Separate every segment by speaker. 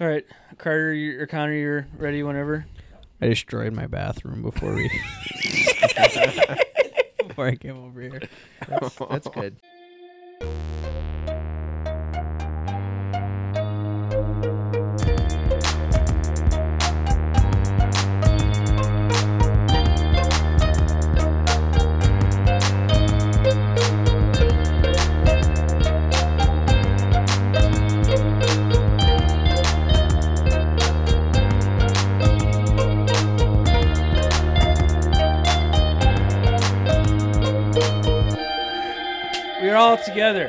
Speaker 1: All right, Carter you- or Connor, you're ready whenever.
Speaker 2: I destroyed my bathroom before we before I came over here.
Speaker 3: That's, that's good.
Speaker 1: We're all together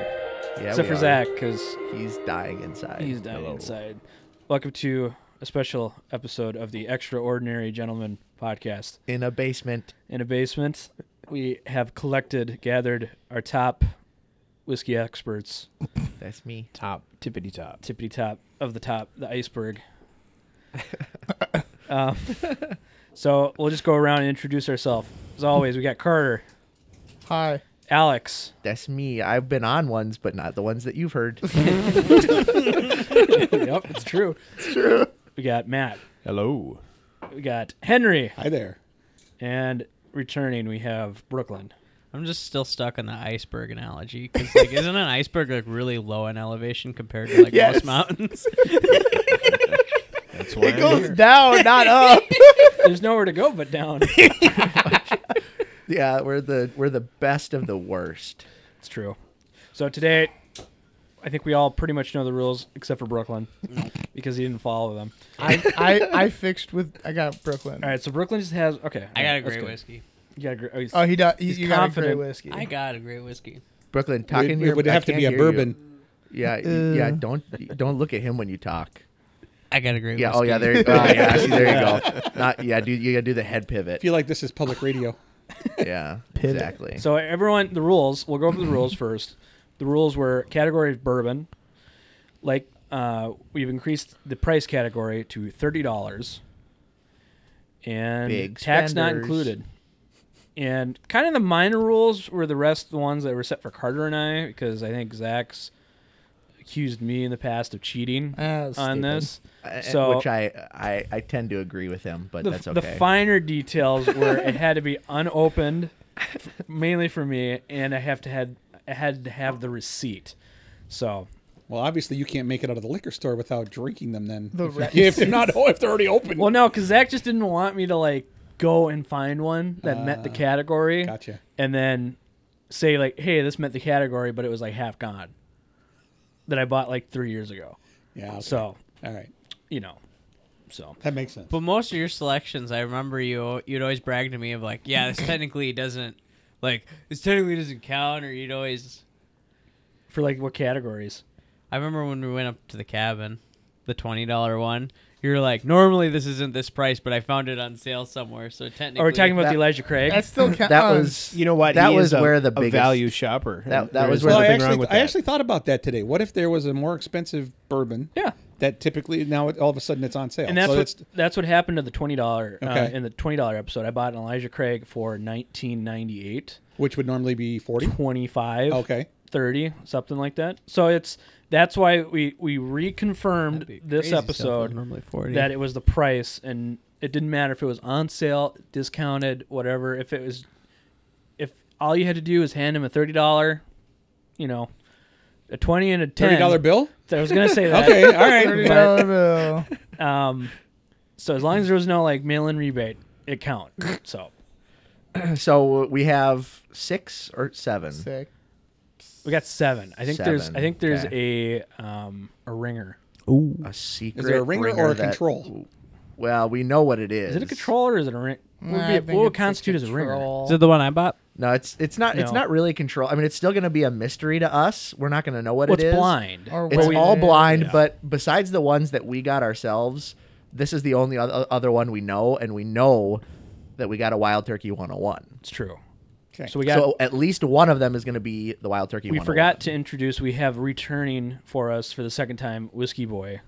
Speaker 3: Yeah,
Speaker 1: except
Speaker 3: we
Speaker 1: for
Speaker 3: are.
Speaker 1: Zach because
Speaker 3: He's dying inside.
Speaker 1: he's down
Speaker 3: Hello.
Speaker 1: inside. Welcome to a special episode of the Extraordinary Gentleman podcast.
Speaker 3: In a basement.
Speaker 1: In a basement, we have collected, gathered our top whiskey experts,
Speaker 3: That's me.
Speaker 2: Top tippity top.
Speaker 1: tippity top of the top, the iceberg. um, so we'll just go around and introduce ourselves. As always, we got Carter,
Speaker 2: Hi.
Speaker 1: Alex,
Speaker 3: That's me. I've been on ones, but not the ones that you've heard.
Speaker 1: yep, it's true. It's true. We got Matt.
Speaker 2: Hello.
Speaker 1: We got Henry.
Speaker 4: Hi there.
Speaker 1: And returning, we have Brooklyn.
Speaker 2: I'm just still stuck on the iceberg analogy because like, isn't an iceberg like really low in elevation compared to like
Speaker 3: Yes.
Speaker 2: most mountains?
Speaker 5: That's why
Speaker 3: it
Speaker 5: I'm
Speaker 3: goes
Speaker 5: here.
Speaker 3: down, not up.
Speaker 1: There's nowhere to go but down.
Speaker 3: yeah, we're the we're the best of the worst.
Speaker 1: It's true. So today, I think we all pretty much know the rules except for Brooklyn because he didn't follow them.
Speaker 4: I, I, I fixed with I got Brooklyn.
Speaker 1: All right, so Brooklyn just has okay.
Speaker 2: I got a
Speaker 1: that's
Speaker 2: great
Speaker 1: good.
Speaker 2: whiskey.
Speaker 1: You got a great.
Speaker 4: Oh, he does.
Speaker 1: He's
Speaker 4: you got a great
Speaker 1: confident.
Speaker 4: whiskey.
Speaker 2: I got a great whiskey.
Speaker 3: Brooklyn,
Speaker 4: It-
Speaker 3: talking
Speaker 4: it,
Speaker 3: to your
Speaker 4: would
Speaker 3: I
Speaker 4: have to
Speaker 3: can't
Speaker 4: be a
Speaker 3: hear you.
Speaker 4: bourbon.
Speaker 3: Yeah, y- yeah.
Speaker 4: Uh.
Speaker 3: Don't don't look at him when you talk.
Speaker 2: I got a great
Speaker 3: Yeah.
Speaker 2: whiskey.
Speaker 3: Oh yeah. There. Oh, yeah. See, there you go. Not. Yeah. Do you gotta do the head
Speaker 4: I
Speaker 3: pivot?
Speaker 4: feel like this is public radio.
Speaker 3: Yeah. Exactly.
Speaker 1: So everyone, the rules. We'll go over the rules first. The rules were category of bourbon. Like uh, we've increased the price category to thirty dollars, and
Speaker 3: Big
Speaker 1: tax not
Speaker 3: spenders.
Speaker 1: included. And kind of the minor rules were the rest the ones that were set for Carter and I because I think Zach's accused me in the past of cheating
Speaker 4: Ah,
Speaker 1: on
Speaker 4: stupid.
Speaker 1: this.
Speaker 3: Uh,
Speaker 1: So-
Speaker 3: which I, I I tend to agree with him, but
Speaker 1: the,
Speaker 3: that's
Speaker 1: the
Speaker 3: okay.
Speaker 1: finer details were it had to be unopened, f- mainly for me, and I have to had I had to have the receipt. So
Speaker 6: Well, obviously you can't make it out of the liquor store without drinking them. Then
Speaker 4: The
Speaker 6: if,
Speaker 4: rat-
Speaker 6: if they're not oh, if they're already open.
Speaker 1: well, no, because Zach just didn't want me to like go and find one that met the
Speaker 6: Ah,
Speaker 1: category,
Speaker 6: gotcha.
Speaker 1: and then say like, hey, this met the category, but it was like half gone that I bought like three years ago.
Speaker 6: Yeah. okay.
Speaker 1: So
Speaker 6: all right,
Speaker 1: you know, so
Speaker 6: that makes sense.
Speaker 2: But most of your selections, I remember you you'd always brag to me of like, yeah, this technically doesn't like this technically doesn't count, or you'd always.
Speaker 1: for like what categories?
Speaker 2: I remember when we went up to the cabin, the twenty dollar one. You're like, normally this isn't this price, but I found it on sale somewhere, so technically.
Speaker 1: Are we talking about
Speaker 3: that-
Speaker 1: the Elijah Craig?
Speaker 4: That still counts.
Speaker 6: Um,
Speaker 3: that was
Speaker 5: You know what?
Speaker 3: That
Speaker 5: He
Speaker 3: was
Speaker 5: is a-
Speaker 3: where the
Speaker 5: a
Speaker 3: biggest
Speaker 5: value shopper.
Speaker 3: That- that
Speaker 5: There
Speaker 3: was
Speaker 5: is
Speaker 3: where
Speaker 6: well, I
Speaker 3: the
Speaker 5: nothing
Speaker 3: big
Speaker 6: actually,
Speaker 5: wrong with
Speaker 6: I
Speaker 5: that.
Speaker 6: actually thought about that today. What if there was a more expensive bourbon?
Speaker 1: yeah.
Speaker 6: That typically now it, all of a sudden it's on sale.
Speaker 1: And that's
Speaker 6: so
Speaker 1: what
Speaker 6: it's-
Speaker 1: that's what happened to the twenty dollar uh,
Speaker 6: Okay.
Speaker 1: in the twenty dollar episode. I bought an Elijah Craig for nineteen ninety eight,
Speaker 6: which would normally be forty.
Speaker 1: twenty five,
Speaker 6: Okay.
Speaker 1: 30, something like that. So it's that's why we we reconfirmed this episode
Speaker 2: normally forty.
Speaker 1: that it was the price, and it didn't matter if it was on sale, discounted, whatever. If it was, if all you had to do is hand him a thirty dollar, you know, a twenty and a ten
Speaker 6: Thirty dollar bill.
Speaker 1: I was gonna say that.
Speaker 6: Okay. All right.
Speaker 4: Thirty dollar bill.
Speaker 1: Um, so as long as there was no like mail in rebate, it count. So
Speaker 3: so we have six or seven.
Speaker 4: Sick.
Speaker 1: we got seven. I think there's I
Speaker 3: Seven,
Speaker 1: think there's a um a ringer.
Speaker 3: A secret.
Speaker 6: Is there a ringer, or a
Speaker 3: that-
Speaker 6: control?
Speaker 3: Well, we know what it is.
Speaker 1: Is it a controller or is it a ring? What would,
Speaker 4: Nah,
Speaker 1: be-
Speaker 4: I
Speaker 1: what
Speaker 4: think
Speaker 1: would
Speaker 4: it's a
Speaker 1: constitute as a ringer?
Speaker 4: control.
Speaker 2: Is it the one I bought?
Speaker 3: No, it's it's not it's
Speaker 1: No.
Speaker 3: not really control. I mean, it's still going to be a mystery to us. We're not going to know what
Speaker 1: What's
Speaker 3: it is.
Speaker 1: blind?
Speaker 4: Or
Speaker 3: It's
Speaker 4: what we-
Speaker 3: all blind,
Speaker 6: Yeah.
Speaker 3: but besides the ones that we got ourselves, this is the only oth- other one we know, and we know that we got a Wild Turkey 101.
Speaker 1: it's true.
Speaker 6: Okay.
Speaker 1: So we got
Speaker 3: so at least one of them is going to be the Wild Turkey
Speaker 1: we
Speaker 3: 101.
Speaker 1: forgot to introduce we have returning for us for the second time whiskey boy.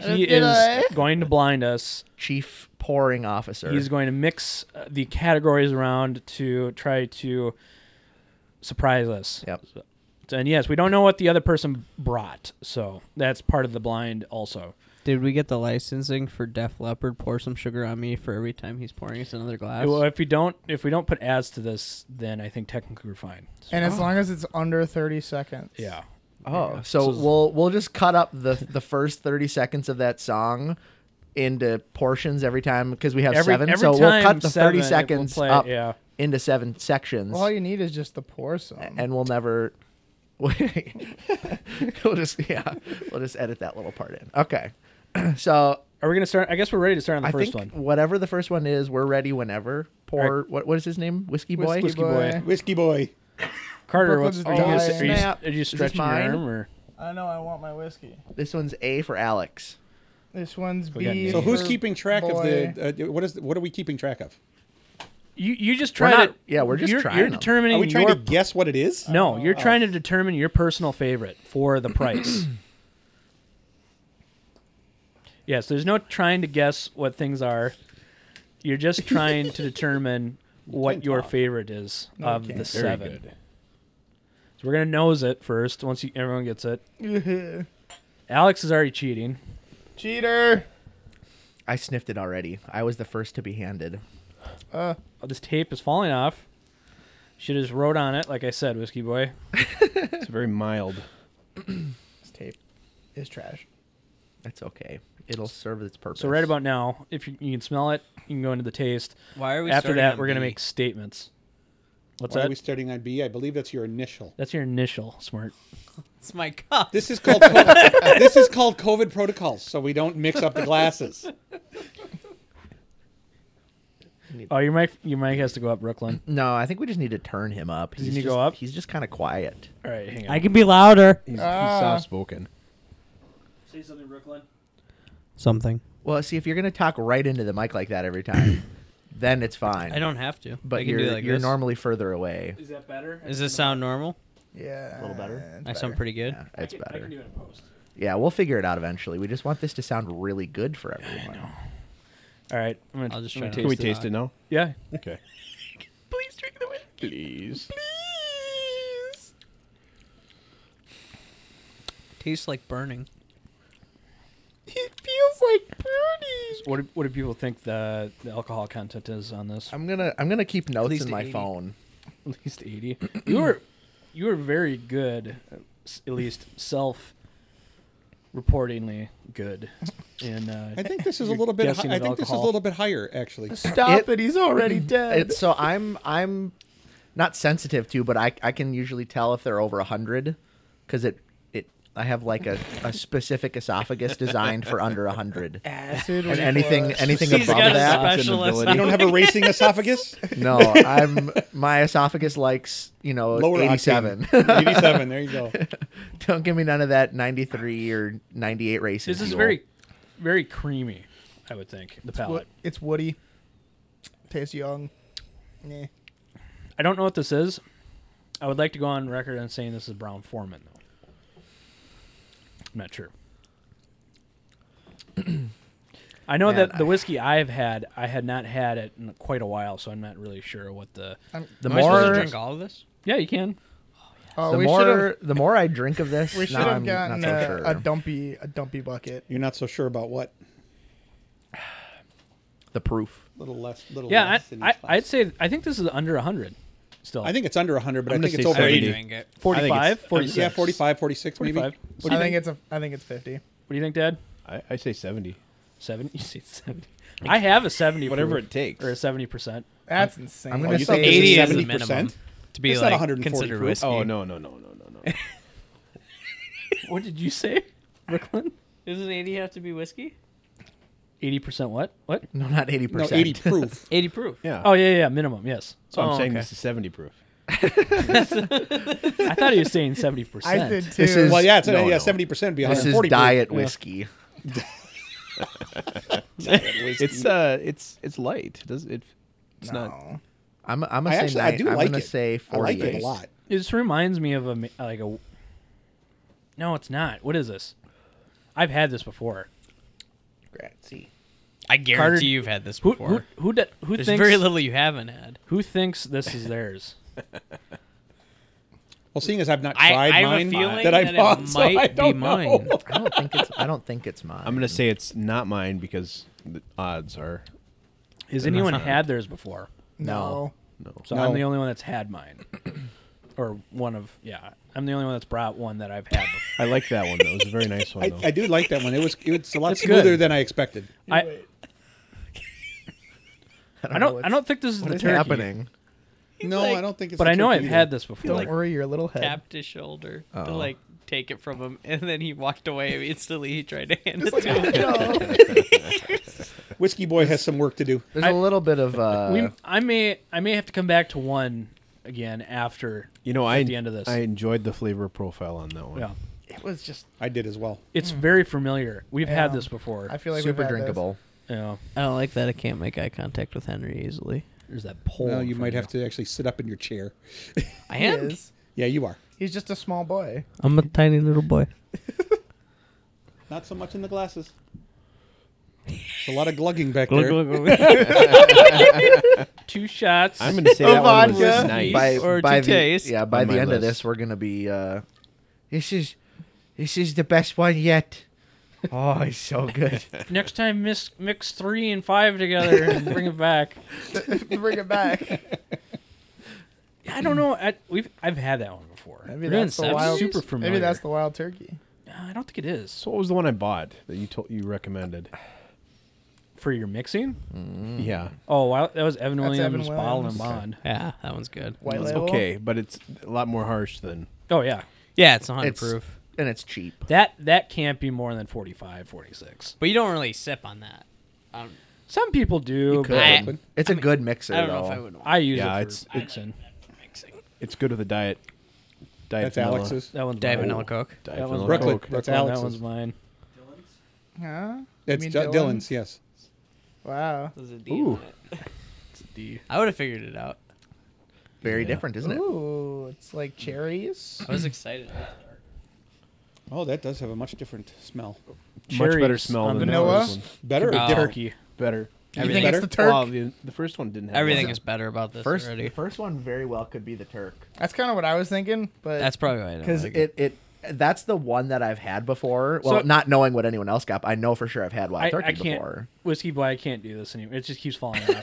Speaker 1: He is going to blind us.
Speaker 3: Chief Pouring Officer.
Speaker 1: He's going to mix uh, the categories around to try to surprise us.
Speaker 3: Yep.
Speaker 1: And yes, we don't know what the other person brought, so that's part of the blind also.
Speaker 2: Did we get the licensing for Def Leppard pour some sugar on me for every time he's pouring us another glass?
Speaker 1: Well, if we don't, if we don't put ads to this, then I think technically we're fine.
Speaker 4: And as long as it's under 30 seconds.
Speaker 1: yeah,
Speaker 3: Oh, so
Speaker 1: So-
Speaker 3: we'll we'll just cut up the the first thirty seconds of that song into portions every time because we have
Speaker 1: Every-
Speaker 3: seven.
Speaker 1: every
Speaker 3: so we'll
Speaker 1: time
Speaker 3: cut the
Speaker 1: seven,
Speaker 3: thirty
Speaker 1: it will
Speaker 3: seconds
Speaker 1: play-
Speaker 3: up
Speaker 1: yeah.
Speaker 3: into seven sections,
Speaker 4: Well, all you need is just the pour some.
Speaker 3: and we'll never. we'll just yeah, we'll just edit that little part in. Okay, so
Speaker 1: are we gonna start? I guess we're ready to start on the
Speaker 3: I
Speaker 1: first
Speaker 3: think
Speaker 1: one.
Speaker 3: whatever the first one is, we're ready whenever. Pour what what is his name? Whiskey boy.
Speaker 4: Whiskey Boy.
Speaker 6: Whiskey boy.
Speaker 1: Carter, what's,
Speaker 4: Brooklyn's
Speaker 1: are, you gonna,
Speaker 4: dying.
Speaker 1: are, you,
Speaker 3: Snap.
Speaker 1: are you
Speaker 3: Is this
Speaker 1: stretching your
Speaker 3: mine?
Speaker 1: arm or?
Speaker 4: I know I want my whiskey.
Speaker 3: This one's A for Alex.
Speaker 4: This one's
Speaker 1: We got
Speaker 4: B.
Speaker 1: Nate.
Speaker 6: So who's
Speaker 4: for
Speaker 6: keeping track of
Speaker 4: boy.
Speaker 6: the? Uh, what is? What are we keeping track of?
Speaker 1: You you just try
Speaker 3: We're not-
Speaker 1: to
Speaker 3: yeah, we're just
Speaker 1: you're,
Speaker 3: trying
Speaker 1: You're
Speaker 3: them.
Speaker 1: determining
Speaker 6: Are we trying
Speaker 1: your
Speaker 6: to guess what it is?
Speaker 1: no. You're trying to determine your personal favorite for the price. yes, there's no trying to guess what things are. You're just trying to determine what
Speaker 6: can't
Speaker 1: your
Speaker 6: talk.
Speaker 1: favorite is of the
Speaker 4: can't.
Speaker 6: Very
Speaker 1: seven.
Speaker 6: good.
Speaker 1: So we're gonna nose it first. Once you, everyone gets it, Alex is already cheating.
Speaker 4: Cheater.
Speaker 3: I sniffed it already. I was the first to be handed.
Speaker 4: Uh,
Speaker 1: Oh, this tape is falling off. Should have just wrote on it, like I said, whiskey boy.
Speaker 5: It's very mild.
Speaker 4: this tape is trash.
Speaker 3: That's okay. It'll serve its purpose.
Speaker 1: So right about now, if you, you can smell it, you can go into the taste.
Speaker 2: Why are we
Speaker 1: After
Speaker 2: starting
Speaker 1: that,
Speaker 2: on
Speaker 1: we're gonna
Speaker 2: B?
Speaker 1: make statements. What's
Speaker 6: Why are
Speaker 1: that?
Speaker 6: we starting on B? I believe that's your initial.
Speaker 1: That's your initial smart.
Speaker 2: It's my cup.
Speaker 6: This is called COVID, this is called COVID protocols, so we don't mix up the glasses.
Speaker 1: Oh, your mic, your mic has to go up, Brooklyn.
Speaker 3: No, I think we just need to turn him up.
Speaker 1: he
Speaker 3: He's
Speaker 1: need to
Speaker 3: just-
Speaker 1: go up?
Speaker 3: He's just kind of quiet.
Speaker 1: All right, hang on.
Speaker 2: I can be louder.
Speaker 5: He's,
Speaker 4: Ah.
Speaker 5: he's soft spoken.
Speaker 1: say something, Brooklyn.
Speaker 2: Something.
Speaker 3: Well, see, if you're gonna talk right into the mic like that every time, then it's fine.
Speaker 2: I don't have to. I
Speaker 3: But
Speaker 2: can do
Speaker 3: you're
Speaker 2: it like
Speaker 3: you're
Speaker 2: this.
Speaker 3: normally further away.
Speaker 1: Is that better?
Speaker 2: Is this sound normal?
Speaker 4: Yeah.
Speaker 3: little better?
Speaker 4: it's
Speaker 2: I sound
Speaker 4: better.
Speaker 2: pretty good.
Speaker 3: Yeah, it's
Speaker 1: I can
Speaker 3: better.
Speaker 1: do it in post.
Speaker 3: Yeah, we'll figure it out eventually. We just want this to sound really good for everyone.
Speaker 1: All right, I'm gonna.
Speaker 2: I'll just
Speaker 1: I'm gonna taste
Speaker 2: try it.
Speaker 5: Can we
Speaker 1: it.
Speaker 2: Taste
Speaker 5: taste it now?
Speaker 1: Yeah,
Speaker 5: Okay.
Speaker 2: Please drink the whiskey.
Speaker 5: Please.
Speaker 2: Please. Tastes like burning.
Speaker 4: It feels like booties.
Speaker 1: What do, what do people think the, the alcohol content is on this?
Speaker 3: I'm gonna I'm gonna keep notes
Speaker 2: least
Speaker 3: in my
Speaker 2: 80.
Speaker 3: phone.
Speaker 1: At least eighty. you were you were very good, s- at least self reportingly good. And
Speaker 6: I
Speaker 1: uh,
Speaker 6: think this is a
Speaker 1: You're
Speaker 6: little bit.
Speaker 1: guessing
Speaker 6: Hi- I
Speaker 1: with
Speaker 6: think this is a
Speaker 1: alcohol.
Speaker 6: little bit higher, actually.
Speaker 4: Stop
Speaker 3: It-
Speaker 4: it, He's already dead.
Speaker 3: It's, so I'm I'm not sensitive to, but I I can usually tell if they're over hundred because it it I have like a, a specific esophagus designed for under hundred.
Speaker 4: acid.
Speaker 3: And anything anything
Speaker 2: He's
Speaker 3: above
Speaker 2: got a
Speaker 3: that.
Speaker 2: special
Speaker 5: Ability.
Speaker 6: You don't have a racing esophagus.
Speaker 3: No, I'm my esophagus likes you know
Speaker 6: Lower octane.
Speaker 3: 87.
Speaker 6: Eighty-seven. There you go.
Speaker 3: Don't give me none of that 93 or 98 races.
Speaker 1: this is very very creamy. I would think the palate.
Speaker 4: It's woody. Tastes young. Nah.
Speaker 1: I don't know what this is. I would like to go on record and saying this is Brown Foreman though. I'm not sure. I know
Speaker 3: Man,
Speaker 1: that the
Speaker 3: I-
Speaker 1: whiskey I've had, I had not had it in quite a while, so I'm not really sure what the.
Speaker 4: I'm,
Speaker 3: the
Speaker 2: Am I supposed to
Speaker 3: more
Speaker 2: drink all of this?
Speaker 1: Yeah, you can.
Speaker 4: oh,
Speaker 3: the
Speaker 4: we
Speaker 3: more
Speaker 4: should've-
Speaker 3: the more I drink of this,
Speaker 4: we should
Speaker 3: now I'm
Speaker 4: have
Speaker 3: not
Speaker 4: gotten
Speaker 3: so
Speaker 4: a,
Speaker 3: sure.
Speaker 4: a dumpy a dumpy bucket.
Speaker 6: You're not so sure about what.
Speaker 3: the proof.
Speaker 6: Little less. Little
Speaker 1: Yeah,
Speaker 6: less than
Speaker 1: I, I,
Speaker 6: each glass.
Speaker 1: I'd say I think this is under 100 still.
Speaker 6: I think it's under hundred, but
Speaker 5: I'm
Speaker 6: I
Speaker 5: gonna
Speaker 6: think it's
Speaker 5: say
Speaker 6: over
Speaker 2: I already
Speaker 5: 70. Alrighty.
Speaker 6: eighty.
Speaker 2: drank it.
Speaker 5: I
Speaker 1: 45,
Speaker 5: think it's-
Speaker 1: 46.
Speaker 6: Yeah, 45, 46 maybe.
Speaker 1: 45. What do
Speaker 4: I
Speaker 1: you
Speaker 4: think
Speaker 1: think?
Speaker 4: it's a I think it's fifty.
Speaker 1: What do you think, Dad?
Speaker 5: I, I say 70.
Speaker 1: 70? You say 70. I have a 70.
Speaker 5: Whatever
Speaker 1: proof,
Speaker 5: it takes.
Speaker 1: Or a 70%.
Speaker 4: That's insane.
Speaker 3: I'm
Speaker 6: Oh,
Speaker 3: gonna
Speaker 6: you
Speaker 3: say
Speaker 6: think this
Speaker 2: 80 is the
Speaker 6: 70%?
Speaker 2: minimum to be
Speaker 6: It's not
Speaker 2: like
Speaker 6: 140
Speaker 2: considered
Speaker 6: proof.
Speaker 2: whiskey.
Speaker 5: Oh, no, no, no, no, no, no.
Speaker 1: What did you say, Brooklyn?
Speaker 2: Doesn't 80 have to be whiskey?
Speaker 1: 80% what? What?
Speaker 3: No, not 80%.
Speaker 6: No, eighty proof.
Speaker 2: 80 proof.
Speaker 5: Yeah.
Speaker 1: Oh, yeah, yeah, yeah, minimum, yes.
Speaker 5: so I'm
Speaker 2: oh,
Speaker 5: saying
Speaker 2: okay.
Speaker 5: this is 70 proof.
Speaker 1: I thought he was saying 70%.
Speaker 4: I did too.
Speaker 3: This is-
Speaker 6: Well, yeah, it's
Speaker 3: No,
Speaker 6: yeah,
Speaker 3: no.
Speaker 6: seventy percent. Be
Speaker 3: This
Speaker 6: 140
Speaker 3: is
Speaker 6: proof.
Speaker 3: diet whiskey.
Speaker 5: It's uh, it's it's light. It does it? It's not.
Speaker 4: No.
Speaker 3: I'm I'm
Speaker 6: I
Speaker 3: gonna say
Speaker 6: actually I
Speaker 3: nine,
Speaker 6: do
Speaker 3: I'm
Speaker 6: like
Speaker 3: gonna
Speaker 6: it.
Speaker 3: say
Speaker 6: I like
Speaker 3: 48.
Speaker 6: it a lot.
Speaker 1: This reminds me of a, ma- like a. No, it's not. What is this? I've had this before.
Speaker 3: Grazie.
Speaker 2: I guarantee
Speaker 1: Carter-
Speaker 2: you've had this
Speaker 1: Who,
Speaker 2: before.
Speaker 1: who, who, d- who
Speaker 2: There's
Speaker 1: thinks
Speaker 2: very little you haven't had.
Speaker 1: Who thinks this is theirs?
Speaker 6: Well, seeing as I've not
Speaker 2: I-
Speaker 6: tried
Speaker 2: I have a
Speaker 6: mine
Speaker 2: feeling
Speaker 6: that I
Speaker 2: that it
Speaker 6: bought, so
Speaker 2: might
Speaker 6: I
Speaker 2: be
Speaker 6: don't know.
Speaker 2: mine.
Speaker 3: I don't think it's. I don't think it's mine.
Speaker 7: I'm gonna say it's not mine because the odds are
Speaker 1: Has
Speaker 7: They're not
Speaker 1: anyone
Speaker 7: signed.
Speaker 1: had theirs before?
Speaker 4: No.
Speaker 7: no.
Speaker 1: So I'm
Speaker 6: No.
Speaker 1: the only one that's had mine, or one of yeah. I'm the only one that's brought one that I've had. Before.
Speaker 7: I like that one. That was a very nice one.
Speaker 6: I,
Speaker 7: Though.
Speaker 6: I do like that one. It was it's a lot
Speaker 1: It's
Speaker 6: smoother
Speaker 1: good.
Speaker 6: than I expected.
Speaker 1: I I
Speaker 3: know
Speaker 1: don't
Speaker 3: what's-
Speaker 1: I don't think this is
Speaker 3: What
Speaker 1: the
Speaker 3: is
Speaker 1: turkey,
Speaker 3: happening?
Speaker 6: No,
Speaker 2: like-
Speaker 6: I don't think it's.
Speaker 1: but
Speaker 6: the
Speaker 1: I know
Speaker 6: turkey
Speaker 1: I've
Speaker 6: either.
Speaker 1: had this before.
Speaker 4: Don't
Speaker 1: Like,
Speaker 4: worry your little head.
Speaker 2: tapped his shoulder to like take it from him, and then he walked away instantly. He tried to hand it to him.
Speaker 6: Whiskey Boy has some work to do.
Speaker 3: There's a little bit of. Uh,
Speaker 1: we, I may I may have to come back to one again after.
Speaker 7: you know, I
Speaker 1: the end of this.
Speaker 7: I enjoyed the flavor profile on that one.
Speaker 1: Yeah,
Speaker 4: It was just.
Speaker 6: I did as well.
Speaker 1: it's very familiar. We've had
Speaker 4: Yeah.
Speaker 1: this before.
Speaker 4: I feel like
Speaker 3: super
Speaker 4: we've had this.
Speaker 3: drinkable.
Speaker 1: yeah,
Speaker 2: I don't like that. I can't make eye contact with Henry easily.
Speaker 1: there's that pole.
Speaker 6: Well,
Speaker 1: in
Speaker 6: you
Speaker 1: front
Speaker 6: might
Speaker 1: of
Speaker 6: have to actually sit up in your chair.
Speaker 2: I
Speaker 4: He
Speaker 2: am.
Speaker 4: is.
Speaker 6: Yeah, you are.
Speaker 4: He's just a small boy.
Speaker 2: I'm a tiny little boy.
Speaker 6: Not so much in the glasses. It's a lot of glugging back there.
Speaker 2: By
Speaker 1: two shots.
Speaker 7: I'm gonna say that one was
Speaker 2: vodka.
Speaker 7: nice.
Speaker 3: By,
Speaker 2: Or
Speaker 3: by
Speaker 2: to
Speaker 3: the,
Speaker 2: taste.
Speaker 3: Yeah, by
Speaker 7: On
Speaker 3: the
Speaker 7: my
Speaker 3: end of
Speaker 7: list.
Speaker 3: this, we're gonna be. Uh, this is, this is the best one yet. Oh, it's so good.
Speaker 1: Next time, mix mix three and five together and bring it back.
Speaker 4: Bring it back.
Speaker 1: I don't know. I, we've I've had that one before.
Speaker 4: Maybe
Speaker 2: We're
Speaker 4: that's
Speaker 2: doing
Speaker 4: the wild.
Speaker 1: Super
Speaker 4: Maybe
Speaker 1: familiar.
Speaker 4: that's the wild turkey.
Speaker 1: I don't think it is
Speaker 7: So what was the one I bought that you told you recommended?
Speaker 1: for your mixing.
Speaker 2: Hmm.
Speaker 7: Yeah,
Speaker 1: Oh, wow, that was Evan
Speaker 4: That's
Speaker 1: Williams,
Speaker 4: Evan
Speaker 1: Bottle and
Speaker 4: Williams.
Speaker 1: Bond.
Speaker 2: yeah, that one's good.
Speaker 4: White
Speaker 7: it's
Speaker 4: label.
Speaker 7: okay, but it's a lot more harsh than
Speaker 1: Oh yeah,
Speaker 2: Yeah, it's 100
Speaker 3: It's-
Speaker 2: proof.
Speaker 3: and it's cheap.
Speaker 1: that that can't be more than 45, 46.
Speaker 2: But you don't really sip on that. Um,
Speaker 1: Some people do.
Speaker 3: could.
Speaker 1: But
Speaker 2: I,
Speaker 6: open.
Speaker 3: It's a good mixer
Speaker 2: I don't
Speaker 3: though.
Speaker 2: know if I would. want
Speaker 1: I use
Speaker 7: Yeah,
Speaker 1: it for
Speaker 7: it's- it's-
Speaker 1: mixing.
Speaker 7: it's good with a diet. Diet
Speaker 6: That's
Speaker 7: vanilla.
Speaker 6: Alex's.
Speaker 1: That one's
Speaker 2: Diet
Speaker 1: mine.
Speaker 2: vanilla coke.
Speaker 7: Diet
Speaker 1: That one's
Speaker 7: vanilla
Speaker 6: Brooklyn.
Speaker 7: Coke.
Speaker 6: That's
Speaker 1: Brooklyn, That one's
Speaker 6: Alex's.
Speaker 1: mine.
Speaker 4: Huh? You
Speaker 6: That's
Speaker 4: mean
Speaker 6: Dy- Dylan's?
Speaker 4: Dylan's?
Speaker 6: Yes.
Speaker 4: Wow.
Speaker 2: There's a D
Speaker 7: Ooh.
Speaker 2: on it. I would have figured it out.
Speaker 3: Very different, isn't it?
Speaker 4: Ooh, it's like cherries.
Speaker 2: I was excited.
Speaker 6: Oh, that does have a much different smell.
Speaker 7: Much better
Speaker 1: Cherries
Speaker 7: smell
Speaker 1: on
Speaker 7: than
Speaker 1: the
Speaker 7: the
Speaker 4: vanilla.
Speaker 7: first one.
Speaker 6: Better. or
Speaker 2: Oh.
Speaker 6: different?
Speaker 1: Turkey.
Speaker 7: Better.
Speaker 4: You
Speaker 6: Everything
Speaker 4: think it's
Speaker 6: better?
Speaker 4: the Turk?
Speaker 7: Well, the, the first one didn't have
Speaker 2: Everything
Speaker 7: that.
Speaker 2: is better about this
Speaker 3: First,
Speaker 2: already.
Speaker 3: the first one very well could be the Turk
Speaker 4: That's kind of what I was thinking, but
Speaker 2: That's probably why I don't
Speaker 3: because
Speaker 2: like it.
Speaker 3: it, it that's the one that I've had before. Well,
Speaker 1: So-
Speaker 3: not knowing what anyone else got, I know for sure I've had wild
Speaker 1: I,
Speaker 3: turkey
Speaker 1: I can't.
Speaker 3: before.
Speaker 1: Whiskey boy, I can't do this anymore. It just keeps falling off.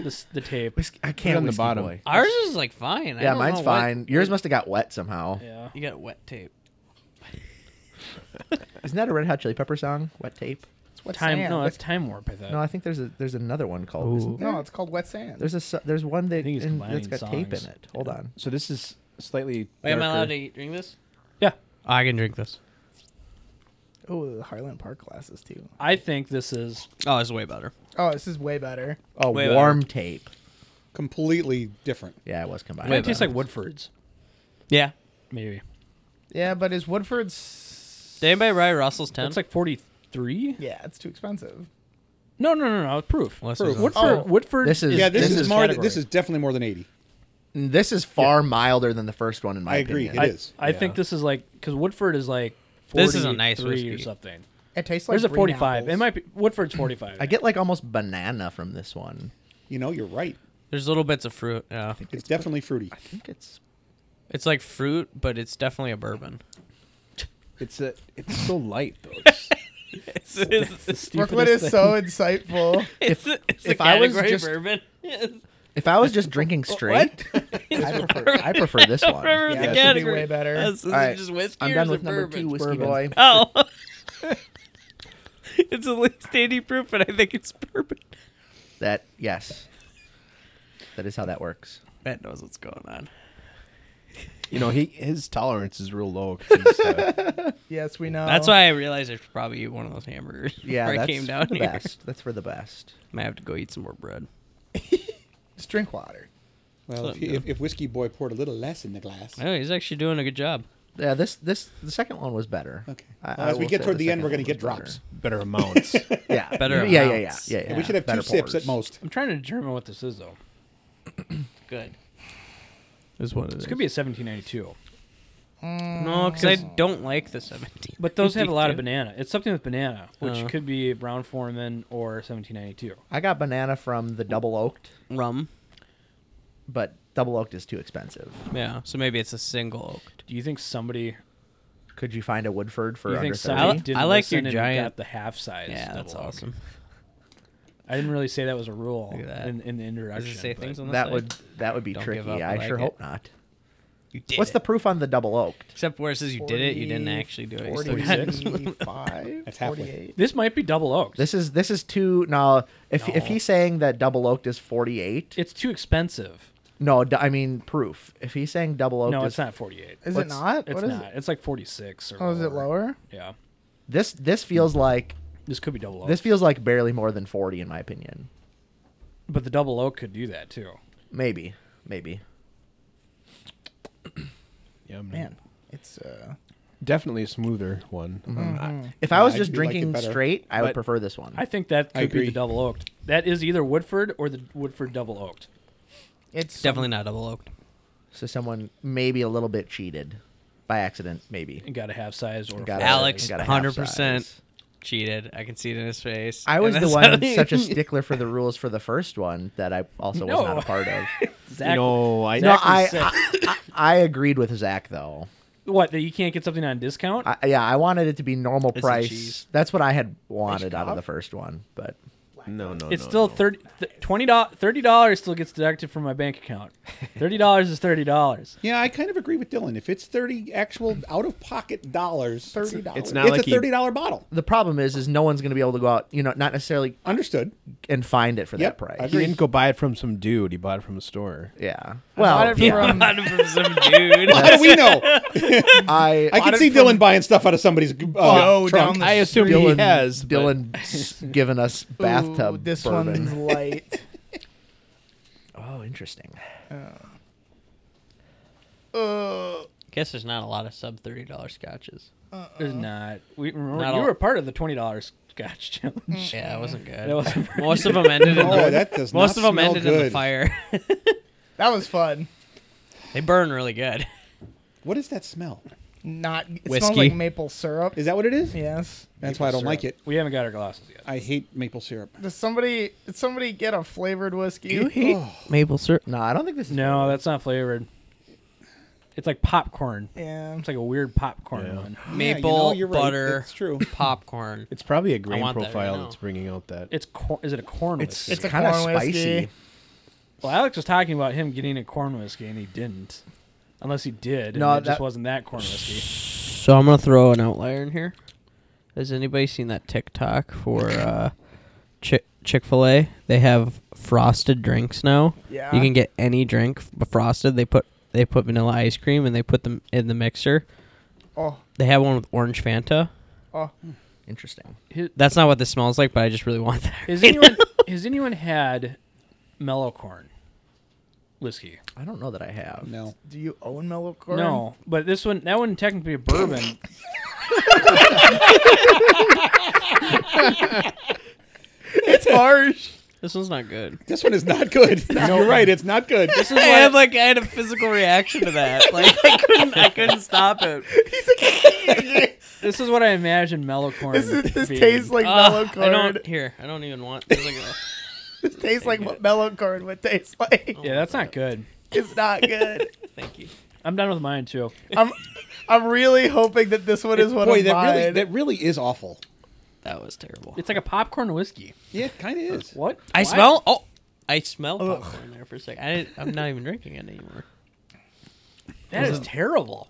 Speaker 1: this, the tape.
Speaker 3: Whiskey, I can't
Speaker 7: on the
Speaker 3: Whiskey
Speaker 7: bottom.
Speaker 3: Boy.
Speaker 2: Ours is like fine. I
Speaker 3: Yeah,
Speaker 2: don't
Speaker 3: mine's
Speaker 2: know what-
Speaker 3: fine. Yours must have got wet somehow.
Speaker 1: Yeah.
Speaker 2: You got wet tape.
Speaker 3: Isn't that a Red Hot Chili Pepper song? Wet tape.
Speaker 4: it's wet
Speaker 1: Time.
Speaker 4: sand.
Speaker 1: No, that's time warp. I thought.
Speaker 3: No, I think there's a there's another one called. isn't there?
Speaker 4: no, it's called wet sand.
Speaker 3: There's a so- there's one that
Speaker 1: think he's
Speaker 3: in,
Speaker 1: combining
Speaker 3: that's got tape
Speaker 1: songs.
Speaker 3: in it. Hold on.
Speaker 7: So this is slightly.
Speaker 2: Wait, am I allowed
Speaker 7: darker.
Speaker 2: to eat, drink this?
Speaker 1: yeah.
Speaker 2: I can drink this.
Speaker 4: oh, the Highland Park glasses too.
Speaker 1: I think this is.
Speaker 2: Oh, it's way better.
Speaker 4: Oh, this is way better.
Speaker 3: Oh,
Speaker 2: Wait, wait,
Speaker 3: warm tape.
Speaker 6: Completely different.
Speaker 3: Yeah, it was combined.
Speaker 1: It tastes like Woodford's.
Speaker 2: Yeah.
Speaker 1: Maybe.
Speaker 4: Yeah, but is Woodford's?
Speaker 2: Did anybody ride Russell's 10?
Speaker 1: It's like forty-three.
Speaker 4: Yeah, it's too expensive.
Speaker 1: No, no, no, no. It's proof.
Speaker 2: Unless
Speaker 1: proof.
Speaker 2: there's a-
Speaker 1: Woodford.
Speaker 4: Oh.
Speaker 1: Woodford.
Speaker 3: This is-
Speaker 6: Yeah, this,
Speaker 3: This
Speaker 6: is,
Speaker 3: is
Speaker 6: more.
Speaker 1: category.
Speaker 6: This is definitely more than eighty.
Speaker 3: This is far milder than the first one in my
Speaker 6: I agree.
Speaker 3: opinion.
Speaker 6: It is.
Speaker 1: I think this is like because Woodford is like. 43
Speaker 2: This is a nice
Speaker 1: or
Speaker 2: whiskey.
Speaker 1: something.
Speaker 4: It tastes like
Speaker 1: There's a
Speaker 4: green
Speaker 1: forty-five. It
Speaker 4: apples.
Speaker 1: might be Woodford's forty-five.
Speaker 3: I get like almost banana from this one.
Speaker 6: You know, you're right.
Speaker 2: There's little bits of fruit. Yeah.
Speaker 6: It's, definitely fruity.
Speaker 3: I think it's
Speaker 2: It's like fruit, but it's definitely a bourbon.
Speaker 7: It's a. It's so light though. It's,
Speaker 2: It's, it's, it's,
Speaker 4: Brooklyn is so insightful.
Speaker 2: a
Speaker 3: if I was
Speaker 2: category
Speaker 3: just-
Speaker 2: bourbon.
Speaker 3: if I was just drinking straight, I prefer I prefer this one.
Speaker 2: Remember
Speaker 4: Yeah,
Speaker 2: the
Speaker 4: it should be
Speaker 2: category.
Speaker 4: way better.
Speaker 2: Is, is
Speaker 3: Alright,
Speaker 2: it just whiskey
Speaker 3: I'm
Speaker 2: or
Speaker 3: done
Speaker 2: is
Speaker 3: with
Speaker 2: it
Speaker 3: number
Speaker 2: bourbon?
Speaker 3: two, whiskey
Speaker 4: Bourbon.
Speaker 3: boy.
Speaker 2: Oh. it's at least 80 proof, but I think it's bourbon.
Speaker 3: That yes, that is how that works.
Speaker 2: Matt knows what's going on.
Speaker 7: you know, he his tolerance is real low. 'cause he's, uh,
Speaker 4: yes, we know.
Speaker 2: That's why I realized I should probably eat one of those hamburgers
Speaker 3: Yeah,
Speaker 2: before I
Speaker 3: that's
Speaker 2: came down
Speaker 3: for the
Speaker 2: here.
Speaker 3: best. That's for the best.
Speaker 2: Might have to go eat some more bread.
Speaker 4: Just drink water.
Speaker 6: Well, if,
Speaker 2: Something
Speaker 6: he- if, if whiskey boy poured a little less in the glass,
Speaker 2: No, Oh, he's actually doing a good job.
Speaker 3: Yeah, this this the second one was better.
Speaker 6: Okay.
Speaker 3: I-
Speaker 6: Well,
Speaker 3: I
Speaker 6: as we
Speaker 3: will
Speaker 6: get
Speaker 3: say
Speaker 6: toward the end,
Speaker 3: second
Speaker 6: we're gonna
Speaker 3: one
Speaker 6: get
Speaker 3: was
Speaker 6: drops.
Speaker 7: better amounts.
Speaker 3: better. Yeah,
Speaker 2: Better
Speaker 3: Yeah, yeah, yeah,
Speaker 2: amounts.
Speaker 3: yeah,
Speaker 6: we should have two
Speaker 3: better
Speaker 6: sips
Speaker 3: pours.
Speaker 6: at most.
Speaker 1: I'm trying to determine what this is though.
Speaker 2: Good. Is what it
Speaker 1: This could be a 1792.
Speaker 2: No, because I don't like the 17.
Speaker 1: Mm. But those have a lot of
Speaker 2: 52.
Speaker 1: banana. It's something with banana, which
Speaker 2: Uh-huh.
Speaker 1: could be Brown Foreman or 1792.
Speaker 3: I got banana from the double oaked.
Speaker 2: Rum.
Speaker 3: but double oaked is too expensive.
Speaker 2: Yeah. So maybe it's a single oak.
Speaker 1: Do you think somebody?
Speaker 3: Could you find a Woodford for
Speaker 1: you
Speaker 3: under
Speaker 1: think
Speaker 3: thirty?
Speaker 1: somebody
Speaker 2: I li-
Speaker 1: didn't
Speaker 2: I like
Speaker 1: listen
Speaker 2: your
Speaker 1: and
Speaker 2: giant-
Speaker 1: got the half size?
Speaker 2: Yeah, that's
Speaker 1: double oak?
Speaker 2: awesome.
Speaker 1: I didn't really say that was a rule
Speaker 2: Look at that.
Speaker 1: in, in the
Speaker 2: Does
Speaker 1: introduction.
Speaker 2: it say
Speaker 1: but-
Speaker 2: things on the
Speaker 3: that
Speaker 2: side?
Speaker 3: would that would be
Speaker 2: Don't give
Speaker 3: tricky.
Speaker 2: up,
Speaker 3: I,
Speaker 2: I like
Speaker 3: sure
Speaker 2: it.
Speaker 3: hope not.
Speaker 2: You did
Speaker 3: What's
Speaker 2: it.
Speaker 3: the proof on the double oaked?
Speaker 2: Except where it says you did it, you didn't actually do it. You still got it.
Speaker 4: 45,
Speaker 6: That's halfway.
Speaker 4: 48.
Speaker 1: This might be double oaked.
Speaker 3: This is this is too no. If
Speaker 1: No.
Speaker 3: if he's saying that double oaked is forty eight,
Speaker 1: it's too expensive.
Speaker 3: no, d- I mean proof. If he's saying double oaked,
Speaker 1: No,
Speaker 3: is,
Speaker 1: it's not 48.
Speaker 4: Is it
Speaker 3: What's-
Speaker 4: not?
Speaker 1: It's
Speaker 4: What is
Speaker 1: not.
Speaker 4: it?
Speaker 1: It's like 46 or
Speaker 4: Oh, is it
Speaker 1: lower.
Speaker 4: lower?
Speaker 1: Yeah.
Speaker 3: This this feels like
Speaker 1: This could be double oak.
Speaker 3: this feels like barely more than forty in my opinion.
Speaker 1: but the double oak could do that too.
Speaker 3: Maybe maybe.
Speaker 7: Yeah,
Speaker 4: Man, it's uh,
Speaker 7: Definitely a smoother one.
Speaker 2: Mm-hmm.
Speaker 7: Um, I-
Speaker 3: If I was
Speaker 6: I
Speaker 3: just
Speaker 6: do like it
Speaker 3: drinking
Speaker 6: better,
Speaker 3: straight, I would
Speaker 7: but-
Speaker 3: prefer this one.
Speaker 1: I think that
Speaker 6: I
Speaker 1: could be the
Speaker 6: agree.
Speaker 1: double oaked. That is either Woodford or the Woodford double oaked.
Speaker 4: it's
Speaker 2: Definitely not double oaked.
Speaker 3: so someone maybe a little bit cheated by accident, maybe.
Speaker 1: And got a half size or a
Speaker 3: Got
Speaker 1: full
Speaker 3: a-
Speaker 2: Alex,
Speaker 1: size.
Speaker 3: got a half
Speaker 2: 100%
Speaker 3: size.
Speaker 2: cheated. I can see it in his face.
Speaker 3: I
Speaker 2: And
Speaker 3: was the
Speaker 2: that's
Speaker 3: one
Speaker 2: how he-
Speaker 3: such a stickler for the rules for the first one that I also was not
Speaker 1: No.
Speaker 3: a part of.
Speaker 1: Zach,
Speaker 7: No, I
Speaker 3: no,
Speaker 1: Zach
Speaker 3: I,
Speaker 1: was
Speaker 3: I I agreed with Zach though.
Speaker 1: what that you can't get something on discount?
Speaker 3: I, yeah, I wanted it to be normal
Speaker 2: the
Speaker 3: price.
Speaker 2: cheese.
Speaker 3: That's what I had wanted out of the first one, but
Speaker 7: no, no.
Speaker 1: it's
Speaker 7: no,
Speaker 1: still
Speaker 7: no.
Speaker 1: thirty th- twenty dollars. Thirty dollars still gets deducted from my bank account. Thirty dollars is thirty dollars.
Speaker 6: Yeah, I kind of agree with Dylan. If it's thirty actual out of pocket dollars, thirty dollars.
Speaker 7: it's not
Speaker 6: it's
Speaker 7: like
Speaker 6: a
Speaker 7: he-
Speaker 6: thirty dollar bottle.
Speaker 3: the problem is, is no one's going to be able to go out, you know, not necessarily
Speaker 6: Understood.
Speaker 3: and find it for
Speaker 6: Yep,
Speaker 3: that price.
Speaker 6: I
Speaker 7: He didn't go buy it from some dude. He bought it from a store.
Speaker 3: Yeah.
Speaker 4: bought
Speaker 1: Oh,
Speaker 3: Well,
Speaker 4: it
Speaker 3: yeah,
Speaker 4: from-
Speaker 2: Bought it from some dude.
Speaker 6: How do we know?
Speaker 3: I,
Speaker 6: I can see Dylan buying stuff out of somebody's uh,
Speaker 4: Oh,
Speaker 6: trunk.
Speaker 4: down the
Speaker 7: I assume
Speaker 3: Dylan
Speaker 7: he has. but-
Speaker 3: Dylan's given us bathtub
Speaker 4: Ooh, this
Speaker 3: bourbon.
Speaker 4: one's light.
Speaker 3: Oh, interesting.
Speaker 2: Guess there's not a lot of sub thirty dollar scotches.
Speaker 1: There's not. We remember
Speaker 2: Not
Speaker 1: you
Speaker 2: all- Mm.
Speaker 1: were part of the twenty dollars scotch challenge.
Speaker 2: Yeah, it wasn't good.
Speaker 1: That wasn't
Speaker 2: most of them ended in
Speaker 6: Oh,
Speaker 2: the
Speaker 6: that does
Speaker 2: most of them
Speaker 6: not smell
Speaker 2: ended in the
Speaker 6: good.
Speaker 2: fire.
Speaker 4: That was fun.
Speaker 2: they burn really good.
Speaker 6: What is that smell?
Speaker 4: Not. It smells
Speaker 2: Whiskey.
Speaker 4: like maple syrup.
Speaker 6: Is that what it is?
Speaker 4: yes.
Speaker 6: That's why I don't like it.
Speaker 1: we haven't got our glasses yet.
Speaker 6: I hate maple syrup.
Speaker 4: Does somebody? Did somebody get a flavored whiskey?
Speaker 2: maple syrup.
Speaker 3: No, I don't think this is.
Speaker 1: No, that's not flavored. It's like popcorn.
Speaker 4: Yeah.
Speaker 1: It's like a weird popcorn
Speaker 7: Yeah.
Speaker 1: one.
Speaker 2: Maple
Speaker 6: you're right.
Speaker 2: butter.
Speaker 6: It's true.
Speaker 2: Popcorn.
Speaker 7: It's probably a
Speaker 2: I
Speaker 7: grain
Speaker 2: want that right
Speaker 7: profile
Speaker 2: now.
Speaker 7: that's bringing out that.
Speaker 1: It's cor- is it a corn
Speaker 3: It's
Speaker 1: whiskey?
Speaker 3: it's
Speaker 4: a
Speaker 3: kind of
Speaker 4: corn whiskey.
Speaker 3: spicy.
Speaker 1: well, Alex was talking about him getting a corn whiskey and he didn't, unless he did. And
Speaker 3: No,
Speaker 1: it just
Speaker 3: that-
Speaker 1: wasn't that corn whiskey.
Speaker 2: So I'm gonna throw an outlier in here. Has anybody seen that TikTok for uh, Chick Chick Fil A? They have frosted drinks now.
Speaker 4: Yeah.
Speaker 2: You can get any drink f- frosted. They put they put vanilla ice cream and they put them in the mixer.
Speaker 4: Oh.
Speaker 2: They have one with orange Fanta.
Speaker 4: Oh.
Speaker 3: Interesting.
Speaker 2: That's not what this smells like, but I just really want that.
Speaker 1: Has anyone has anyone had mellow corn whiskey?
Speaker 3: I don't know that I have.
Speaker 6: No.
Speaker 4: Do you own mellow corn?
Speaker 1: No, but this one that one technically a bourbon.
Speaker 4: It's harsh.
Speaker 2: This one's not good.
Speaker 6: This one is not good. You're right. It's not good. This
Speaker 2: I had like I had a physical reaction to that. Like I couldn't I couldn't stop it.
Speaker 1: This is what I imagine mellow corn.
Speaker 4: This, is, this
Speaker 1: being.
Speaker 4: tastes like mellow
Speaker 2: Ah, I
Speaker 4: corn.
Speaker 2: don't here. I don't even want. There's like oh, a,
Speaker 4: This tastes like what mellow corn would taste like.
Speaker 1: Yeah, that's not good.
Speaker 4: It's not good.
Speaker 2: thank you.
Speaker 1: I'm done with mine too.
Speaker 4: I'm I'm really hoping that this one is one
Speaker 6: Boy,
Speaker 4: of
Speaker 6: that
Speaker 4: mine.
Speaker 6: really that really is awful.
Speaker 2: That was terrible.
Speaker 1: It's like a popcorn whiskey.
Speaker 6: Yeah, it kind of is.
Speaker 1: What?
Speaker 2: I
Speaker 1: Why?
Speaker 2: smell. Oh, I smell popcorn there for a second. I didn't, I'm not even drinking it anymore.
Speaker 1: That
Speaker 2: Mm-hmm.
Speaker 1: is terrible.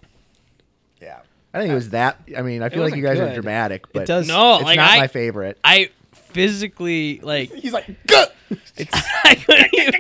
Speaker 4: yeah.
Speaker 3: I think it was that. I mean, I feel like
Speaker 1: wasn't
Speaker 3: you guys are
Speaker 1: good.
Speaker 3: dramatic, but
Speaker 7: does-
Speaker 2: No,
Speaker 3: it's
Speaker 2: like
Speaker 3: not
Speaker 2: I,
Speaker 3: my favorite.
Speaker 2: I physically like.
Speaker 4: He's like, Gah!
Speaker 2: I couldn't even-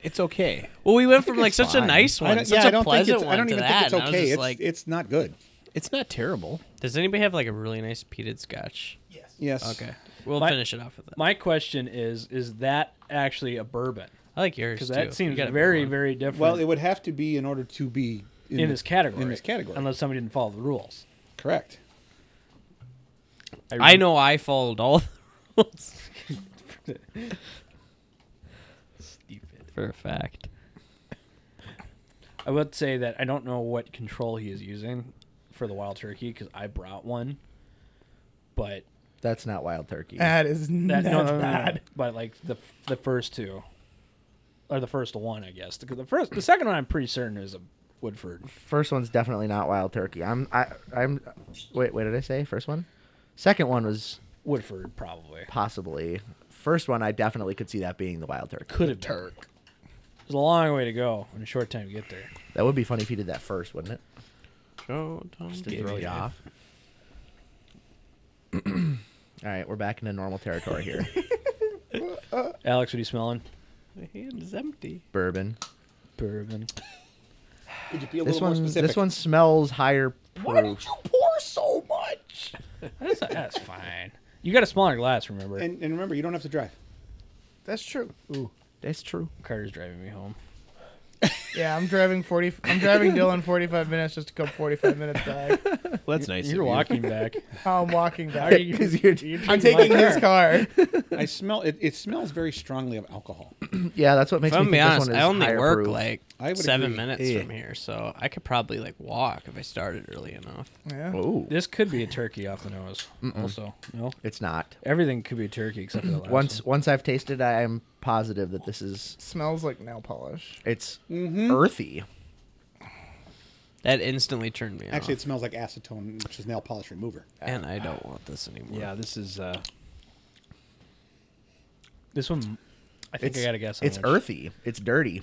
Speaker 7: It's okay.
Speaker 2: well, we went from like such a
Speaker 3: fine.
Speaker 2: nice
Speaker 6: I
Speaker 2: one,
Speaker 6: don't,
Speaker 2: such
Speaker 6: yeah, I
Speaker 2: a
Speaker 6: don't think
Speaker 2: pleasant
Speaker 6: it's.
Speaker 2: one
Speaker 6: I don't
Speaker 2: to
Speaker 6: even
Speaker 2: that.
Speaker 6: think it's
Speaker 2: and I was
Speaker 6: okay.
Speaker 2: just
Speaker 6: It's
Speaker 2: like,
Speaker 6: it's not good.
Speaker 7: It's not terrible.
Speaker 2: does anybody have like a really nice peated scotch?
Speaker 6: Yes.
Speaker 2: Okay, we'll
Speaker 1: My-
Speaker 2: finish it off with that.
Speaker 1: My question is: Is that actually a bourbon?
Speaker 2: I like yours
Speaker 1: Because
Speaker 2: too.
Speaker 1: that
Speaker 2: You
Speaker 1: seems
Speaker 2: got a big
Speaker 1: very,
Speaker 2: one.
Speaker 1: very different.
Speaker 6: Well, it would have to be in order to be in,
Speaker 1: in this category.
Speaker 6: In this category.
Speaker 1: unless somebody didn't follow the rules.
Speaker 6: Correct.
Speaker 2: I know I followed all the rules
Speaker 1: Stupid.
Speaker 2: for a fact.
Speaker 1: I would say that I don't know what control he is using for the wild turkey because I brought one, but
Speaker 3: that's
Speaker 4: Uh,
Speaker 3: not wild turkey.
Speaker 4: that is
Speaker 1: that
Speaker 4: that's
Speaker 1: no, no, no, no, no.
Speaker 4: bad.
Speaker 1: But like the the first two, or the first one, I guess. Because the first, the second one, I'm pretty certain is a Woodford.
Speaker 3: First one's definitely not wild turkey. I'm I I'm wait what did I say? First one? Second one was
Speaker 1: Woodford probably
Speaker 3: possibly. First one I definitely could see that being the wild turkey.
Speaker 1: could have Turk. There's a long way to go and a short time to get there.
Speaker 3: That would be funny if he did that first, wouldn't it?
Speaker 2: Oh, Tom
Speaker 3: Just to
Speaker 2: Gabe.
Speaker 3: throw you off. All right, we're back into normal territory here.
Speaker 1: Alex, what are you smelling?
Speaker 2: My hand is empty.
Speaker 3: Bourbon.
Speaker 1: Bourbon.
Speaker 6: Could you be a
Speaker 3: This
Speaker 6: little more
Speaker 3: one
Speaker 6: specific?
Speaker 3: this one smells higher proof.
Speaker 6: pour so much?
Speaker 1: That's, that's fine. You got a smaller glass, remember?
Speaker 6: And, and remember, you don't have to drive.
Speaker 4: That's true.
Speaker 3: That's true.
Speaker 1: Carter's driving me home.
Speaker 4: Yeah, I'm driving 40. I'm driving Dylan 45 minutes just to go 45 minutes back.
Speaker 7: Well, that's nice.
Speaker 1: You're
Speaker 7: of you.
Speaker 1: walking back.
Speaker 4: How I'm walking
Speaker 1: How
Speaker 4: back.
Speaker 1: are you-
Speaker 4: I'm taking his car.
Speaker 6: I smell it. It smells very strongly of alcohol.
Speaker 3: Yeah, that's what
Speaker 2: If
Speaker 3: makes
Speaker 2: I'm
Speaker 3: me
Speaker 2: be
Speaker 3: think
Speaker 2: honest,
Speaker 3: this one
Speaker 2: I
Speaker 3: is
Speaker 2: only
Speaker 3: higher
Speaker 2: work
Speaker 3: proof.
Speaker 2: like
Speaker 6: I would
Speaker 2: seven
Speaker 6: agree.
Speaker 2: minutes
Speaker 3: Yeah.
Speaker 2: from here, so I could probably like walk if I started early enough.
Speaker 4: Yeah.
Speaker 3: Oh,
Speaker 1: This could be a turkey off the nose. Also, no,
Speaker 3: it's not.
Speaker 1: everything could be a turkey except for the last
Speaker 3: Once
Speaker 1: one.
Speaker 3: once I've tasted, I am positive that this is
Speaker 4: Smells like nail polish.
Speaker 3: it's
Speaker 6: Mhm.
Speaker 3: earthy.
Speaker 2: That instantly turned me
Speaker 6: Actually, it
Speaker 2: off,
Speaker 6: smells like acetone, which is nail polish remover.
Speaker 2: and I don't want this anymore.
Speaker 7: Yeah, this is. uh
Speaker 1: This one, I think
Speaker 3: It's-
Speaker 1: I got to guess. on
Speaker 3: It's
Speaker 1: which.
Speaker 3: earthy. It's dirty.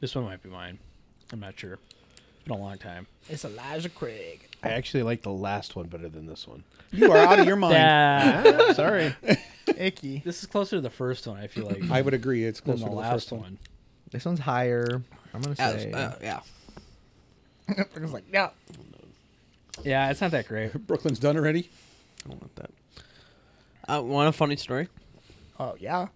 Speaker 1: This one might be mine. I'm not sure. It's been a long time.
Speaker 4: It's Elijah Craig.
Speaker 7: I actually like the last one better than this one.
Speaker 6: You are out of your mind.
Speaker 1: Yeah.
Speaker 7: Ah, sorry.
Speaker 4: Icky.
Speaker 1: this is closer to the first one. I feel like
Speaker 6: I would agree. It's
Speaker 1: than
Speaker 6: closer
Speaker 1: the
Speaker 6: to the
Speaker 1: last
Speaker 6: first
Speaker 1: one.
Speaker 6: one.
Speaker 3: This one's higher. I'm gonna
Speaker 2: Yeah,
Speaker 3: say.
Speaker 2: uh, yeah.
Speaker 4: I was like, yeah.
Speaker 1: Yeah, it's not that great.
Speaker 6: Brooklyn's done already.
Speaker 2: I don't want that. Uh, want a funny story?
Speaker 4: Oh yeah.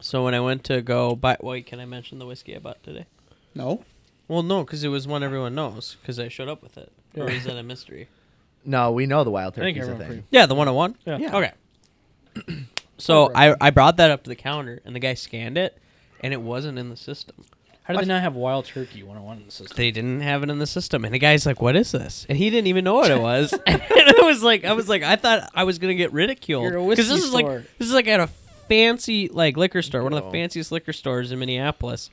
Speaker 2: So when I went to go buy, wait, can I mention the whiskey I bought today?
Speaker 6: No.
Speaker 2: Well, no, because it was one everyone knows because I showed up with it. Or is that a mystery?
Speaker 3: no, we know the wild
Speaker 1: I think
Speaker 3: turkey's a
Speaker 1: everyone
Speaker 3: thing.
Speaker 2: Yeah, the 101?
Speaker 1: Yeah. Yeah.
Speaker 2: Okay. so I, I brought that up to the counter, and the guy scanned it, and it wasn't in the system.
Speaker 1: How do they not have wild turkey 101 in the system?
Speaker 2: They didn't have it in the system, and the guy's like, "What is this?" And he didn't even know what it was. and I was like, "I was like, I thought I was gonna get ridiculed
Speaker 1: You're a
Speaker 2: this
Speaker 1: whiskey
Speaker 2: is like
Speaker 1: store.
Speaker 2: this is like at a fancy like liquor store, one of the
Speaker 3: No.
Speaker 2: fanciest liquor stores in Minneapolis."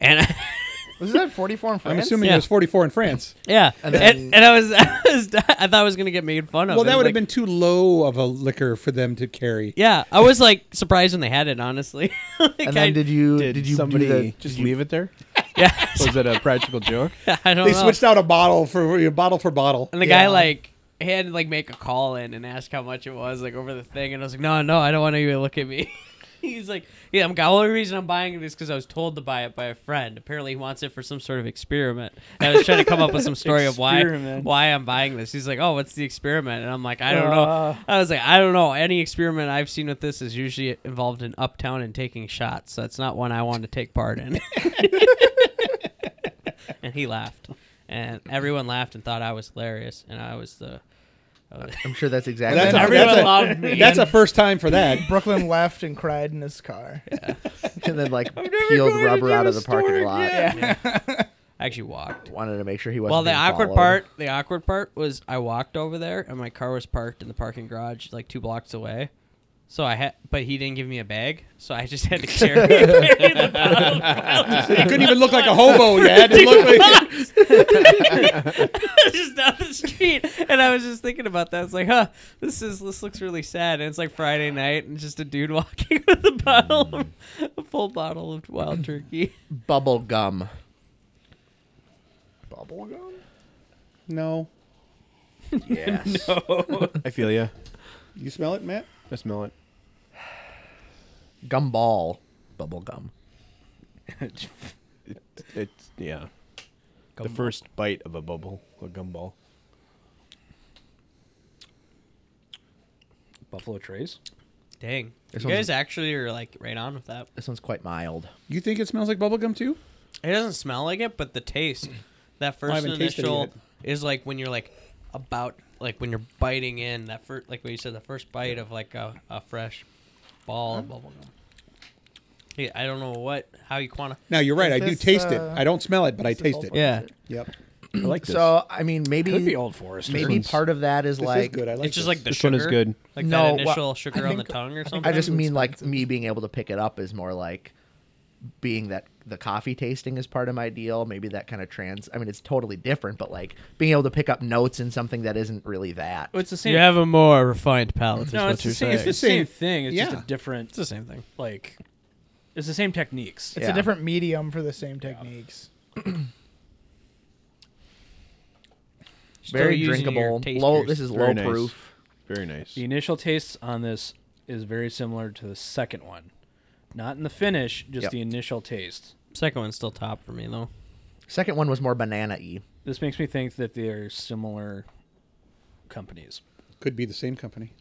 Speaker 2: And I,
Speaker 4: Was that 44 in France?
Speaker 6: I'm assuming
Speaker 2: Yeah.
Speaker 6: it was 44 in France.
Speaker 2: yeah, and,
Speaker 4: And then-
Speaker 2: and I, was, I was I thought I was gonna get made fun of.
Speaker 6: Well, that
Speaker 2: It was
Speaker 6: would
Speaker 2: like-
Speaker 6: have been too low of a liquor for them to carry.
Speaker 2: Yeah, I was like surprised when they had it. Honestly, Like,
Speaker 3: And
Speaker 2: I,
Speaker 3: then did you
Speaker 7: Did,
Speaker 3: did, you
Speaker 7: somebody
Speaker 3: do the,
Speaker 7: just leave it there?
Speaker 2: yeah,
Speaker 7: Was it a practical joke?
Speaker 2: I don't
Speaker 6: They
Speaker 2: know.
Speaker 6: switched out a bottle for bottle for bottle.
Speaker 2: And the guy
Speaker 4: Yeah.
Speaker 2: like he had to like make a call in and ask how much it was like over the thing, and I was like, no, no, I don't want you to look at me. He's like, yeah, I'm. The only reason I'm buying it is because I was told to buy it by a friend. Apparently, he wants it for some sort of experiment. And I was trying to come up with some story of why
Speaker 1: Experiment.
Speaker 2: why I'm buying this. He's like, oh, what's the experiment? And I'm like, I don't
Speaker 1: Uh.
Speaker 2: know. I was like, I don't know. Any experiment I've seen with this is usually involved in uptown and taking shots. So that's not one I want to take part in. and he laughed, and everyone laughed and thought I was hilarious, and I was the. I was-
Speaker 3: I'm sure that's exactly.
Speaker 6: That's a,
Speaker 2: everyone
Speaker 6: that's, a,
Speaker 2: loved me.
Speaker 6: that's a first time for that.
Speaker 4: Brooklyn left and cried in his car.
Speaker 3: and then like peeled rubber out of the parking lot.
Speaker 2: I actually walked.
Speaker 3: Wanted to make sure he wasn't.
Speaker 2: Well, the
Speaker 3: being
Speaker 2: awkward
Speaker 3: followed.
Speaker 2: part, the awkward part was I walked over there and my car was parked in the parking garage like two blocks away. So I had, but he didn't give me a bag, so I just had to carry it. in the bottom.
Speaker 6: You couldn't even look like a hobo. You had to look like
Speaker 2: just down the street, and I was just thinking about that. It's like, huh, this is this looks really sad. And it's like Friday night, and just a dude walking with a bottle, of, a full bottle of wild turkey.
Speaker 3: Bubble gum.
Speaker 4: Bubblegum?
Speaker 6: no.
Speaker 3: Yes.
Speaker 7: I feel you.
Speaker 6: You smell it, Matt?
Speaker 7: I smell it.
Speaker 3: Gumball. Bubble gum.
Speaker 7: It's yeah. The first bite of a bubble, a gumball.
Speaker 1: Buffalo Trace.
Speaker 2: Dang,
Speaker 3: This
Speaker 2: you
Speaker 3: one's-
Speaker 2: guys actually are like right on with that.
Speaker 3: This one's quite mild.
Speaker 6: You think it smells like bubblegum too?
Speaker 2: It doesn't smell like it, but the taste, that first
Speaker 6: haven't tasted it
Speaker 2: initial
Speaker 6: yet.
Speaker 2: is like when you're like about like when you're biting in that first, like what you said, the first bite of like a, a fresh ball of bubblegum. Yeah, I don't know what how you quantify.
Speaker 6: Now you're right.
Speaker 4: Is
Speaker 6: I do
Speaker 4: this,
Speaker 6: taste it.
Speaker 4: uh,
Speaker 6: I don't smell it, but I
Speaker 4: this is
Speaker 6: taste it.
Speaker 4: Old Forester?
Speaker 6: Yep.
Speaker 7: I like this.
Speaker 3: So I mean, maybe
Speaker 1: Could be Old Forester.
Speaker 3: maybe
Speaker 7: one's-
Speaker 3: part of that is
Speaker 6: This
Speaker 3: like
Speaker 6: is good. I like
Speaker 2: it's just
Speaker 6: this.
Speaker 2: like the
Speaker 7: This
Speaker 2: sugar.
Speaker 7: one is good.
Speaker 2: Like
Speaker 3: No,
Speaker 2: that
Speaker 3: well,
Speaker 2: initial
Speaker 3: I
Speaker 2: sugar on the
Speaker 6: think-
Speaker 2: tongue or
Speaker 6: I
Speaker 2: something.
Speaker 3: I just
Speaker 6: too
Speaker 3: mean like
Speaker 6: expensive.
Speaker 3: me being able to pick it up is more like being that the coffee tasting is part of my deal. Maybe that kind of trans. I mean, it's totally different, but like being able to pick up notes in something that isn't really that.
Speaker 1: Well, it's the same.
Speaker 2: a more refined palate.
Speaker 1: no, it's the, same, it's the same thing. It's just
Speaker 6: Yeah.
Speaker 1: a different,
Speaker 2: the same thing.
Speaker 1: like, it's the same techniques.
Speaker 4: It's
Speaker 3: Yeah.
Speaker 4: a different medium for the same techniques.
Speaker 2: Still
Speaker 3: Very
Speaker 2: using your
Speaker 3: drinkable.
Speaker 2: taste
Speaker 3: Low.
Speaker 2: buds.
Speaker 3: This is low
Speaker 7: Very nice.
Speaker 3: proof.
Speaker 7: Very nice.
Speaker 1: The initial tastes on this is very similar to the second one, not in the finish, just
Speaker 3: Yep.
Speaker 1: the initial taste.
Speaker 2: Second one's still top for me though.
Speaker 3: Second one was more banana y.
Speaker 1: This makes me think that they are similar companies.
Speaker 6: could be the same company.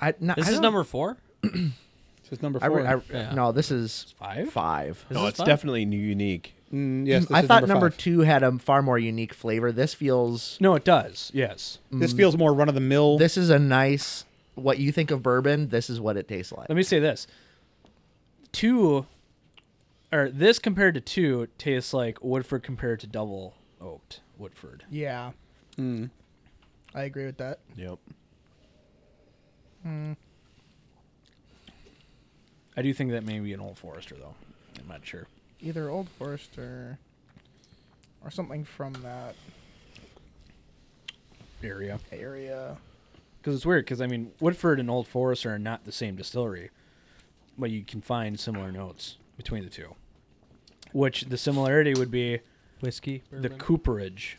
Speaker 3: I, no,
Speaker 2: This
Speaker 3: I
Speaker 2: is
Speaker 3: don't-
Speaker 2: number four.
Speaker 6: It's just number
Speaker 3: I,
Speaker 6: four.
Speaker 3: re- I,
Speaker 2: Yeah.
Speaker 3: No, this is
Speaker 1: Five?
Speaker 3: Five. Mm,
Speaker 2: Is
Speaker 7: no,
Speaker 2: this
Speaker 7: it's
Speaker 2: fun?
Speaker 7: definitely new- unique.
Speaker 6: Mm, yes, this
Speaker 3: I
Speaker 6: is
Speaker 3: thought
Speaker 6: number,
Speaker 3: number
Speaker 6: five.
Speaker 3: two had a far more unique flavor. This feels
Speaker 1: No, it does. Yes.
Speaker 6: This feels more run of the mill.
Speaker 3: This is a nice. What you think of bourbon? This is what it tastes like.
Speaker 1: Let me say this. Two, or this compared to two, tastes like Woodford compared to double oaked Woodford.
Speaker 4: Yeah. Hmm. I agree with that.
Speaker 7: Yep.
Speaker 1: I do think that may be an Old Forester, though. I'm not sure.
Speaker 4: Either Old Forester or something from that
Speaker 1: Area.
Speaker 4: area.
Speaker 1: Because it's weird, because I mean, Woodford and Old Forester are not the same distillery, but you can find similar notes between the two. Which the similarity would be
Speaker 2: whiskey.
Speaker 1: the cooperage.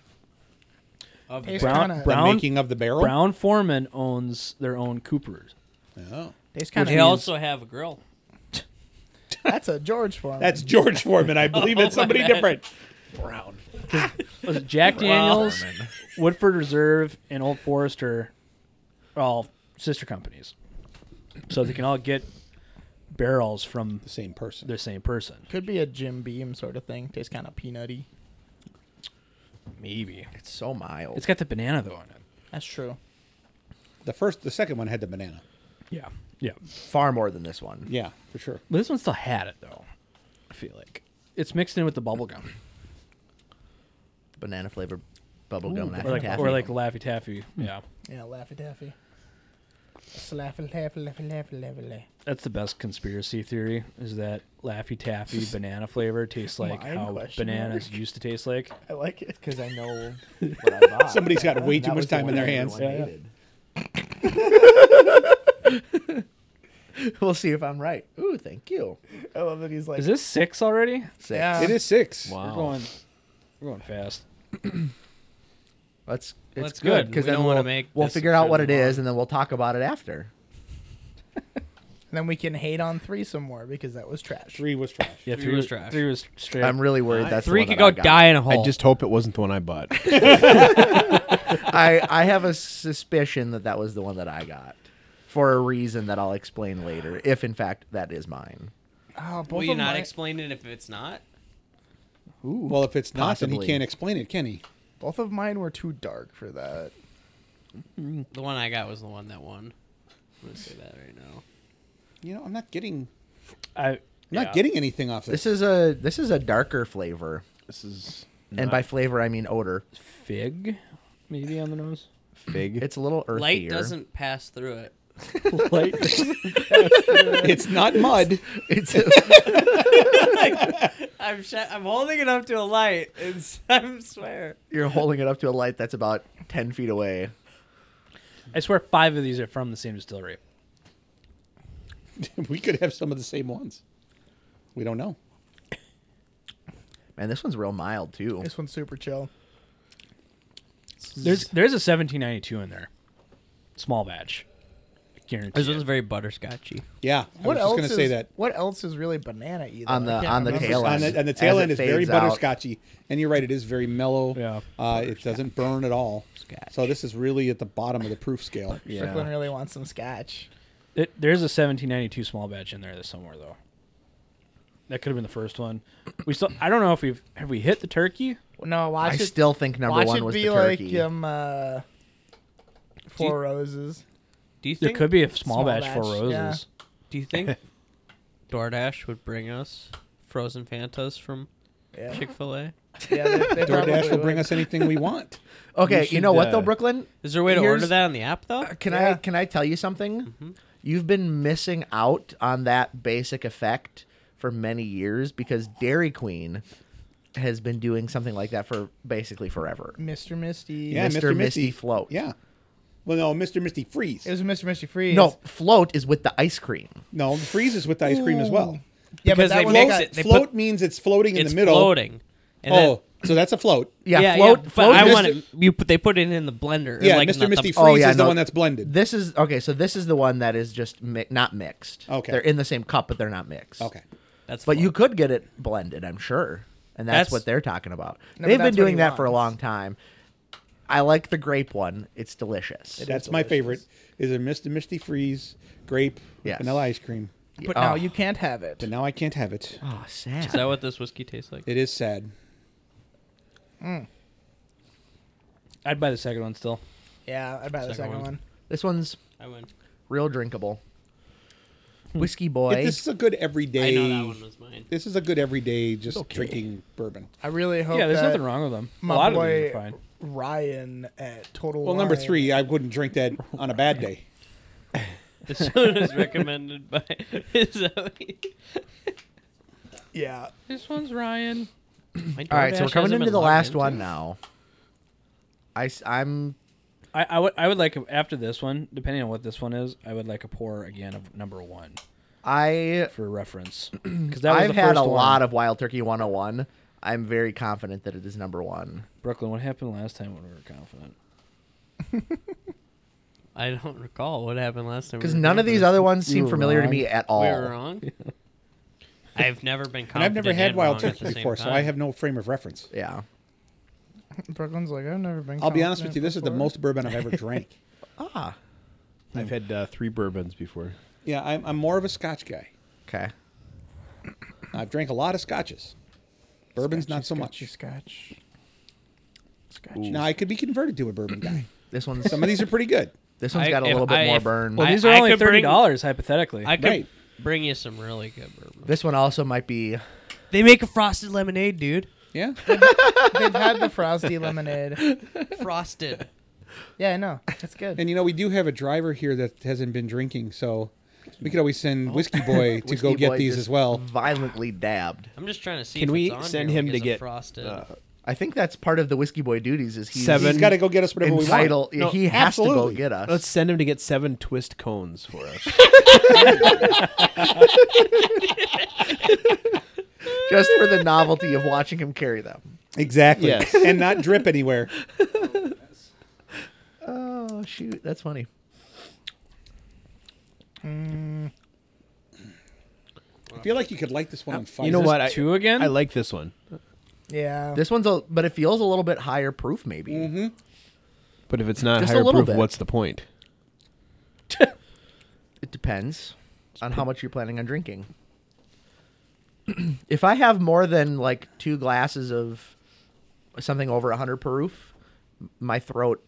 Speaker 2: of
Speaker 4: Tastes
Speaker 1: Brown-
Speaker 4: kind of
Speaker 1: brown-
Speaker 6: the making of the barrel.
Speaker 1: Brown Foreman owns their own coopers.
Speaker 6: Oh.
Speaker 4: tastes kind
Speaker 2: They
Speaker 4: of
Speaker 2: also have a grill.
Speaker 4: That's a George Foreman.
Speaker 6: That's George Foreman. I believe it's somebody different.
Speaker 1: Was it Jack Daniels, Woodford Reserve, and Old Forester are all sister companies. So they can all get barrels from
Speaker 6: The same person.
Speaker 1: the same person.
Speaker 4: could be a Jim Beam sort of thing. Tastes kind of peanutty.
Speaker 1: Maybe.
Speaker 3: It's so mild.
Speaker 1: It's got the banana, though, in it.
Speaker 4: That's true.
Speaker 6: The first, the second one had the banana.
Speaker 1: Yeah. Yeah.
Speaker 3: far more than this one.
Speaker 6: Yeah, for sure.
Speaker 1: But this one still had it, though, I feel like. It's mixed in with the bubble gum.
Speaker 3: Banana flavored bubblegum.
Speaker 1: or like or like Laffy Taffy. Yeah,
Speaker 4: Yeah, Laffy Taffy. Slaffy Laffy Laffy Laffy Laffy Laffy.
Speaker 1: that's the best conspiracy theory is that Laffy Taffy banana flavor tastes like
Speaker 4: Mine?
Speaker 1: how
Speaker 4: Question
Speaker 1: bananas used to taste like.
Speaker 4: I like it.
Speaker 3: because I know what I bought.
Speaker 6: Somebody's got way too
Speaker 3: That
Speaker 6: much
Speaker 3: was the
Speaker 6: time in
Speaker 3: one
Speaker 6: their
Speaker 3: that
Speaker 6: hands.
Speaker 3: everyone
Speaker 1: Yeah, yeah.
Speaker 3: needed. we'll see if I'm right. Ooh, thank you.
Speaker 4: I love that he's like.
Speaker 1: Is this six already?
Speaker 3: Six.
Speaker 4: Yeah.
Speaker 6: It is six.
Speaker 1: We're going, we're going fast.
Speaker 3: That's it's
Speaker 2: Well, that's
Speaker 3: good
Speaker 2: good.
Speaker 3: because
Speaker 2: We
Speaker 3: then
Speaker 2: don't
Speaker 3: we'll,
Speaker 2: wanna make
Speaker 3: we'll
Speaker 2: this
Speaker 3: figure out what it
Speaker 2: extremely
Speaker 3: is
Speaker 2: long.
Speaker 3: and then we'll talk about it after.
Speaker 4: And then we can hate on three some more because that was trash.
Speaker 6: Three was trash.
Speaker 1: Yeah,
Speaker 2: Three was trash.
Speaker 1: Three was straight.
Speaker 3: I'm really worried that's the
Speaker 2: Three
Speaker 3: one
Speaker 2: could
Speaker 3: that
Speaker 2: go
Speaker 3: I got.
Speaker 2: die in a hole.
Speaker 7: I just hope it wasn't the one I bought.
Speaker 3: I I have a suspicion that that was the one that I got for a reason that I'll explain later if in fact that is mine.
Speaker 4: Oh, both
Speaker 2: will you
Speaker 4: of
Speaker 2: not
Speaker 4: my,
Speaker 2: explain it if it's not?
Speaker 6: Well, if it's not, then
Speaker 3: Possibly.
Speaker 6: he can't explain it, can he?
Speaker 4: both of mine were too dark for that.
Speaker 2: The one I got was the one that won. I'm gonna say that right now.
Speaker 6: You know, I'm not getting,
Speaker 1: I
Speaker 6: I'm
Speaker 2: Yeah.
Speaker 6: not getting anything off this.
Speaker 3: This is a this is a darker flavor.
Speaker 7: this is
Speaker 3: And by flavor I mean odor.
Speaker 1: fig, maybe on the nose.
Speaker 7: fig.
Speaker 3: It's a little earthier.
Speaker 2: Light doesn't pass through it.
Speaker 1: Like
Speaker 6: it's not mud.
Speaker 3: It's a,
Speaker 2: I'm sh- I'm holding it up to a light. It's I swear.
Speaker 3: you're holding it up to a light that's about ten feet away.
Speaker 1: I swear, five of these are from the same distillery.
Speaker 6: we could have some of the same ones. We don't know.
Speaker 3: Man, this one's real mild too.
Speaker 4: This one's super chill.
Speaker 1: There's there's a 1792 in there, small batch. I guarantee.
Speaker 2: This
Speaker 1: it.
Speaker 2: one's very butterscotchy.
Speaker 6: Yeah,
Speaker 4: What
Speaker 6: I was just
Speaker 4: else
Speaker 6: going
Speaker 4: is
Speaker 6: to say that.
Speaker 4: What else is really banana either?
Speaker 3: On the-
Speaker 4: I can't
Speaker 3: on the
Speaker 4: remember.
Speaker 3: tail
Speaker 6: On
Speaker 3: end.
Speaker 6: the, and the
Speaker 3: As
Speaker 6: tail
Speaker 3: it
Speaker 6: end is very
Speaker 3: fades out.
Speaker 6: butterscotchy, and you're right; it is very mellow.
Speaker 1: Yeah.
Speaker 6: uh, it doesn't burn at all.
Speaker 2: Scotch.
Speaker 6: So this is really at the bottom of the proof scale.
Speaker 4: Strickland really wants some scotch.
Speaker 1: It, there's a 1792 small batch in there that's somewhere though. That could have been the first one. We still I don't know if we've have we hit the turkey.
Speaker 4: No, watch
Speaker 3: I
Speaker 4: it.
Speaker 3: still think number
Speaker 4: watch
Speaker 3: one
Speaker 4: it
Speaker 3: was
Speaker 4: be
Speaker 3: the turkey.
Speaker 4: like um, uh, Four Roses.
Speaker 2: Do you
Speaker 1: There
Speaker 2: think
Speaker 1: could be a small,
Speaker 4: Small
Speaker 1: batch, for
Speaker 4: batch,
Speaker 1: roses.
Speaker 4: yeah.
Speaker 2: Do you think DoorDash would bring us frozen Fantas from
Speaker 4: Yeah,
Speaker 2: Chick Fil A.
Speaker 4: yeah they, they probably
Speaker 6: DoorDash will bring
Speaker 4: would.
Speaker 6: us anything we want.
Speaker 3: Okay,
Speaker 7: should,
Speaker 3: you know what
Speaker 7: uh,
Speaker 3: though, Brooklyn?
Speaker 2: Is there a way to
Speaker 3: Here's-
Speaker 2: order that on the app though?
Speaker 3: Can I
Speaker 4: Yeah.
Speaker 3: can I tell you something? You've been missing out on that basic effect for many years because Dairy Queen has been doing something like that for basically forever.
Speaker 4: Mr. Misty.
Speaker 6: Yeah,
Speaker 3: Mr.
Speaker 6: Mr. Misty,
Speaker 3: Misty float.
Speaker 6: Yeah. Well, no, Mr. Misty freeze.
Speaker 4: It was a Mr. Misty Freeze.
Speaker 3: No, float is with the ice cream.
Speaker 6: no, freeze is with the ice cream as well.
Speaker 4: yeah,
Speaker 2: because
Speaker 4: but that
Speaker 2: they
Speaker 4: one
Speaker 2: mix
Speaker 4: got-
Speaker 2: it. They
Speaker 6: float
Speaker 2: put-
Speaker 6: means it's floating in
Speaker 2: it's
Speaker 6: the middle.
Speaker 2: floating. And then-
Speaker 6: Oh, so that's a float.
Speaker 3: Yeah, float.
Speaker 2: but
Speaker 3: float
Speaker 2: I
Speaker 3: is-
Speaker 2: want it. You put they put it in the blender.
Speaker 6: Yeah,
Speaker 2: like in
Speaker 6: Mr.
Speaker 2: the-
Speaker 6: Misty
Speaker 2: the-
Speaker 6: Freeze
Speaker 3: Oh, yeah,
Speaker 6: is the
Speaker 3: no.
Speaker 6: one that's blended.
Speaker 3: This is okay. So this is the one that is just mi- not mixed.
Speaker 6: Okay.
Speaker 3: they're in the same cup, but they're not mixed.
Speaker 6: okay.
Speaker 2: That's
Speaker 3: but you
Speaker 2: float.
Speaker 3: could get it blended, I'm sure, and that's,
Speaker 2: That's-
Speaker 3: what they're talking about.
Speaker 4: No, but
Speaker 3: They've been
Speaker 4: that's what
Speaker 3: doing
Speaker 4: he
Speaker 3: that for a
Speaker 4: wants.
Speaker 3: long time. I like the grape one; it's delicious.
Speaker 6: That's my favorite. Is a Mr. Misty freeze grape
Speaker 3: Yes.
Speaker 6: vanilla ice cream.
Speaker 4: But
Speaker 3: Oh.
Speaker 4: now you can't have it.
Speaker 6: But now I can't have it.
Speaker 3: Oh, sad.
Speaker 2: Is that what this whiskey tastes like?
Speaker 6: It is sad.
Speaker 1: I'd buy the second one still.
Speaker 4: Yeah, I buy the
Speaker 2: Second
Speaker 4: second
Speaker 2: one.
Speaker 4: one.
Speaker 3: This one's
Speaker 2: I win.
Speaker 3: real drinkable. Whiskey
Speaker 6: If
Speaker 3: boy.
Speaker 6: Hmm. this is a good
Speaker 2: I
Speaker 6: everyday.
Speaker 2: know that one was mine.
Speaker 6: This is a good everyday just drinking bourbon.
Speaker 4: I really hope.
Speaker 1: yeah, there's
Speaker 4: that
Speaker 1: nothing wrong with them.
Speaker 4: My
Speaker 1: a lot
Speaker 4: boy
Speaker 1: of them are fine.
Speaker 4: Ryan at Total.
Speaker 6: Well, number
Speaker 4: Wine-
Speaker 6: three, I wouldn't drink that on a bad day.
Speaker 2: This one is recommended by Zoe.
Speaker 4: Yeah,
Speaker 2: This one's Ryan.
Speaker 3: All right, so we're coming into the last one now. I am
Speaker 1: I, I would I would like after this one, depending on what this one is, I would like a pour again of number one
Speaker 3: I
Speaker 1: for reference. Because that was
Speaker 3: I've
Speaker 1: the
Speaker 3: had
Speaker 1: first
Speaker 3: a
Speaker 1: one.
Speaker 3: lot of Wild Turkey 101. I'm very confident that it is number one.
Speaker 1: Brooklyn. What happened last time when we were confident?
Speaker 2: I don't recall what happened last time. we
Speaker 3: Because
Speaker 2: were
Speaker 3: none of
Speaker 2: doing
Speaker 3: these
Speaker 2: this.
Speaker 3: other ones
Speaker 1: You
Speaker 3: seem
Speaker 1: were
Speaker 3: familiar to
Speaker 1: wrong.
Speaker 3: me at all.
Speaker 2: We were wrong. I've never been confident.
Speaker 6: And I've never had
Speaker 2: and
Speaker 6: wild
Speaker 2: wrong at the
Speaker 6: turkey
Speaker 2: same
Speaker 6: before, so
Speaker 2: time.
Speaker 6: I have no frame of reference.
Speaker 3: Yeah.
Speaker 4: Brooklyn's like I've never been.
Speaker 6: I'll be honest with you,
Speaker 4: confident
Speaker 6: this is the
Speaker 4: before."
Speaker 6: most bourbon I've ever drank.
Speaker 3: Ah.
Speaker 7: I've had uh, three bourbons before.
Speaker 6: yeah, I'm, I'm more of a Scotch guy.
Speaker 3: Okay.
Speaker 6: I've drank a lot of scotches. Bourbon's not so
Speaker 4: Scotchy,
Speaker 6: much.
Speaker 4: Scotch. Scotch.
Speaker 6: Now I could be converted to a bourbon guy.
Speaker 3: This one's
Speaker 6: Some of these are pretty good.
Speaker 3: this one's
Speaker 2: I-
Speaker 3: got a
Speaker 2: if
Speaker 3: little bit
Speaker 2: I-
Speaker 3: more
Speaker 2: if-
Speaker 3: burn.
Speaker 1: Well,
Speaker 2: I-
Speaker 1: these are
Speaker 2: I
Speaker 1: only
Speaker 2: could
Speaker 1: thirty
Speaker 2: bring-
Speaker 1: dollars hypothetically.
Speaker 2: I could
Speaker 6: Right.
Speaker 2: bring you some really good bourbon.
Speaker 3: this one also might be
Speaker 2: They make a frosted lemonade, dude.
Speaker 6: Yeah.
Speaker 4: They've had the frosty lemonade.
Speaker 2: Frosted.
Speaker 4: Yeah, I know. It's good.
Speaker 6: And you know, we do have a driver here that hasn't been drinking, so we could always send Whiskey Boy to go
Speaker 3: Oh. Whiskey
Speaker 6: get
Speaker 3: Boy
Speaker 6: these
Speaker 3: just
Speaker 6: as well.
Speaker 3: Violently dabbed.
Speaker 2: I'm just trying to see.
Speaker 7: Can
Speaker 2: if
Speaker 7: we
Speaker 2: it's on
Speaker 7: send
Speaker 2: here
Speaker 7: him
Speaker 2: what
Speaker 7: to
Speaker 2: is a
Speaker 7: get,
Speaker 2: frosted?
Speaker 7: uh,
Speaker 3: I think that's part of the whiskey boy duties is he's
Speaker 7: Seven.
Speaker 6: He's got to go get us whatever
Speaker 3: entitled.
Speaker 7: No,
Speaker 3: he has to
Speaker 6: absolutely.
Speaker 3: go get us.
Speaker 7: Let's send him to get seven twist cones for us.
Speaker 3: just for the novelty of watching him carry them.
Speaker 6: we want. Exactly.
Speaker 7: Yes.
Speaker 6: and not drip anywhere.
Speaker 3: Oh shoot, that's funny.
Speaker 6: I feel like you could light this one on fire.
Speaker 7: you know
Speaker 1: Is this
Speaker 7: what? I-
Speaker 1: two again?
Speaker 7: I like this one,
Speaker 4: yeah.
Speaker 3: This one's a, but it feels a little bit higher proof, maybe.
Speaker 7: but if it's not
Speaker 3: Just a
Speaker 7: higher
Speaker 3: little
Speaker 7: proof,
Speaker 3: bit.
Speaker 7: what's the point?
Speaker 3: It depends on how much you're planning on drinking. if I have more than like two glasses of something over hundred proof, m- my throat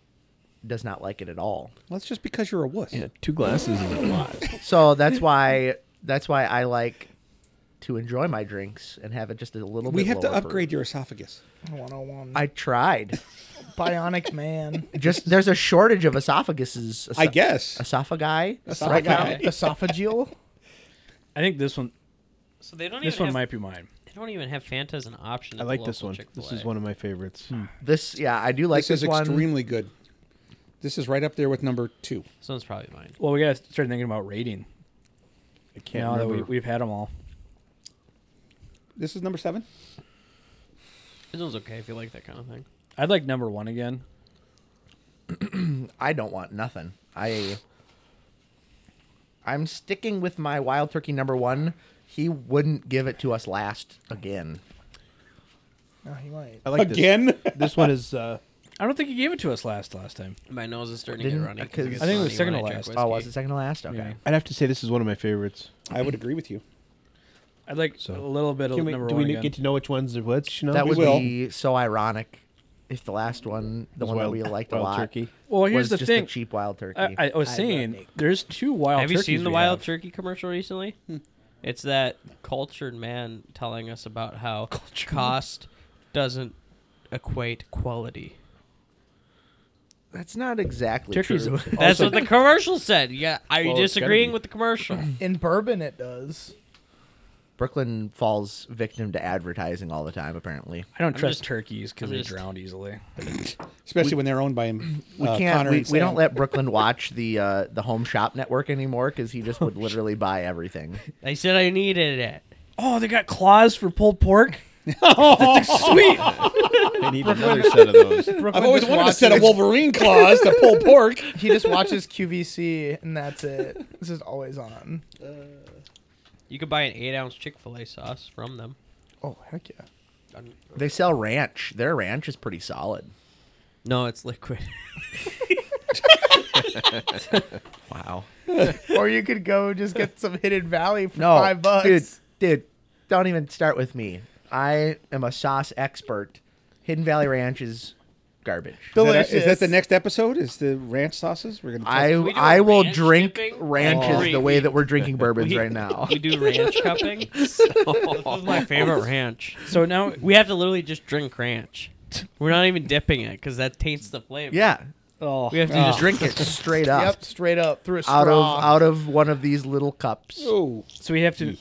Speaker 3: does not like it at all.
Speaker 6: That's just because you're a wuss.
Speaker 7: Yeah, two glasses is a lot.
Speaker 3: So that's why that's why I like to enjoy my drinks and have it just a little
Speaker 6: We
Speaker 3: bit.
Speaker 6: have to
Speaker 3: lower proof.
Speaker 6: upgrade your esophagus.
Speaker 4: 101.
Speaker 3: I tried.
Speaker 4: Bionic man.
Speaker 3: Just there's a shortage of esophaguses.
Speaker 6: I guess.
Speaker 3: esophagi.
Speaker 6: Esophagus.
Speaker 3: Right now.
Speaker 4: Esophageal.
Speaker 1: I think this one.
Speaker 2: so they don't
Speaker 1: This
Speaker 2: even
Speaker 1: one
Speaker 2: have,
Speaker 1: might be mine.
Speaker 2: They don't even have Fanta as an option.
Speaker 7: I
Speaker 2: at the
Speaker 7: like this
Speaker 2: local
Speaker 7: one. Hmm. This
Speaker 2: Chick-fil-A.
Speaker 7: is one of my favorites.
Speaker 3: This yeah, I do like
Speaker 6: this,
Speaker 3: this,
Speaker 6: is
Speaker 3: one.
Speaker 6: extremely good. This is right up there with number two.
Speaker 2: This one's probably mine.
Speaker 1: Well, we gotta start thinking about rating.
Speaker 7: I can't
Speaker 1: Now that we,
Speaker 7: remember.
Speaker 1: we've had them all.
Speaker 6: This is number seven.
Speaker 2: This one's okay if you like that kind of thing.
Speaker 1: I'd like number one again.
Speaker 3: I don't want nothing. I I'm sticking with my wild turkey number one. He wouldn't give it to us last again.
Speaker 4: No, Oh, he might.
Speaker 7: I like this.
Speaker 6: Again?
Speaker 7: This one is. Uh,
Speaker 1: I don't think he gave it to us last last time.
Speaker 2: My nose is starting to
Speaker 3: Didn't-
Speaker 2: get runny.
Speaker 3: because-
Speaker 2: gets
Speaker 3: I
Speaker 1: think it was
Speaker 2: runny
Speaker 1: second
Speaker 2: when
Speaker 1: to
Speaker 2: I drink
Speaker 1: last.
Speaker 3: Oh,
Speaker 2: whiskey.
Speaker 3: was it second to last? Okay.
Speaker 1: Yeah.
Speaker 7: I'd have to say this is one of my favorites.
Speaker 6: I would agree with you.
Speaker 1: I'd like a
Speaker 7: So-
Speaker 1: little bit of
Speaker 7: Can we,
Speaker 1: number
Speaker 7: do
Speaker 1: one
Speaker 7: we
Speaker 1: again.
Speaker 7: get to know which ones are which? You know?
Speaker 3: That
Speaker 6: We
Speaker 3: would
Speaker 6: will.
Speaker 3: be so ironic if the last one, the one that we liked a
Speaker 7: wild
Speaker 3: lot,
Speaker 7: Turkey.
Speaker 1: well,
Speaker 3: was
Speaker 1: here's the
Speaker 3: just
Speaker 1: thing.
Speaker 3: a cheap wild turkey.
Speaker 1: I, I was saying there's two wild.
Speaker 2: Have you
Speaker 1: turkeys
Speaker 2: seen the
Speaker 1: we
Speaker 2: wild
Speaker 1: have.
Speaker 2: turkey commercial recently? It's that cultured man telling us about how cost doesn't equate quality.
Speaker 3: That's not exactly
Speaker 1: Turkey's
Speaker 3: true.
Speaker 2: That's
Speaker 1: also-
Speaker 2: what the commercial said. Yeah, are you
Speaker 5: Well, it's gotta
Speaker 2: disagreeing
Speaker 5: be.
Speaker 2: with the commercial?
Speaker 4: In bourbon, it does.
Speaker 3: Brooklyn falls victim to advertising all the time. Apparently,
Speaker 1: I don't
Speaker 2: I'm
Speaker 1: trust
Speaker 2: just-
Speaker 1: turkeys because they
Speaker 2: I'm just-
Speaker 1: drown easily.
Speaker 6: especially when they're owned by him.
Speaker 3: we
Speaker 6: uh,
Speaker 3: can't.
Speaker 6: Connor
Speaker 3: We,
Speaker 6: and
Speaker 3: we don't
Speaker 6: Sam.
Speaker 3: let Brooklyn watch the uh, the Home Shop Network anymore because he just would literally buy everything.
Speaker 2: They said I needed it.
Speaker 1: Oh, they got claws for pulled pork. That's sweet.
Speaker 7: I need another set of those.
Speaker 6: I've always
Speaker 4: just
Speaker 6: wanted a set of
Speaker 4: watches-
Speaker 6: Wolverine claws to pull pork.
Speaker 4: He just watches QVC, and that's it. This is always on.
Speaker 2: You could buy an eight ounce Chick fil A sauce from them.
Speaker 4: Oh heck yeah!
Speaker 3: They sell ranch. Their ranch is pretty solid.
Speaker 2: No, it's liquid.
Speaker 3: Wow.
Speaker 4: Or you could go just get some Hidden Valley for
Speaker 3: No,
Speaker 4: five bucks.
Speaker 3: dude, dude, don't even start with me. I am a sauce expert. Hidden Valley Ranch is garbage.
Speaker 6: Is that-
Speaker 4: Delicious.
Speaker 6: Is that the next episode? Is the ranch sauces? We're gonna.
Speaker 3: I
Speaker 2: we do
Speaker 3: I will
Speaker 2: ranch
Speaker 3: drink
Speaker 2: dipping?
Speaker 3: ranches
Speaker 2: Oh.
Speaker 3: the way that we're drinking bourbons
Speaker 2: We-
Speaker 3: right now.
Speaker 2: You do ranch cupping? this is my favorite ranch.
Speaker 1: So now
Speaker 2: We have to literally just drink ranch. We're not even dipping it because that taints the flavor.
Speaker 3: Yeah,
Speaker 1: Oh,
Speaker 2: We have
Speaker 7: Ah.
Speaker 2: to just drink
Speaker 3: drink it straight up
Speaker 4: Yep, straight up through a straw.
Speaker 3: out of out of one of these little cups.
Speaker 6: Oh,
Speaker 1: so we have to.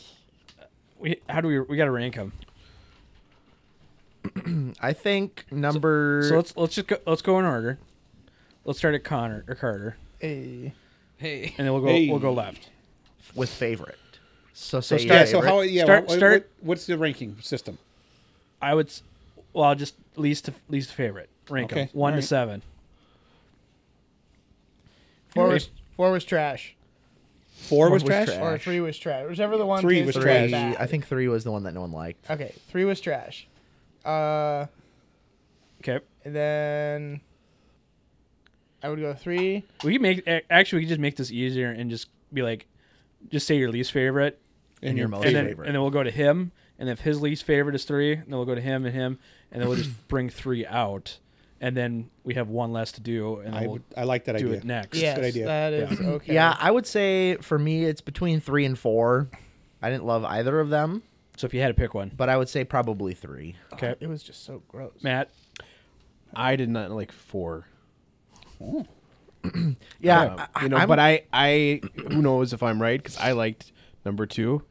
Speaker 1: We how do we we got to rank them?
Speaker 3: I think number
Speaker 1: So let's let's just go, let's go in order. Let's start at Connor or Carter,
Speaker 4: Hey.
Speaker 2: Hey.
Speaker 1: and then we'll go
Speaker 6: Hey.
Speaker 1: we'll go left.
Speaker 3: with favorite. So say
Speaker 1: start-
Speaker 3: your
Speaker 6: yeah. So
Speaker 3: favorite.
Speaker 6: how? Yeah.
Speaker 1: Start-
Speaker 6: what-
Speaker 1: start-
Speaker 6: what- what's the ranking system?
Speaker 1: I would, s- well, just least to, least favorite. Rank 'em.
Speaker 6: Okay,
Speaker 1: one
Speaker 6: alright.
Speaker 1: to seven.
Speaker 4: Four was four was trash,
Speaker 6: Four was
Speaker 3: was
Speaker 6: trash.
Speaker 3: trash.
Speaker 4: or three was trash. Whichever the one.
Speaker 6: Three
Speaker 4: tastes
Speaker 6: was
Speaker 4: like
Speaker 6: trash.
Speaker 3: three.
Speaker 4: that.
Speaker 3: I think three was the one that no one liked.
Speaker 4: Okay, three was trash. Uh,
Speaker 1: Okay,
Speaker 4: and then I would go three.
Speaker 1: we can make a- actually we can just make this easier and just be like, just say your least favorite,
Speaker 3: And your most
Speaker 1: and then
Speaker 3: favorite.
Speaker 1: and then we'll go to him, and if his least favorite is three, then we'll go to him and him, and then we'll just bring three out, and then we have one less to do, and then
Speaker 6: I
Speaker 1: we'll
Speaker 6: would. I like that
Speaker 1: do
Speaker 6: idea.
Speaker 1: it next.
Speaker 4: Yes,
Speaker 6: idea.
Speaker 4: that is okay.
Speaker 3: Yeah, I would say for me it's between three and four. I didn't love either of them,
Speaker 1: So if you had to pick one,
Speaker 3: but I would say probably three.
Speaker 1: okay,
Speaker 4: it was just so gross.
Speaker 1: Matt,
Speaker 7: I did not like four.
Speaker 3: Yeah,
Speaker 7: Um, you know, but I, I, who knows if I'm right because I liked number two.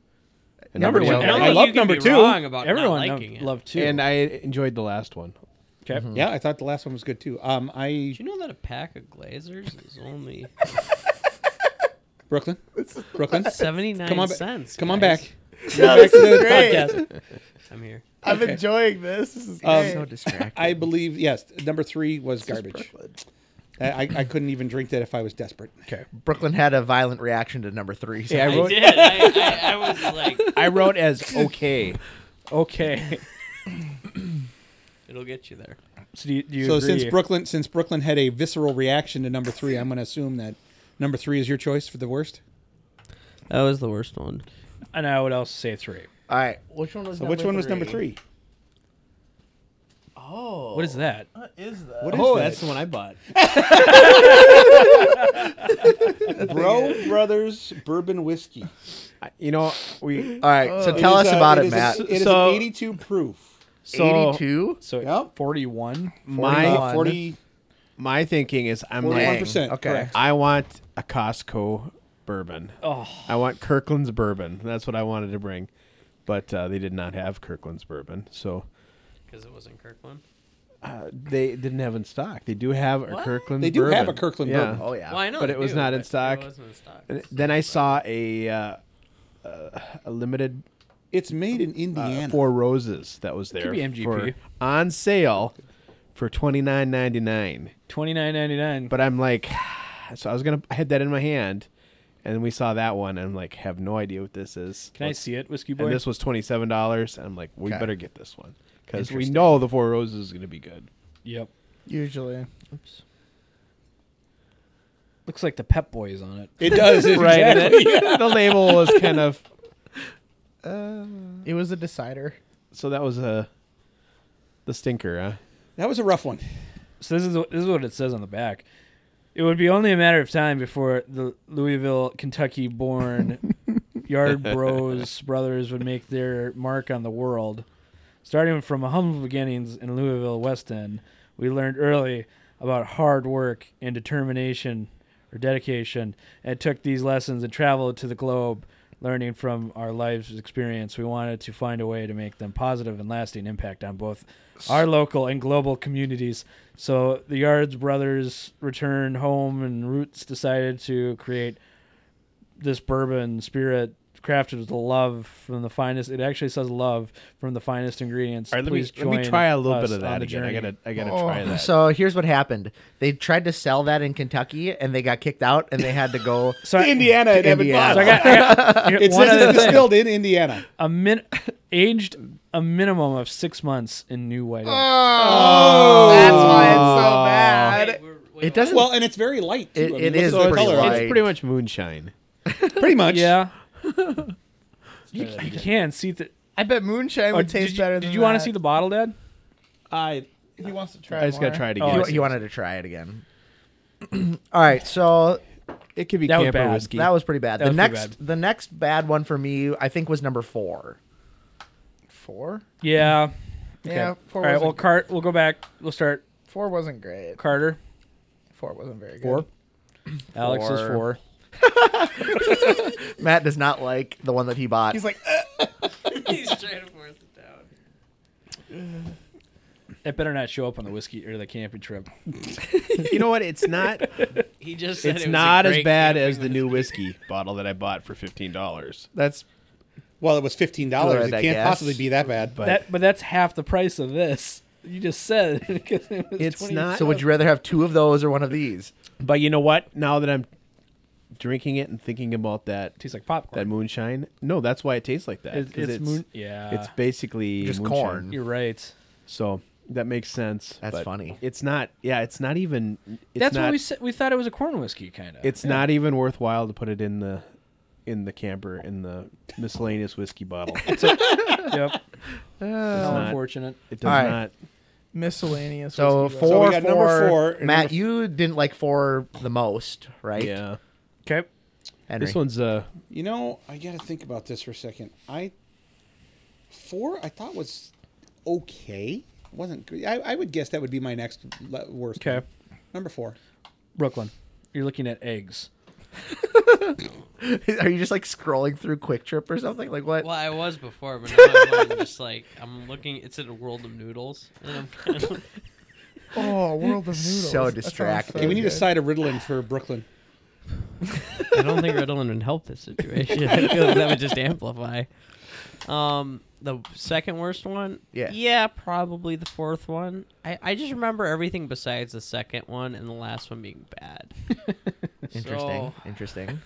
Speaker 7: And
Speaker 3: Number
Speaker 7: two,
Speaker 3: one.
Speaker 2: I don't
Speaker 6: I
Speaker 2: think
Speaker 6: love
Speaker 2: you can
Speaker 6: number
Speaker 2: be
Speaker 6: two.
Speaker 2: Wrong about
Speaker 1: everyone
Speaker 2: not
Speaker 1: lo-
Speaker 2: liking it.
Speaker 1: loved two.
Speaker 6: uh,
Speaker 7: and I enjoyed the last one.
Speaker 1: okay,
Speaker 6: Yeah, I thought the last one was good too. Um, I
Speaker 2: Did you know that a pack of Glazers is only
Speaker 6: Brooklyn, Brooklyn,
Speaker 2: seventy nine
Speaker 6: come on, ba-
Speaker 2: cents?
Speaker 6: come on
Speaker 2: guys?
Speaker 6: back. back to the
Speaker 4: Great.
Speaker 2: I'm here.
Speaker 4: I'm enjoying this. This is
Speaker 6: Um,
Speaker 4: great.
Speaker 3: so distracting.
Speaker 6: I believe yes. Number three was garbage. I, I, I couldn't even drink that if I was desperate.
Speaker 1: okay,
Speaker 3: Brooklyn had a violent reaction to number three. So
Speaker 7: Yeah, I
Speaker 2: I
Speaker 7: wrote,
Speaker 2: did. I, I, I was like,
Speaker 7: I wrote as okay.
Speaker 1: okay.
Speaker 2: it'll get you there.
Speaker 1: So do you, do you
Speaker 6: So
Speaker 1: agree?
Speaker 6: since Brooklyn, since Brooklyn had a visceral reaction to number three, I'm going to assume that number three is your choice for the worst.
Speaker 2: That was the worst one.
Speaker 1: and I would also say three.
Speaker 3: All right, which one was
Speaker 6: So which one was number three?
Speaker 3: Oh,
Speaker 1: What is that?
Speaker 4: What is that?
Speaker 6: What is
Speaker 5: Oh,
Speaker 6: that?
Speaker 5: that's the one I bought.
Speaker 6: Bro Brothers Bourbon Whiskey.
Speaker 7: I- You know, we
Speaker 3: All right, so
Speaker 6: It
Speaker 3: tell
Speaker 6: is,
Speaker 3: us
Speaker 6: uh,
Speaker 3: about it,
Speaker 6: is a-
Speaker 3: Matt.
Speaker 6: it is
Speaker 7: So-
Speaker 6: an 82 proof.
Speaker 7: so
Speaker 3: 82?
Speaker 1: So
Speaker 6: Yep.
Speaker 1: forty-one.
Speaker 7: my
Speaker 6: 40,
Speaker 7: my thinking is I'm like
Speaker 6: 41%.
Speaker 3: okay.
Speaker 6: correct.
Speaker 7: I want a Costco bourbon.
Speaker 1: Oh,
Speaker 7: I want Kirkland's bourbon. That's what I wanted to bring, but uh, they did not have Kirkland's bourbon, so
Speaker 2: Because it wasn't Kirkland.
Speaker 7: uh, they didn't have in stock. They do have a
Speaker 2: What?
Speaker 7: Kirkland.
Speaker 6: They do have
Speaker 7: bourbon.
Speaker 6: a Kirkland
Speaker 7: Yeah.
Speaker 6: bourbon.
Speaker 3: Oh yeah.
Speaker 2: Well, I know
Speaker 7: But
Speaker 2: they
Speaker 7: it was
Speaker 2: do,
Speaker 7: not in
Speaker 2: but
Speaker 7: stock.
Speaker 2: It wasn't in stock.
Speaker 7: And then I saw a uh, uh, a limited
Speaker 6: It's made in
Speaker 7: uh,
Speaker 6: Indiana.
Speaker 7: Four Roses that was there
Speaker 1: could be
Speaker 7: for-
Speaker 1: MGP.
Speaker 7: on sale for twenty nine ninety nine.
Speaker 1: twenty-nine ninety-nine.
Speaker 7: But I'm like, so I was gonna I had that in my hand, and we saw that one, and I'm like, have no idea what this is.
Speaker 1: Can I
Speaker 7: Let's-
Speaker 1: see it, whiskey boy?
Speaker 7: And this was twenty seven dollars, and I'm like, we
Speaker 3: Okay.
Speaker 7: better get this one because we
Speaker 3: Interesting.
Speaker 7: know the Four Roses is gonna be good.
Speaker 1: Yep.
Speaker 4: Usually,
Speaker 1: Looks like the Pep Boys on it.
Speaker 6: it does. It,
Speaker 7: Right.
Speaker 6: exactly.
Speaker 7: and it- the label was kind of
Speaker 4: it was a decider.
Speaker 7: so that was a the stinker, huh?
Speaker 6: That was a rough one.
Speaker 1: So this is what- this is what it says on the back. It would be only a matter of time before the Louisville, Kentucky-born yard bros brothers would make their mark on the world. Starting from humble beginnings in Louisville West End, we learned early about hard work and determination or dedication and took these lessons and traveled to the globe learning from our lives experience we wanted to find a way to make them positive and lasting impact on both our local and global communities so the yards brothers returned home and roots decided to create this bourbon spirit crafted with love from the finest it actually says love from the finest ingredients
Speaker 7: All right, let me
Speaker 1: Please
Speaker 7: let me
Speaker 1: join
Speaker 7: try a little
Speaker 1: us
Speaker 7: bit of
Speaker 1: on
Speaker 7: that
Speaker 1: the
Speaker 7: again. I
Speaker 1: journey.
Speaker 7: gotta I gotta
Speaker 4: Oh,
Speaker 7: try that.
Speaker 3: So here's what happened. They tried to sell that in Kentucky and they got kicked out and they had to go.
Speaker 1: so I-
Speaker 6: Indiana and Evan
Speaker 3: Indiana.
Speaker 1: so I got, I got-
Speaker 6: It
Speaker 1: one
Speaker 6: says
Speaker 1: other
Speaker 6: it's
Speaker 1: thing.
Speaker 6: distilled in Indiana.
Speaker 3: Um,
Speaker 1: a min aged a minimum of six months in new white oak.
Speaker 4: That's why it's so bad.
Speaker 2: Wait, we're- wait,
Speaker 3: It doesn't.
Speaker 6: Well, and it's very light. Too.
Speaker 3: It-
Speaker 6: I mean,
Speaker 3: it
Speaker 6: what's
Speaker 3: is
Speaker 6: the
Speaker 3: pretty
Speaker 6: color?
Speaker 3: light.
Speaker 6: It's
Speaker 7: It's pretty much moonshine.
Speaker 6: pretty much.
Speaker 1: yeah, you, you can see the.
Speaker 4: I bet moonshine
Speaker 1: oh,
Speaker 4: would
Speaker 1: did
Speaker 4: taste
Speaker 1: you,
Speaker 4: better.
Speaker 1: Did
Speaker 4: than
Speaker 1: you want
Speaker 4: that.
Speaker 1: to see the bottle, Dad?
Speaker 6: I
Speaker 4: He wants to try.
Speaker 7: I just gotta
Speaker 4: more.
Speaker 7: try it
Speaker 1: Oh,
Speaker 7: again.
Speaker 1: I
Speaker 3: he, he wanted to try it again. All right, so
Speaker 7: it could be
Speaker 1: That was
Speaker 7: camper
Speaker 1: bad.
Speaker 7: whiskey.
Speaker 3: that was pretty bad.
Speaker 1: That
Speaker 3: the
Speaker 1: was pretty
Speaker 3: next, the next bad one for me, I think, was number four.
Speaker 4: four.
Speaker 1: Yeah.
Speaker 4: Yeah,
Speaker 1: All
Speaker 4: four.
Speaker 1: right.
Speaker 4: wasn't,
Speaker 1: Well, Cart. We'll go back. We'll start
Speaker 4: four wasn't great.
Speaker 1: Carter.
Speaker 4: Four wasn't very good.
Speaker 1: Four. Alex is
Speaker 3: Four.
Speaker 1: four.
Speaker 3: Matt does not like the one that he bought.
Speaker 4: He's like, "Eh,
Speaker 2: He's trying to force it down.
Speaker 1: It better not show up on the whiskey or the camping trip.
Speaker 7: you know what? It's not
Speaker 2: He just said
Speaker 7: it's
Speaker 2: it was a
Speaker 7: not as
Speaker 2: great
Speaker 7: bad
Speaker 2: camping
Speaker 7: as the
Speaker 2: list.
Speaker 7: new whiskey bottle that I bought for fifteen dollars.
Speaker 3: that's
Speaker 6: well, it was fifteen dollars. It
Speaker 3: Good, I
Speaker 6: can't
Speaker 3: guess.
Speaker 6: possibly be that bad.
Speaker 7: But
Speaker 1: That, but that's half the price of this. You just said because it was
Speaker 7: It's
Speaker 1: 20
Speaker 7: not-
Speaker 3: so. Would you rather have two of those or one of these?
Speaker 7: but you know what? Now that I'm drinking it and thinking about that
Speaker 1: Tastes like
Speaker 7: that
Speaker 1: popcorn.
Speaker 7: moonshine, no, that's why it tastes like that.
Speaker 1: It's-
Speaker 7: 'cause
Speaker 1: it's moon- yeah.
Speaker 7: It's basically
Speaker 3: Just
Speaker 7: moonshine.
Speaker 3: corn.
Speaker 1: You're right.
Speaker 7: So that makes sense.
Speaker 3: That's
Speaker 7: but
Speaker 3: funny.
Speaker 7: It's not. Yeah, it's not even. It's
Speaker 1: That's
Speaker 7: not,
Speaker 1: what we said. We thought it was a corn whiskey kind of.
Speaker 7: It's not even worthwhile to put it in the in the camper in the miscellaneous whiskey bottle. It
Speaker 1: Yep. How
Speaker 7: not.
Speaker 1: unfortunate.
Speaker 7: does
Speaker 3: All right.
Speaker 7: not.
Speaker 4: miscellaneous.
Speaker 3: So
Speaker 4: whiskey,
Speaker 3: four,
Speaker 4: though.
Speaker 6: So we got
Speaker 3: four.
Speaker 6: number four and
Speaker 3: Matt,
Speaker 6: number-
Speaker 3: you didn't like four the most, right?
Speaker 7: Yeah.
Speaker 1: Okay.
Speaker 3: Henry.
Speaker 7: This one's uh
Speaker 6: You know, I got to think about this for a second. I four I thought was okay. wasn't great. I, I would guess that would be my next le- worst.
Speaker 1: Okay.
Speaker 6: one. number four.
Speaker 1: Brooklyn, you're looking at eggs.
Speaker 3: Are you just like scrolling through Quick Trip or something? Like what?
Speaker 2: Well, I was before, but now I'm just like I'm looking. It's in a world of noodles, and I'm kind of
Speaker 4: Oh, world of noodles.
Speaker 3: So
Speaker 4: That sounds
Speaker 3: distracting.
Speaker 6: Okay, we need
Speaker 4: good.
Speaker 6: a side of Ritalin for Brooklyn.
Speaker 2: I don't think Ritalin would help this situation. I feel like that would just amplify. Um, the second worst one.
Speaker 3: Yeah.
Speaker 2: Yeah, probably the fourth one. I, I just remember everything besides the second one and the last one being bad.
Speaker 3: Interesting.
Speaker 2: So-
Speaker 3: Interesting.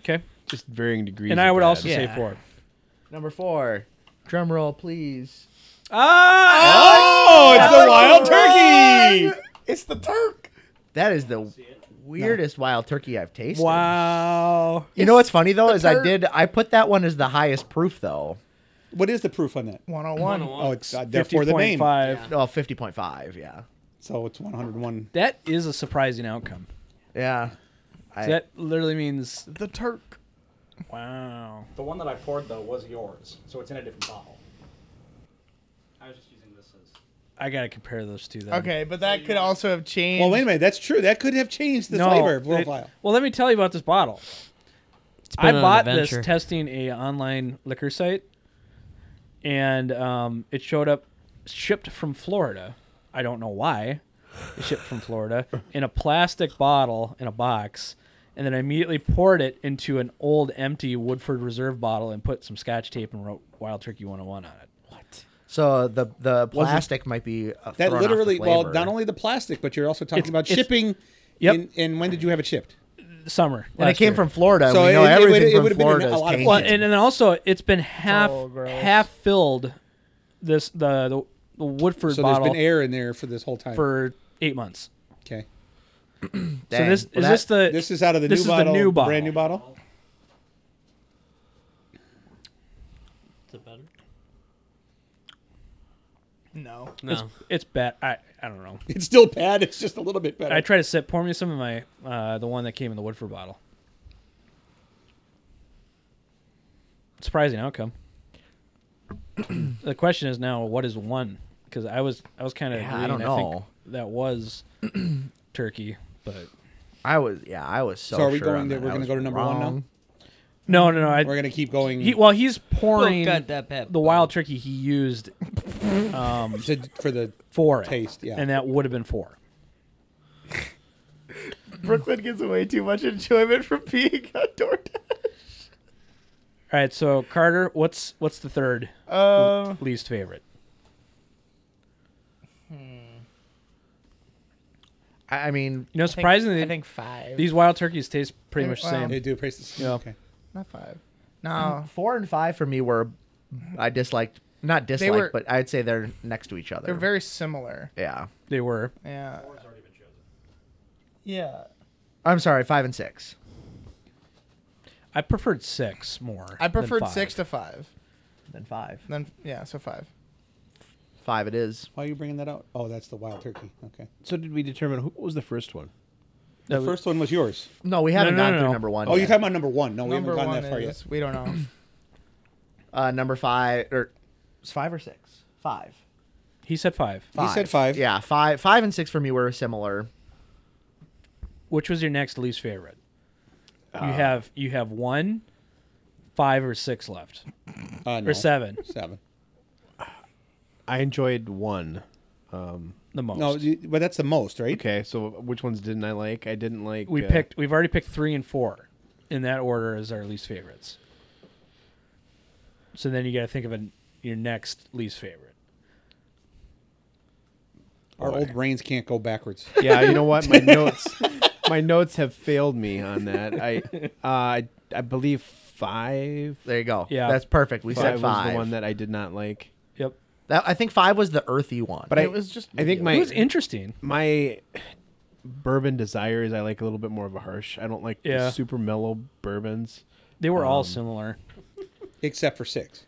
Speaker 1: Okay.
Speaker 7: just varying degrees.
Speaker 1: And I
Speaker 7: of
Speaker 1: would
Speaker 7: bad.
Speaker 1: also say
Speaker 2: Yeah.
Speaker 1: four.
Speaker 3: Number four. Drum roll, please.
Speaker 6: Oh, it's the wild turkey.
Speaker 4: It's the Turk.
Speaker 3: That is the weirdest wild turkey I've tasted.
Speaker 1: Wow.
Speaker 3: You know what's funny though is I
Speaker 4: tur-
Speaker 3: did I put that one as the highest proof though.
Speaker 6: What is the proof on that?
Speaker 4: 101.
Speaker 6: Oh, it's uh, therefore the name.
Speaker 1: 50.5.
Speaker 3: Oh, 50.5, yeah.
Speaker 6: So it's one hundred one.
Speaker 1: That is a surprising outcome.
Speaker 3: Yeah. I,
Speaker 1: So that literally means
Speaker 4: The Turk.
Speaker 1: wow.
Speaker 8: The one that I poured though was yours, so it's in a different bottle. I was just using this as.
Speaker 1: I gotta compare those two. Then.
Speaker 4: Okay, but that could also have changed.
Speaker 6: Well, wait a minute. That's true. That could have changed the
Speaker 1: No,
Speaker 6: flavor of
Speaker 1: it-
Speaker 6: profile.
Speaker 1: well, let me tell you about this bottle. I bought this testing a online liquor site, and um, it showed up shipped from Florida. I don't know why. It shipped from Florida in a plastic bottle in a box, and then I immediately poured it into an old empty Woodford Reserve bottle and put some Scotch tape and wrote Wild Turkey 101 on it.
Speaker 3: so the the plastic might be uh,
Speaker 6: That
Speaker 3: thrown off the
Speaker 6: literally. Well,
Speaker 3: flavor.
Speaker 6: not only the plastic, but you're also talking
Speaker 1: It's-
Speaker 6: about
Speaker 1: it's-
Speaker 6: shipping.
Speaker 1: Yep.
Speaker 6: And, and when did you have it shipped?
Speaker 1: Summer.
Speaker 3: and it
Speaker 1: last
Speaker 3: came
Speaker 1: year.
Speaker 3: from Florida. and
Speaker 6: So
Speaker 3: we know
Speaker 6: it- it would-
Speaker 3: everything
Speaker 6: it
Speaker 3: from
Speaker 6: would've been
Speaker 3: Florida
Speaker 6: a
Speaker 3: is
Speaker 6: lot of-
Speaker 3: tainted.
Speaker 1: Well, and, and also it's been half
Speaker 4: all gross.
Speaker 1: half filled. This the the, the Woodford
Speaker 6: So there's
Speaker 1: bottle
Speaker 6: been air in there for this whole time.
Speaker 1: for eight months.
Speaker 6: okay.
Speaker 1: so
Speaker 3: Dang.
Speaker 1: this
Speaker 3: Well,
Speaker 1: is
Speaker 3: that-
Speaker 1: this the
Speaker 6: This is out of the
Speaker 1: This
Speaker 6: new
Speaker 1: is the
Speaker 6: bottle.
Speaker 1: new bottle.
Speaker 6: Brand new bottle.
Speaker 4: No.
Speaker 1: it's,
Speaker 2: No.
Speaker 1: it's bad. I I don't know.
Speaker 6: It's still bad. It's just a little bit better.
Speaker 1: I try to sip. Pour me some of my uh, the one that came in the Woodford bottle. surprising outcome. the question is now, what is one? Because I was I was kind of
Speaker 3: Yeah, I don't
Speaker 1: think
Speaker 3: know.
Speaker 1: that was Turkey, but
Speaker 3: I was yeah, I was so.
Speaker 6: So are we
Speaker 3: sure on
Speaker 6: going there-
Speaker 3: that.
Speaker 6: we're
Speaker 3: I
Speaker 6: gonna
Speaker 3: was
Speaker 6: go to number one now?
Speaker 3: wrong.
Speaker 1: no, no, no. I,
Speaker 6: We're gonna keep going
Speaker 1: he, well, he's pouring
Speaker 2: Look got that pep.
Speaker 1: the wild turkey he used um,
Speaker 6: to- for the
Speaker 1: for it,
Speaker 6: Taste, yeah.
Speaker 1: and that would have been four.
Speaker 4: Brooklyn gets way too much enjoyment from being on DoorDash.
Speaker 1: All right, so Carter, what's what's the third
Speaker 4: Um,
Speaker 1: least favorite?
Speaker 3: I I mean,
Speaker 1: You know, surprisingly,
Speaker 4: I think five.
Speaker 1: these wild turkeys taste pretty
Speaker 4: I
Speaker 1: much the
Speaker 4: think- wow.
Speaker 1: same.
Speaker 6: They do prices.
Speaker 1: Um, Yeah.
Speaker 6: Okay.
Speaker 4: not five. No,
Speaker 6: Mm.
Speaker 3: four and five for me were I disliked not disliked,
Speaker 4: were-
Speaker 3: but I'd say they're next to each other.
Speaker 4: they're very similar.
Speaker 3: yeah.
Speaker 1: they were.
Speaker 4: Yeah. Yeah.
Speaker 3: I'm sorry, five and six.
Speaker 1: I preferred six more.
Speaker 4: I
Speaker 1: than
Speaker 4: preferred
Speaker 1: five.
Speaker 4: six to five.
Speaker 3: Then five.
Speaker 4: Then yeah, so five.
Speaker 3: Five it is.
Speaker 6: Why are you bringing that out? Oh, that's the wild turkey. Okay.
Speaker 7: So did we determine who what was the first one?
Speaker 6: The first one was yours.
Speaker 3: No, we haven't
Speaker 1: no,
Speaker 3: gone
Speaker 1: no,
Speaker 3: through
Speaker 1: no.
Speaker 3: number one.
Speaker 6: Oh, you're
Speaker 3: yet.
Speaker 6: talking about number one. No, we
Speaker 4: Number
Speaker 6: haven't gone
Speaker 4: one
Speaker 6: that far
Speaker 4: is we don't know.
Speaker 3: uh, number five or it's five or six? Five.
Speaker 1: He said five.
Speaker 6: He said five.
Speaker 3: Yeah, five. Five and six for me were similar.
Speaker 1: Which was your next least favorite?
Speaker 4: Uh,
Speaker 1: you have you have one, five or six left,
Speaker 6: yet. Uh, no.
Speaker 1: or seven
Speaker 6: Seven.
Speaker 7: I enjoyed one.
Speaker 1: the most.
Speaker 6: No, you- but that's the most, right?
Speaker 7: Okay, so which ones didn't I like? I didn't like.
Speaker 1: we
Speaker 7: uh,
Speaker 1: picked. We've already picked three and four, in that order as our least favorites. So then you got to think of an, your next least favorite.
Speaker 6: Our old brains can't go backwards.
Speaker 7: Yeah, you know what? My notes, my notes have failed me on that. I, uh, I, I believe five.
Speaker 3: There you go.
Speaker 1: Yeah.
Speaker 3: That's perfect. We
Speaker 7: five
Speaker 3: said five.
Speaker 7: was the one that I did not like.
Speaker 1: Yep,
Speaker 3: That- I think five was the earthy one.
Speaker 7: But I
Speaker 4: It was just.
Speaker 7: I think my
Speaker 1: it was interesting.
Speaker 7: my bourbon desire is I like a little bit more of a harsh. I don't like the
Speaker 1: Yeah.
Speaker 7: super mellow bourbons.
Speaker 1: They were all similar.
Speaker 6: Except for six.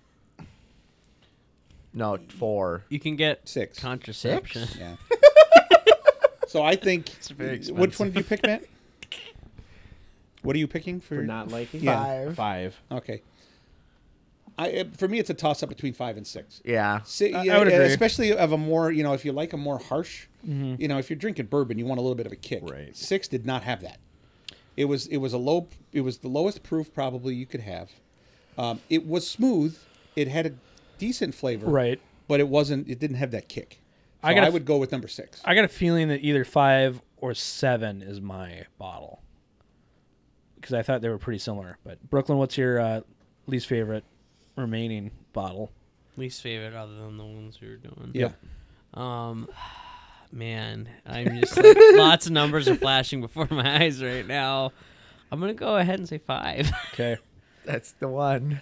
Speaker 3: no four.
Speaker 2: You can get
Speaker 6: Six.
Speaker 2: contraception.
Speaker 6: Yeah. so I think. Which one did you pick, Matt? What are you picking for?
Speaker 7: For not liking
Speaker 6: Yeah.
Speaker 4: Five.
Speaker 7: Five.
Speaker 6: Okay. I it- for me, it's a toss up between five and six.
Speaker 3: Yeah.
Speaker 6: Si-
Speaker 1: I- I
Speaker 6: yeah,
Speaker 1: would agree. Mm-hmm.
Speaker 6: Especially of a more, you know, if you like a more harsh, you know, if you're drinking bourbon, you want a little bit of a kick.
Speaker 7: Right.
Speaker 6: Six did not have that. It was it was a low. It was the lowest proof probably you could have. Um, it was smooth. It had a decent flavor.
Speaker 1: Right.
Speaker 6: But it wasn't. It didn't have that kick. So
Speaker 1: I
Speaker 6: I,
Speaker 1: gotta f-
Speaker 6: would go with number six.
Speaker 1: I got a feeling that either five or seven is my bottle because I thought they were pretty similar. But Brooklyn, what's your uh, least favorite remaining bottle?
Speaker 2: Least favorite other than the ones we were doing.
Speaker 6: yeah.
Speaker 2: Um, man, I'm just like, lots of numbers are flashing before my eyes right now. I'm gonna go ahead and say five.
Speaker 1: Okay.
Speaker 3: That's the one.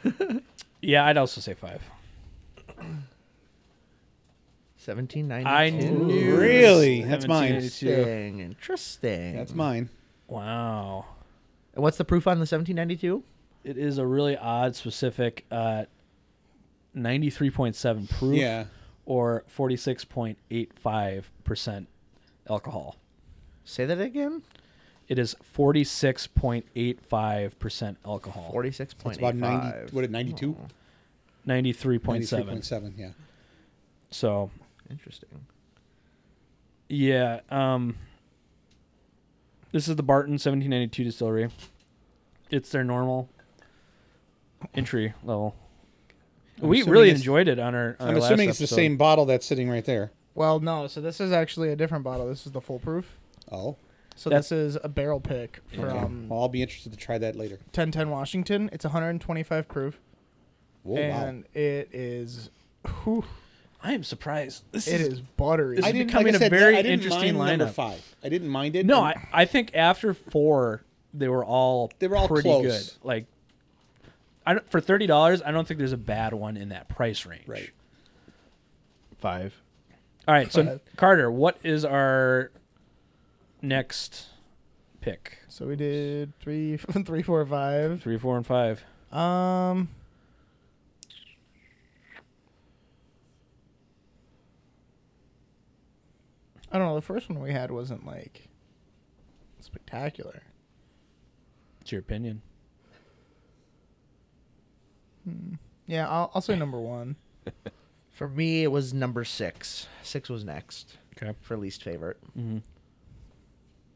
Speaker 1: Yeah, I'd also say five.
Speaker 3: Seventeen ninety.
Speaker 1: I knew.
Speaker 6: Really? That's mine.
Speaker 1: 1782.
Speaker 3: Interesting. Interesting.
Speaker 6: That's mine.
Speaker 1: Wow.
Speaker 3: And what's the proof on the 1792?
Speaker 1: It is a really odd specific uh, 93.7 proof
Speaker 6: Yeah.
Speaker 1: or 46.85% alcohol.
Speaker 3: Say that again.
Speaker 1: It is 46.85% alcohol.
Speaker 3: 46.85.
Speaker 6: It's about ninety. What? Ninety two.
Speaker 1: 93.7.
Speaker 6: 93.7, yeah.
Speaker 1: So,
Speaker 3: Interesting.
Speaker 1: yeah. Um, this is the Barton 1792 distillery. It's their normal entry level. we
Speaker 6: assuming
Speaker 1: really
Speaker 6: it's-
Speaker 1: enjoyed it on our. on our
Speaker 6: I'm
Speaker 1: last
Speaker 6: assuming it's the
Speaker 1: episode.
Speaker 6: same bottle that's sitting right there.
Speaker 4: Well, no. So this is actually a different bottle. This is the foolproof.
Speaker 6: Oh.
Speaker 4: So
Speaker 1: That's-
Speaker 4: this is a barrel pick
Speaker 6: Okay.
Speaker 4: from
Speaker 6: well, I'll be interested to try that later.
Speaker 4: 1010 Washington. It's 125 proof,
Speaker 6: Whoa,
Speaker 4: and it is. whew,
Speaker 1: I am surprised. This
Speaker 4: it
Speaker 1: is-
Speaker 4: is buttery.
Speaker 1: this
Speaker 6: I
Speaker 1: is
Speaker 6: didn't,
Speaker 1: becoming
Speaker 6: like I
Speaker 1: a
Speaker 6: said,
Speaker 1: very
Speaker 6: I didn't
Speaker 1: interesting
Speaker 6: mind number
Speaker 1: lineup.
Speaker 6: five. I didn't mind it.
Speaker 1: No,
Speaker 6: and
Speaker 1: I, I think after four, they were all
Speaker 6: They were all
Speaker 1: pretty
Speaker 6: close.
Speaker 1: good. Like, I don't, for thirty dollars, I don't think there's a bad one in that price range.
Speaker 6: Right.
Speaker 7: Five.
Speaker 1: All right. So
Speaker 4: Five.
Speaker 1: Carter, what is our next pick?
Speaker 4: so we did three, three, four, five.
Speaker 1: Three, four, and five.
Speaker 4: Um. I don't know. The first one we had wasn't like spectacular.
Speaker 1: It's your opinion.
Speaker 4: Yeah, I'll, I'll say number one.
Speaker 3: For me, it was number six. Six was next
Speaker 1: Okay.
Speaker 3: for least favorite.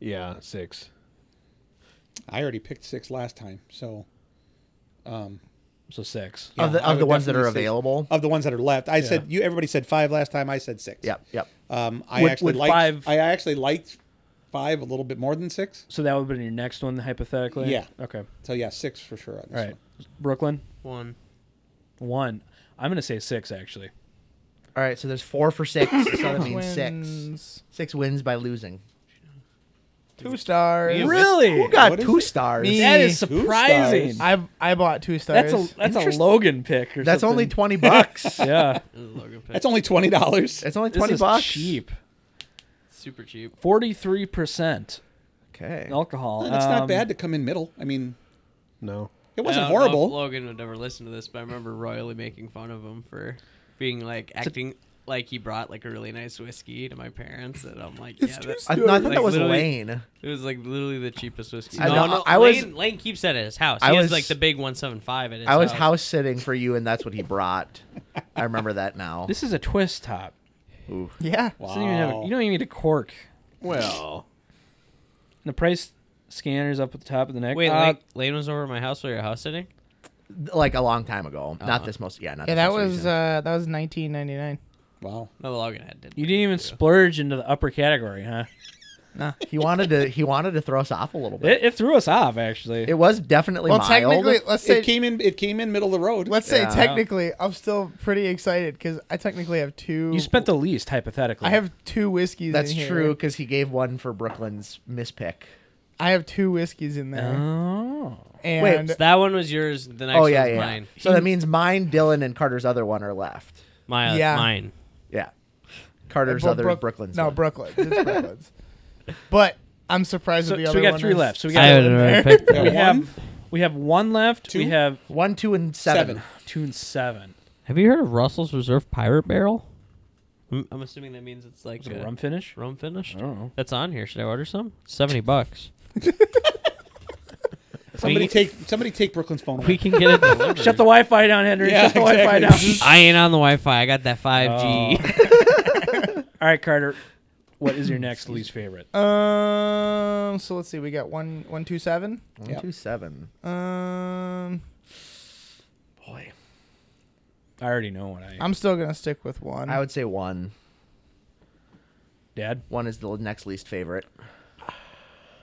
Speaker 7: Yeah, six.
Speaker 6: I already picked six last time, so um,
Speaker 1: So six.
Speaker 6: yeah,
Speaker 3: of the,
Speaker 6: I
Speaker 3: of the
Speaker 6: would
Speaker 3: ones that are
Speaker 6: definitely say-
Speaker 3: available.
Speaker 6: of the ones that are left. I said you. Everybody said five last time. I said six.
Speaker 3: Yep, yep.
Speaker 6: Um, I
Speaker 1: With-
Speaker 6: actually
Speaker 1: with
Speaker 6: liked,
Speaker 1: five-
Speaker 6: I actually liked five a little bit more than six.
Speaker 1: So that would have been your next one, hypothetically?
Speaker 6: Yeah.
Speaker 1: Okay. All
Speaker 6: So yeah, six for sure. On this
Speaker 1: right.
Speaker 6: One.
Speaker 1: Brooklyn,
Speaker 2: One.
Speaker 1: one. I'm going to say six, actually.
Speaker 3: All right, so there's four for six. so that means six.
Speaker 4: Twins.
Speaker 3: Six wins by losing.
Speaker 4: Two stars.
Speaker 2: Yeah,
Speaker 1: Really?
Speaker 3: Who got
Speaker 6: What is
Speaker 3: two
Speaker 6: it?
Speaker 3: stars?
Speaker 4: Me.
Speaker 1: That is
Speaker 6: Two stars.
Speaker 1: surprising.
Speaker 4: I I bought two stars.
Speaker 1: That's a that's a Logan pick or
Speaker 3: That's only
Speaker 1: something.
Speaker 3: twenty bucks.
Speaker 1: yeah.
Speaker 2: Logan pick.
Speaker 6: That's only twenty dollars.
Speaker 3: It's only
Speaker 1: This
Speaker 3: twenty
Speaker 1: is
Speaker 3: bucks.
Speaker 1: cheap.
Speaker 2: Super cheap.
Speaker 1: Forty three percent
Speaker 3: Okay.
Speaker 1: alcohol.
Speaker 6: It's not
Speaker 1: Um,
Speaker 6: bad to come in middle. I mean,
Speaker 7: No.
Speaker 6: it wasn't
Speaker 2: I don't know if
Speaker 6: horrible.
Speaker 2: Logan would never listen to this, but I remember royally making fun of him for being like acting like he brought like a really nice whiskey to my parents, and I'm like, yeah, that,
Speaker 3: I, no, I thought
Speaker 2: Like,
Speaker 3: that was
Speaker 2: literally-
Speaker 3: Lane.
Speaker 2: it was like literally the cheapest whiskey.
Speaker 3: I
Speaker 2: no,
Speaker 3: know-
Speaker 2: no,
Speaker 3: I was-
Speaker 2: Lane, Lane keeps that at his house. He
Speaker 3: I
Speaker 2: has
Speaker 3: was-
Speaker 2: like the big one seven five at his
Speaker 3: I was
Speaker 2: house.
Speaker 3: house sitting for you, and that's what he brought. I remember that now.
Speaker 1: This is a twist top.
Speaker 4: yeah.
Speaker 1: This doesn't even have-
Speaker 6: Wow.
Speaker 1: you don't even need a cork.
Speaker 7: Well,
Speaker 1: And the price scanner's up at the top of the neck.
Speaker 2: Wait,
Speaker 1: Uh,
Speaker 2: Lane, Lane was over at my house while you're house sitting.
Speaker 3: like a long time ago.
Speaker 2: Uh-huh.
Speaker 3: Not this most. Yeah, not
Speaker 4: Yeah,
Speaker 3: this
Speaker 4: that
Speaker 3: most
Speaker 4: was
Speaker 3: recent.
Speaker 4: uh, that was 1999.
Speaker 6: Wow.
Speaker 2: No, Logan had did.
Speaker 1: you didn't even splurge into the upper category, huh?
Speaker 3: he wanted to. He wanted to throw us off a little bit.
Speaker 1: It, it threw us off actually.
Speaker 3: It was definitely
Speaker 4: Well,
Speaker 3: mild.
Speaker 4: technically, let's say
Speaker 6: it came in. It came in middle of the road.
Speaker 4: let's say
Speaker 3: Yeah.
Speaker 4: technically, I'm still pretty excited because I technically have two.
Speaker 1: you spent the least hypothetically.
Speaker 4: I have two whiskeys.
Speaker 3: that's
Speaker 4: in here.
Speaker 3: true because he gave one for Brooklyn's mispick.
Speaker 4: I have two whiskeys in there.
Speaker 1: Oh.
Speaker 4: and
Speaker 3: wait,
Speaker 2: So that one was yours. The next
Speaker 3: oh yeah,
Speaker 2: one's
Speaker 3: yeah.
Speaker 2: mine.
Speaker 3: So that means mine, Dylan, and Carter's other one are left.
Speaker 2: My,
Speaker 4: Yeah.
Speaker 2: mine.
Speaker 3: Yeah, Carter's
Speaker 4: Bro-
Speaker 3: other
Speaker 4: Brook-
Speaker 3: Brooklyn's.
Speaker 4: No,
Speaker 3: one.
Speaker 4: Brooklyn's. It's Brooklyn's. But I'm surprised
Speaker 1: So,
Speaker 4: with the
Speaker 1: so
Speaker 4: other
Speaker 1: we got
Speaker 4: one
Speaker 1: three
Speaker 4: is-
Speaker 1: left. So we
Speaker 2: I
Speaker 1: got
Speaker 2: would have picked
Speaker 6: Yeah,
Speaker 1: we
Speaker 6: one,
Speaker 1: have we have one left. We
Speaker 6: Two?
Speaker 1: have
Speaker 3: one, two, and seven.
Speaker 6: seven.
Speaker 1: two and seven.
Speaker 2: Have you heard of Russell's Reserve Pirate Barrel? I'm, I'm assuming that means it's like
Speaker 1: Is it a
Speaker 2: uh,
Speaker 1: rum finish?
Speaker 2: rum finished.
Speaker 1: I don't know.
Speaker 2: That's on here. Should I order some? Seventy bucks.
Speaker 6: Somebody
Speaker 2: We-
Speaker 6: take. Somebody take Brooklyn's phone.
Speaker 2: We
Speaker 6: away.
Speaker 2: can get it delivered.
Speaker 1: Shut the Wi-Fi down, Henry.
Speaker 6: Yeah,
Speaker 1: Shut the
Speaker 6: exactly.
Speaker 1: Wi-Fi down.
Speaker 2: I ain't on the Wi-Fi. I got that five G.
Speaker 1: All right, Carter. What is your next least favorite?
Speaker 4: Um. So let's see. We got one, one, two, seven.
Speaker 3: One,
Speaker 6: Yeah.
Speaker 3: two, seven.
Speaker 4: Um.
Speaker 3: Boy,
Speaker 1: I already know what I am.
Speaker 4: I'm still gonna stick with one.
Speaker 3: I would say one.
Speaker 1: Dad.
Speaker 3: One is the next least favorite.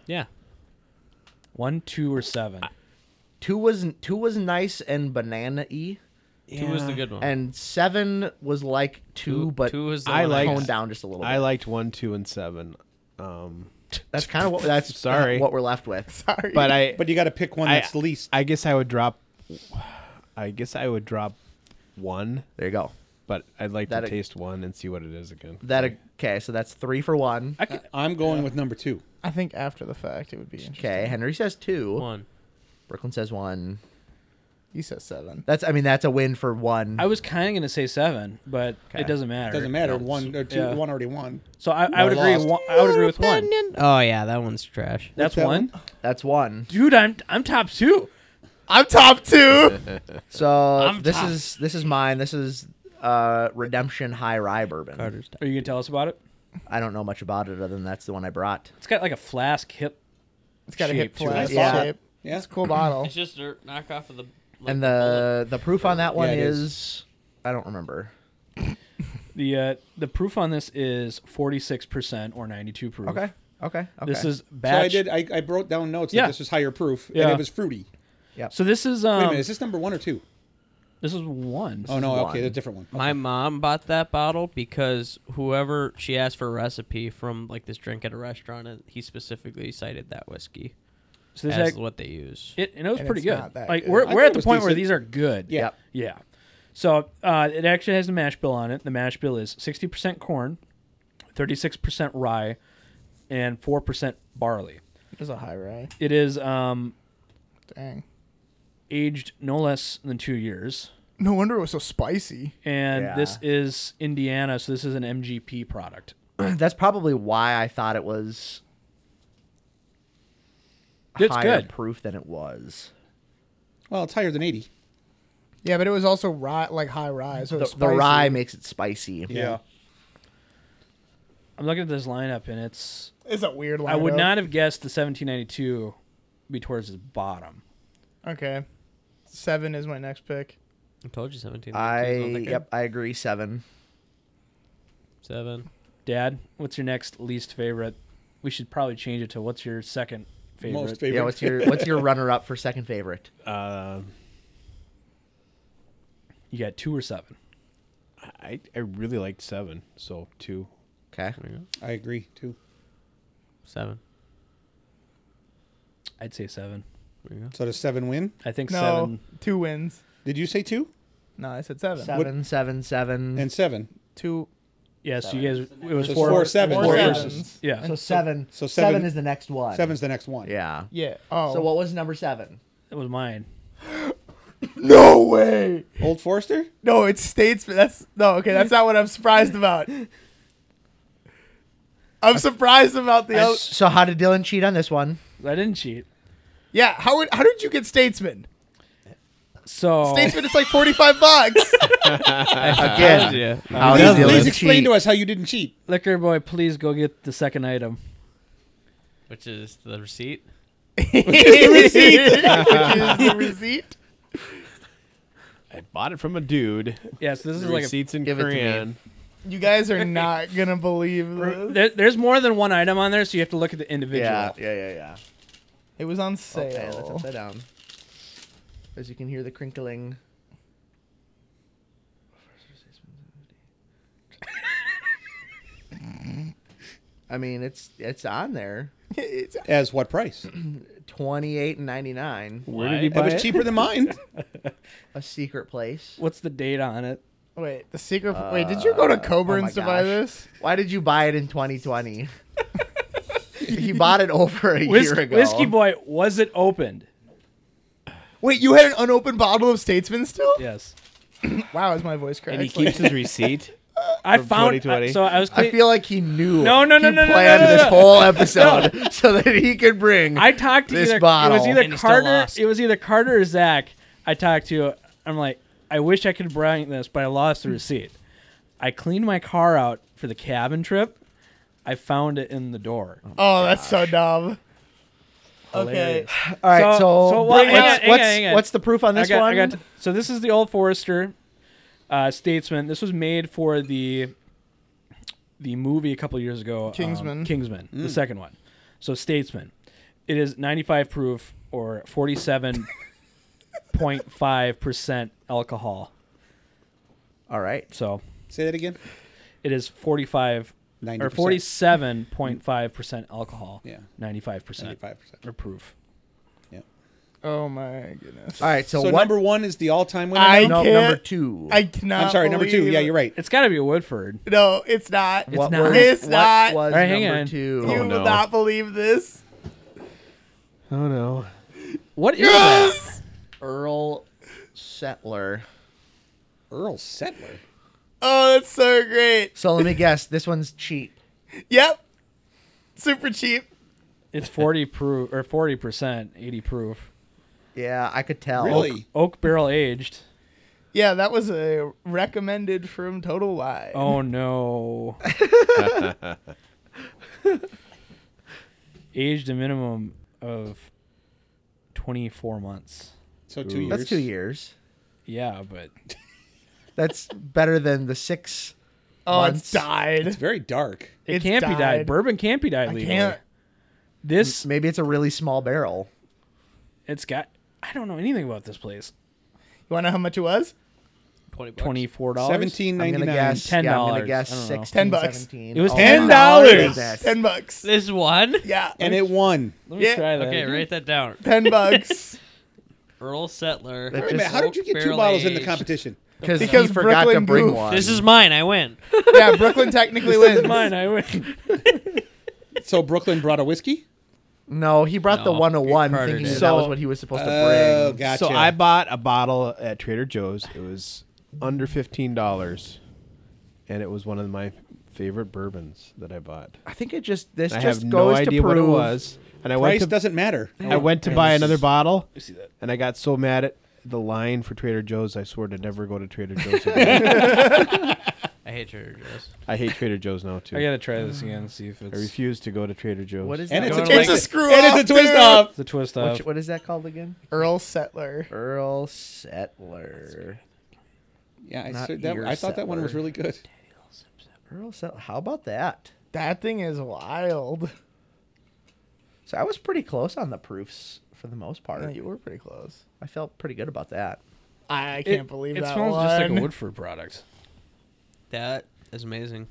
Speaker 2: Yeah.
Speaker 1: One, two, or seven.
Speaker 3: Two was two was nice and banana y,
Speaker 2: Two was the good one.
Speaker 3: and seven was like two,
Speaker 2: Oh. Two-
Speaker 3: but
Speaker 2: two was the
Speaker 3: I
Speaker 2: one I
Speaker 3: like toned
Speaker 7: liked.
Speaker 3: down just a little. bit.
Speaker 7: I liked one, two, and seven. Um,
Speaker 3: that's kind of what that's
Speaker 7: Sorry.
Speaker 3: what we're left with.
Speaker 4: Sorry.
Speaker 7: but I,
Speaker 6: But you got to pick one
Speaker 7: I-
Speaker 6: that's least.
Speaker 7: I guess I would drop. I guess I would drop one,
Speaker 3: There you go.
Speaker 7: but I'd like
Speaker 3: That
Speaker 7: to
Speaker 3: ag-
Speaker 7: taste one and see what it is again.
Speaker 3: That okay? So that's three for one.
Speaker 6: Uh, I'm going with number two.
Speaker 4: I think after the fact it would be interesting.
Speaker 3: Okay, Henry says two.
Speaker 2: one.
Speaker 3: Brooklyn says one.
Speaker 4: You said seven.
Speaker 3: That's I mean that's a win for one.
Speaker 1: I was kind of gonna say seven, but
Speaker 3: Okay.
Speaker 1: it doesn't matter.
Speaker 6: Doesn't matter. One or two.
Speaker 1: Yeah.
Speaker 6: One already won.
Speaker 1: So I, I would
Speaker 6: No, I
Speaker 1: agree.
Speaker 6: lost.
Speaker 1: One, I would agree with one.
Speaker 2: Oh yeah, that one's trash.
Speaker 1: That's
Speaker 6: that
Speaker 1: one.
Speaker 3: that's one.
Speaker 1: Dude, I'm I'm top two.
Speaker 4: I'm top two.
Speaker 3: So this is this is mine. This is uh Redemption High Rye Bourbon.
Speaker 2: Carter's time.
Speaker 1: Are you gonna tell us about it?
Speaker 3: I don't know much about it other than that's the one I brought.
Speaker 1: It's got like a flask hip.
Speaker 4: It's got a
Speaker 1: Shape
Speaker 4: hip
Speaker 1: to it.
Speaker 4: flash
Speaker 3: Yeah.
Speaker 4: shape.
Speaker 6: Yeah.
Speaker 4: It's a cool bottle.
Speaker 2: It's just a knockoff of the. like,
Speaker 3: and the the proof on that one
Speaker 6: Yeah, it
Speaker 3: is,
Speaker 6: is.
Speaker 3: I don't remember.
Speaker 1: The uh, the proof on this is forty six percent or ninety two proof.
Speaker 3: Okay. Okay. Okay.
Speaker 1: This is
Speaker 6: So I
Speaker 1: batch.
Speaker 6: did. I, I wrote down notes
Speaker 1: Yeah.
Speaker 6: that this was higher proof, and
Speaker 1: Yeah.
Speaker 6: it was fruity.
Speaker 1: So this is um.
Speaker 6: Wait a minute. Is this number one or two?
Speaker 1: This is one.
Speaker 6: Oh no.
Speaker 3: one.
Speaker 6: Okay, the different one.
Speaker 2: My mom bought that bottle because whoever she asked for a recipe from like this drink at a restaurant, and he specifically cited that whiskey
Speaker 1: So this
Speaker 2: as
Speaker 1: act-
Speaker 2: what they use.
Speaker 1: It, and it was
Speaker 4: And
Speaker 1: pretty
Speaker 4: it's
Speaker 1: good.
Speaker 4: not that
Speaker 1: Like
Speaker 4: good.
Speaker 1: we're,
Speaker 6: I
Speaker 1: we're
Speaker 6: thought
Speaker 1: at
Speaker 6: it
Speaker 1: the
Speaker 6: was
Speaker 1: point where
Speaker 6: decent.
Speaker 1: these are good.
Speaker 6: Yeah.
Speaker 3: Yep.
Speaker 1: Yeah. So uh, it actually has the mash bill on it. The mash bill is 60% corn, 36% rye, and 4% barley.
Speaker 4: It's a high rye.
Speaker 1: It is um,
Speaker 4: Dang.
Speaker 1: aged no less than two years.
Speaker 4: No wonder it was so spicy.
Speaker 1: And
Speaker 3: Yeah.
Speaker 1: this is Indiana, so this is an MGP product.
Speaker 3: that's probably why I thought it was
Speaker 1: It's
Speaker 3: higher
Speaker 1: good.
Speaker 3: proof than it was.
Speaker 6: Well, it's higher than eighty.
Speaker 4: Yeah, but it was also rye, like high rye. So it
Speaker 3: The,
Speaker 4: was
Speaker 3: the
Speaker 4: spicy.
Speaker 3: rye makes it spicy.
Speaker 6: Yeah.
Speaker 1: I'm looking at this lineup, and it's.
Speaker 4: It's a weird line.
Speaker 1: I would not have guessed the 1792 be towards the bottom.
Speaker 4: Okay. Seven is my next pick.
Speaker 2: I told you 17.
Speaker 3: I
Speaker 2: Don't think I-
Speaker 3: yep, I agree. Seven.
Speaker 2: Seven.
Speaker 1: Dad, what's your next least favorite? We should probably change it to what's your second favorite?
Speaker 6: Most favorite.
Speaker 3: Yeah. What's your What's your runner up for second favorite?
Speaker 7: Um,
Speaker 1: you got two or seven.
Speaker 7: I I really liked seven, so two.
Speaker 3: Okay.
Speaker 6: I agree too.
Speaker 2: Seven.
Speaker 1: I'd say seven.
Speaker 2: There you go.
Speaker 6: So does seven win?
Speaker 1: I think
Speaker 4: No,
Speaker 1: seven.
Speaker 4: two wins.
Speaker 6: Did you say two
Speaker 4: No, I said seven.
Speaker 3: Seven, seven, seven.
Speaker 6: and seven?
Speaker 4: Two.
Speaker 1: Yes, you guys. It was
Speaker 6: So
Speaker 1: four.
Speaker 6: four sevens.
Speaker 4: Four,
Speaker 1: Four
Speaker 4: sevens.
Speaker 1: versus- yeah.
Speaker 3: so seven.
Speaker 6: so
Speaker 3: seven,
Speaker 6: seven-
Speaker 3: is the next one.
Speaker 6: Seven's the next one.
Speaker 3: Yeah.
Speaker 4: Yeah. Oh.
Speaker 3: So what was number seven?
Speaker 1: It was mine.
Speaker 4: No way.
Speaker 6: Old Forester.
Speaker 4: No, it's states. That's no. Okay, that's not what I'm surprised about. I'm surprised about the. Out-
Speaker 3: So how did Dylan cheat on this one?
Speaker 1: I didn't cheat.
Speaker 4: yeah. How would, how did you get Statesman?
Speaker 1: So
Speaker 3: Oh.
Speaker 4: Statesman is like 45 bucks.
Speaker 3: Again.
Speaker 2: Yeah.
Speaker 3: How did
Speaker 6: Now, please
Speaker 3: Dylan
Speaker 6: explain
Speaker 3: cheat?
Speaker 6: to us how you didn't cheat.
Speaker 1: liquor boy, please go get the second item.
Speaker 2: Which is the receipt.
Speaker 4: the receipt. Which is the receipt.
Speaker 7: I bought it from a dude.
Speaker 1: Yes, this is like a,
Speaker 7: Receipts in
Speaker 3: Give it to me.
Speaker 7: Korean.
Speaker 4: You guys are not gonna believe this.
Speaker 1: there, there's more than one item on there, so you have to look at the individual.
Speaker 3: Yeah. Yeah. Yeah. Yeah.
Speaker 4: It was on
Speaker 3: Okay.
Speaker 4: sale.
Speaker 3: That's upside down. As you can hear the crinkling. I mean, it's it's on there.
Speaker 4: It's-
Speaker 6: As what price?
Speaker 3: Twenty eight ninety nine.
Speaker 7: Where did you
Speaker 6: It
Speaker 7: buy
Speaker 6: was
Speaker 7: it?
Speaker 6: cheaper than mine.
Speaker 3: A secret place.
Speaker 1: What's the date on it?
Speaker 4: wait, the secret. wait, did you go to
Speaker 3: Uh, oh
Speaker 4: Coburn's
Speaker 3: my
Speaker 4: to buy
Speaker 3: gosh.
Speaker 4: this?
Speaker 3: Why did you buy it in 2020? he bought it over a
Speaker 1: Whis-
Speaker 3: year ago.
Speaker 1: Whiskey boy, was it opened?
Speaker 4: Wait, you had an unopened bottle of Statesman still?
Speaker 1: Yes.
Speaker 4: Wow, is my voice cracked?
Speaker 7: And he
Speaker 4: Like-
Speaker 7: keeps his receipt.
Speaker 1: I
Speaker 7: From
Speaker 1: found.
Speaker 7: 2020.
Speaker 1: so I was.
Speaker 3: I
Speaker 1: Clean,
Speaker 3: feel like he knew.
Speaker 1: No, no, no,
Speaker 3: he
Speaker 1: no, no,
Speaker 3: planned
Speaker 1: no, no,
Speaker 3: this
Speaker 1: no.
Speaker 3: whole episode so that he could bring.
Speaker 1: I talked to
Speaker 3: this
Speaker 1: either it was
Speaker 3: bottle.
Speaker 1: either
Speaker 2: And he still
Speaker 1: Carter
Speaker 2: lost.
Speaker 1: it was either Carter or Zach I talked to I'm like I wish I could bring this but I lost the receipt I cleaned my car out for the cabin trip I found it in the door
Speaker 4: oh, that's so dumb. Okay.
Speaker 1: Hilarious.
Speaker 3: All right,
Speaker 1: So-
Speaker 3: so,
Speaker 1: so what-
Speaker 3: bring-
Speaker 1: hang
Speaker 3: what's,
Speaker 1: on, hang
Speaker 3: what's,
Speaker 1: on, hang on.
Speaker 3: what's the proof on this
Speaker 1: I got,
Speaker 3: one?
Speaker 1: I got so this is the old Forester uh, Statesman this was made for the the movie a couple years ago um,
Speaker 4: Kingsman.
Speaker 1: Kingsman
Speaker 3: Mm.
Speaker 1: the second one so Statesman it is 95 proof or 47.5 percent alcohol
Speaker 3: All right.
Speaker 1: so
Speaker 6: Say that again.
Speaker 1: It is 45 or
Speaker 6: 90%.
Speaker 1: 47.5% alcohol.
Speaker 6: Yeah.
Speaker 1: 95%
Speaker 6: Ninety-five percent.
Speaker 1: or proof.
Speaker 4: Oh my goodness.
Speaker 3: All right. So,
Speaker 6: So,
Speaker 3: what?
Speaker 6: number one is the all-time winner.
Speaker 4: I
Speaker 6: now?
Speaker 3: no,
Speaker 4: can't-
Speaker 3: number two.
Speaker 4: I cannot.
Speaker 6: I'm sorry, number two.
Speaker 4: believe
Speaker 6: Yeah,
Speaker 4: it.
Speaker 6: you're right.
Speaker 1: It's got to be a Woodford.
Speaker 4: No, it's not.
Speaker 3: what
Speaker 1: not.
Speaker 3: Was,
Speaker 4: It's
Speaker 3: what
Speaker 4: not.
Speaker 3: was
Speaker 1: All right, hang
Speaker 3: number
Speaker 1: on.
Speaker 3: two?
Speaker 4: you
Speaker 7: Oh,
Speaker 4: will
Speaker 7: no.
Speaker 4: not believe this.
Speaker 7: Oh no.
Speaker 1: What is
Speaker 4: Yes.
Speaker 3: Earl Settler.
Speaker 6: Earl Settler.
Speaker 4: Oh, that's so great.
Speaker 3: So let me guess. This one's cheap.
Speaker 4: Yep. Super cheap.
Speaker 1: that? It's 40 proof or 40%, 80 proof.
Speaker 3: Yeah, I could tell.
Speaker 6: Really?
Speaker 1: Oak barrel aged.
Speaker 4: Yeah, that was a recommended from Total Lie.
Speaker 1: Oh no. aged a minimum of 24 months.
Speaker 6: So two years.
Speaker 3: That's two years.
Speaker 1: Yeah, but
Speaker 3: That's better than the six.
Speaker 4: Oh,
Speaker 3: Months.
Speaker 4: it's died.
Speaker 6: It's very dark.
Speaker 1: it
Speaker 4: It's
Speaker 1: can't be dyed.
Speaker 4: dyed.
Speaker 1: Bourbon can't be dyed
Speaker 4: I
Speaker 1: legally.
Speaker 4: can't.
Speaker 1: This
Speaker 3: Maybe it's a really small barrel.
Speaker 1: it's got I don't know anything about this place.
Speaker 4: You want to know how much it was?
Speaker 2: 20 bucks.
Speaker 1: $24.
Speaker 6: Seventeen
Speaker 3: I'm gonna
Speaker 6: ninety-nine.
Speaker 3: guess. Yeah,
Speaker 1: $10.
Speaker 3: I'm gonna guess Oh
Speaker 1: I don't know.
Speaker 3: six.
Speaker 4: Ten bucks.
Speaker 1: It was
Speaker 6: $10.
Speaker 4: Ten bucks.
Speaker 2: This one?
Speaker 4: Yeah.
Speaker 6: And it won.
Speaker 1: Let me
Speaker 4: Yeah.
Speaker 1: try that.
Speaker 2: Okay, write that down.
Speaker 4: ten bucks.
Speaker 2: Earl Settler.
Speaker 6: Wait a minute, how did you get two bottles in the competition?
Speaker 3: Because he
Speaker 4: Because
Speaker 3: forgot
Speaker 4: Brooklyn
Speaker 3: to bring
Speaker 4: Goof.
Speaker 3: one.
Speaker 2: This is mine. I win.
Speaker 4: yeah, Brooklyn technically wins.
Speaker 1: Mine, I win.
Speaker 6: So Brooklyn brought a whiskey.
Speaker 3: no. He brought the
Speaker 2: No,
Speaker 3: 101,
Speaker 2: Carter
Speaker 3: thinking
Speaker 2: did.
Speaker 3: that was
Speaker 7: So-
Speaker 3: what he was supposed to
Speaker 6: Oh,
Speaker 3: bring.
Speaker 6: gotcha.
Speaker 7: So I bought a bottle at Trader Joe's. It was under fifteen dollars, and it was one of my favorite bourbons that I bought.
Speaker 3: I think it just this
Speaker 7: I
Speaker 3: just
Speaker 7: have no
Speaker 3: goes
Speaker 7: idea
Speaker 3: to
Speaker 7: what
Speaker 3: prove
Speaker 7: it was, and I
Speaker 6: price
Speaker 7: went to
Speaker 6: doesn't matter.
Speaker 7: I went to buy another bottle, and I got so mad at the line for Trader Joe's, I swore to never go to Trader Joe's again.
Speaker 2: I hate Trader Joe's.
Speaker 7: I hate Trader Joe's now too.
Speaker 1: I gotta try this again and see if
Speaker 7: I
Speaker 1: it's
Speaker 7: refuse to go to Trader Joe's.
Speaker 3: What is
Speaker 6: And
Speaker 3: that?
Speaker 6: it's a
Speaker 3: called?
Speaker 6: twist.
Speaker 4: It's a screw
Speaker 6: and
Speaker 4: off,
Speaker 6: it's a twist
Speaker 4: dude.
Speaker 6: off.
Speaker 1: the twist
Speaker 3: Which-
Speaker 1: of.
Speaker 3: what is that called again?
Speaker 4: Earl Settler.
Speaker 3: Earl Settler.
Speaker 6: Yeah, I,
Speaker 3: Not
Speaker 6: said that,
Speaker 3: ear
Speaker 6: I thought that one was
Speaker 3: settler.
Speaker 6: really good.
Speaker 3: Earl Settler. How about that?
Speaker 4: That thing is wild.
Speaker 3: So I was pretty close on the proofs for the most part.
Speaker 4: Yeah, you were pretty close.
Speaker 3: I felt pretty good about that.
Speaker 4: I can't believe
Speaker 1: it
Speaker 4: that
Speaker 1: smells
Speaker 4: one.
Speaker 1: just like a Woodford product.
Speaker 2: That is amazing.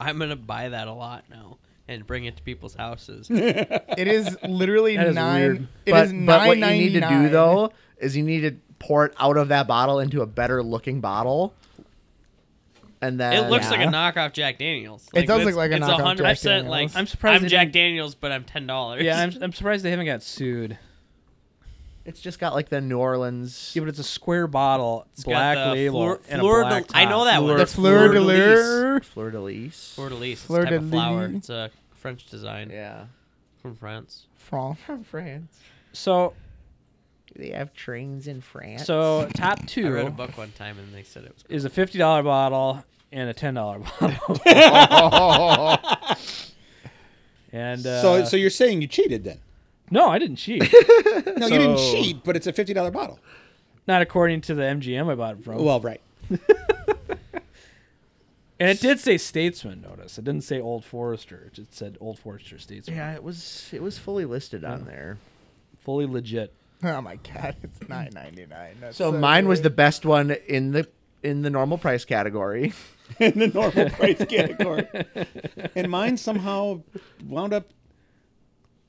Speaker 2: I'm gonna buy that a lot now and bring it to people's houses.
Speaker 4: It is literally
Speaker 1: That is
Speaker 4: nine.
Speaker 1: weird.
Speaker 4: It is
Speaker 3: but, but what you
Speaker 4: $9.99.
Speaker 3: need to do though is you need to pour it out of that bottle into a better looking bottle, and then
Speaker 2: It looks like a
Speaker 3: Yeah.
Speaker 2: knockoff Jack Daniels.
Speaker 4: It does
Speaker 2: it's-
Speaker 4: look like a
Speaker 2: it's
Speaker 4: knockoff Jack
Speaker 2: 100%
Speaker 4: Daniels.
Speaker 2: Like,
Speaker 1: I'm surprised
Speaker 2: I'm
Speaker 1: they
Speaker 2: Jack
Speaker 1: didn't-
Speaker 2: Daniels, but I'm ten dollars.
Speaker 1: Yeah, I'm, I'm surprised they haven't got sued.
Speaker 3: It's just got like the New Orleans.
Speaker 1: Yeah, but it's a square bottle, black label, and a
Speaker 2: fleur de-
Speaker 1: black top.
Speaker 2: I know that one.
Speaker 4: The
Speaker 2: It's
Speaker 4: fleur de
Speaker 2: fleur-de-lis.
Speaker 4: lis.
Speaker 3: Fleur de Lis.
Speaker 2: Fleur de lis.
Speaker 4: Fleur
Speaker 2: It's a type
Speaker 4: de
Speaker 2: of flower.
Speaker 4: lis.
Speaker 2: It's a French design
Speaker 3: Yeah,
Speaker 2: from France.
Speaker 4: From
Speaker 3: from France.
Speaker 1: So,
Speaker 3: Do they have trains in France?
Speaker 1: so top
Speaker 2: I read a
Speaker 1: two
Speaker 2: book one time and they said it was.
Speaker 1: is a fifty dollar bottle and a ten dollar bottle. and uh,
Speaker 6: so, so you're saying you cheated then?
Speaker 1: no, I didn't cheat.
Speaker 6: No, you didn't
Speaker 1: So-
Speaker 6: cheat, but it's a fifty dollar bottle.
Speaker 1: Not according to the MGM I bought it from.
Speaker 6: Well, right.
Speaker 1: and it did say Statesman. Notice it didn't say Old Forester. It just said Old Forester Statesman.
Speaker 3: yeah, it was it was fully listed on there.
Speaker 1: fully legit.
Speaker 4: Oh my god, it's nine ninety nine.
Speaker 3: So, mine was the best one in the in the normal price category.
Speaker 6: in the normal price category. and mine somehow wound up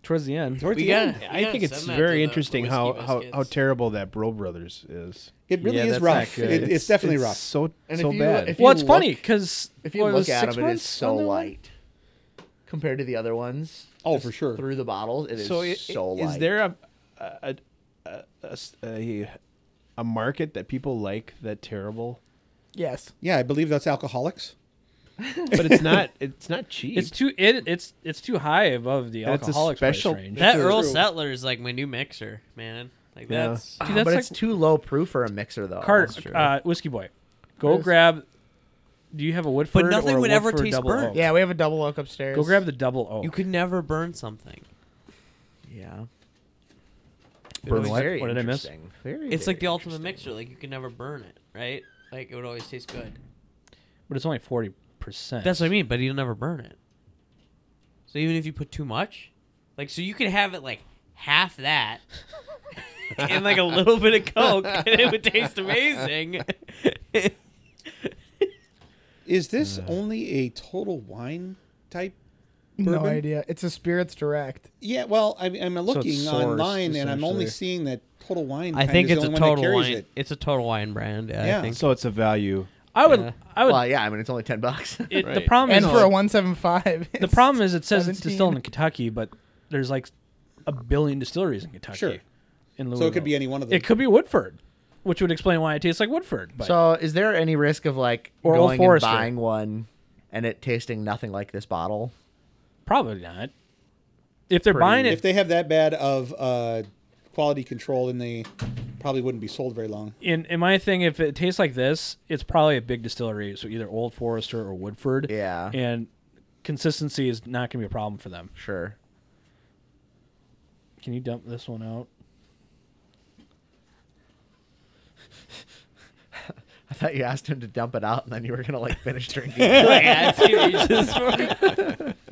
Speaker 1: Towards the end,
Speaker 6: towards
Speaker 2: We
Speaker 6: the
Speaker 2: got-
Speaker 6: end.
Speaker 2: we
Speaker 7: I
Speaker 2: gotta
Speaker 7: think it's
Speaker 2: send that
Speaker 7: very
Speaker 2: to the
Speaker 7: interesting
Speaker 2: Whiskey
Speaker 7: how, how,
Speaker 2: Biscuits.
Speaker 7: how terrible that Bro Brothers is.
Speaker 6: It really
Speaker 1: Yeah,
Speaker 6: is
Speaker 1: that's not
Speaker 6: rough.
Speaker 1: good.
Speaker 6: It, it's,
Speaker 1: It's-
Speaker 6: definitely
Speaker 7: It's
Speaker 6: rough.
Speaker 7: so
Speaker 3: And
Speaker 7: so
Speaker 3: if you-
Speaker 7: bad.
Speaker 3: if you-
Speaker 1: well, it's
Speaker 3: look-
Speaker 1: funny because
Speaker 3: If you look at them, it is so
Speaker 1: light.
Speaker 3: light compared to the other ones.
Speaker 6: Oh,
Speaker 3: Just
Speaker 6: for sure.
Speaker 3: Through the bottles, it is
Speaker 5: so
Speaker 3: so,
Speaker 5: i- i-
Speaker 3: light.
Speaker 5: is there a a, a, a, s- a a market that people like that terrible
Speaker 4: yes.
Speaker 6: Yeah, I believe that's alcoholics.
Speaker 5: but it's not it's not cheap
Speaker 1: It's too it, it's it's too high above the
Speaker 7: And it's a
Speaker 1: alcoholic
Speaker 7: special-
Speaker 1: price range.
Speaker 2: That Earl
Speaker 6: true.
Speaker 2: Settler is like my new mixer, man. Like
Speaker 7: Yeah.
Speaker 2: that's
Speaker 1: Dude,
Speaker 3: but
Speaker 1: that's
Speaker 3: it's
Speaker 1: like-
Speaker 3: too low proof for a mixer though.
Speaker 1: Carter, uh, whiskey boy, go grab. Do you have a Woodford?
Speaker 2: nothing
Speaker 1: or a
Speaker 2: would ever
Speaker 1: Woodford
Speaker 2: taste
Speaker 1: double
Speaker 2: burnt.
Speaker 1: oak?
Speaker 4: Yeah, we have a double oak upstairs.
Speaker 1: Go grab the double oak.
Speaker 2: you could never burn something.
Speaker 3: yeah.
Speaker 1: Burn
Speaker 3: It was
Speaker 1: what?
Speaker 3: very
Speaker 1: What did I miss?
Speaker 3: interesting. Very,
Speaker 2: It's like
Speaker 3: very
Speaker 2: the ultimate
Speaker 3: interesting.
Speaker 2: mixer. Like you can never burn it, right? Like it would always taste good.
Speaker 1: but it's only forty percent.
Speaker 2: That's what I mean, but you'll never burn it. So even if you put too much, like so you could have it like half that and like a little bit of coke and it would taste amazing.
Speaker 6: Is this only a total wine type?
Speaker 4: No
Speaker 6: bourbon?
Speaker 4: idea. It's a spirits direct.
Speaker 6: Yeah, well, I, I'm looking
Speaker 1: sourced,
Speaker 6: online and I'm only
Speaker 1: essentially.
Speaker 6: seeing that Total Wine.
Speaker 2: I
Speaker 6: kind
Speaker 2: think
Speaker 6: is
Speaker 2: it's
Speaker 6: the
Speaker 2: a
Speaker 6: only one that
Speaker 2: total
Speaker 6: carries
Speaker 2: wine.
Speaker 6: It.
Speaker 2: It's a total wine brand. Yeah,
Speaker 6: Yeah.
Speaker 2: I think.
Speaker 7: so it's a value.
Speaker 1: I would.
Speaker 2: Yeah.
Speaker 1: I would.
Speaker 3: Well, yeah, I mean it's only ten bucks.
Speaker 1: it, The
Speaker 5: Right.
Speaker 1: problem
Speaker 4: And
Speaker 1: is
Speaker 4: for a one seven five.
Speaker 1: the problem is it says it's
Speaker 4: 17.
Speaker 1: distilled in Kentucky, but there's like a billion distilleries in Kentucky.
Speaker 6: Sure.
Speaker 1: In
Speaker 6: So it could
Speaker 1: Louisville.
Speaker 6: be any one of them.
Speaker 1: It could be Woodford, which would explain why it tastes like Woodford. But
Speaker 3: So is there any risk of like
Speaker 1: Or Old
Speaker 3: going and
Speaker 1: Forester.
Speaker 3: buying one and it tasting nothing like this bottle?
Speaker 1: probably not. If they're
Speaker 3: Pretty-
Speaker 1: buying it
Speaker 6: if they have that bad of uh, quality control, then they probably wouldn't be sold very long.
Speaker 1: in in my thing, if it tastes like this, it's probably a big distillery. So either Old Forester or Woodford.
Speaker 3: Yeah.
Speaker 1: And consistency is not going to be a problem for them.
Speaker 3: Sure.
Speaker 1: Can you dump this one out?
Speaker 3: I thought you asked him to dump it out and then you were gonna like finish drinking. it.
Speaker 2: Like, that's who you just-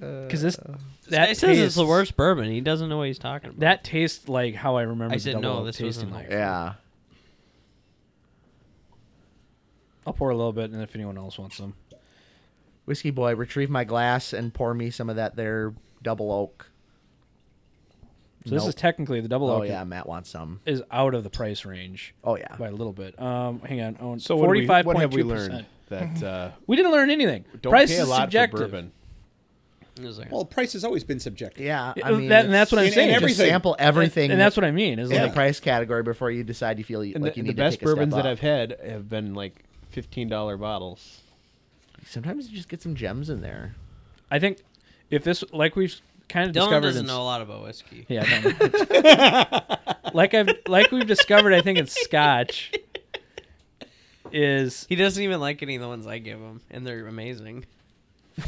Speaker 1: Because this
Speaker 5: Uh,
Speaker 2: That
Speaker 1: that
Speaker 2: guy
Speaker 1: tastes,
Speaker 2: says it's the worst bourbon. He doesn't know what he's talking about.
Speaker 1: That tastes like how I remember.
Speaker 2: I
Speaker 1: the
Speaker 2: said
Speaker 1: double
Speaker 2: no,
Speaker 1: oak
Speaker 2: this
Speaker 1: tasting like.
Speaker 2: wasn't
Speaker 3: yeah.
Speaker 1: I'll pour a little bit, and if anyone else wants some,
Speaker 3: Whiskey boy, retrieve my glass and pour me some of that there double oak.
Speaker 1: so this
Speaker 3: Nope.
Speaker 1: is technically the double
Speaker 3: Oh
Speaker 1: oak
Speaker 3: yeah, Matt wants some.
Speaker 1: is out of the price range
Speaker 3: Oh yeah.
Speaker 1: by a little bit. Um, hang on. Oh,
Speaker 5: So what, do we,
Speaker 1: forty-five
Speaker 5: what
Speaker 1: point
Speaker 5: have we
Speaker 1: two
Speaker 5: learned
Speaker 1: percent.
Speaker 5: that uh,
Speaker 1: We didn't learn anything.
Speaker 5: don't
Speaker 1: price
Speaker 5: pay a
Speaker 1: is
Speaker 5: lot
Speaker 1: subjective.
Speaker 5: for bourbon?
Speaker 2: It was like-
Speaker 6: Well, price has always been subjective.
Speaker 3: Yeah, I
Speaker 1: Uh,
Speaker 3: mean,
Speaker 1: that- and that's what I'm
Speaker 3: it's-
Speaker 1: saying.
Speaker 3: just
Speaker 6: Everything.
Speaker 3: sample everything,
Speaker 1: and that's what I mean. Is
Speaker 3: in
Speaker 1: like
Speaker 3: the price category before you decide you feel you,
Speaker 5: And
Speaker 3: like
Speaker 5: the,
Speaker 3: you
Speaker 5: the
Speaker 3: need to
Speaker 5: best
Speaker 3: take a step
Speaker 5: bourbons that
Speaker 3: up.
Speaker 5: I've had have been like fifteen dollar bottles.
Speaker 3: Sometimes you just get some gems in there.
Speaker 1: I think if this, like we've kind of
Speaker 2: Dylan
Speaker 1: discovered
Speaker 2: doesn't
Speaker 1: in-
Speaker 2: know a lot about whiskey.
Speaker 1: Yeah, I don't know. like I've like we've discovered, I think in Scotch is
Speaker 2: He doesn't even like any of the ones I give him, and they're amazing.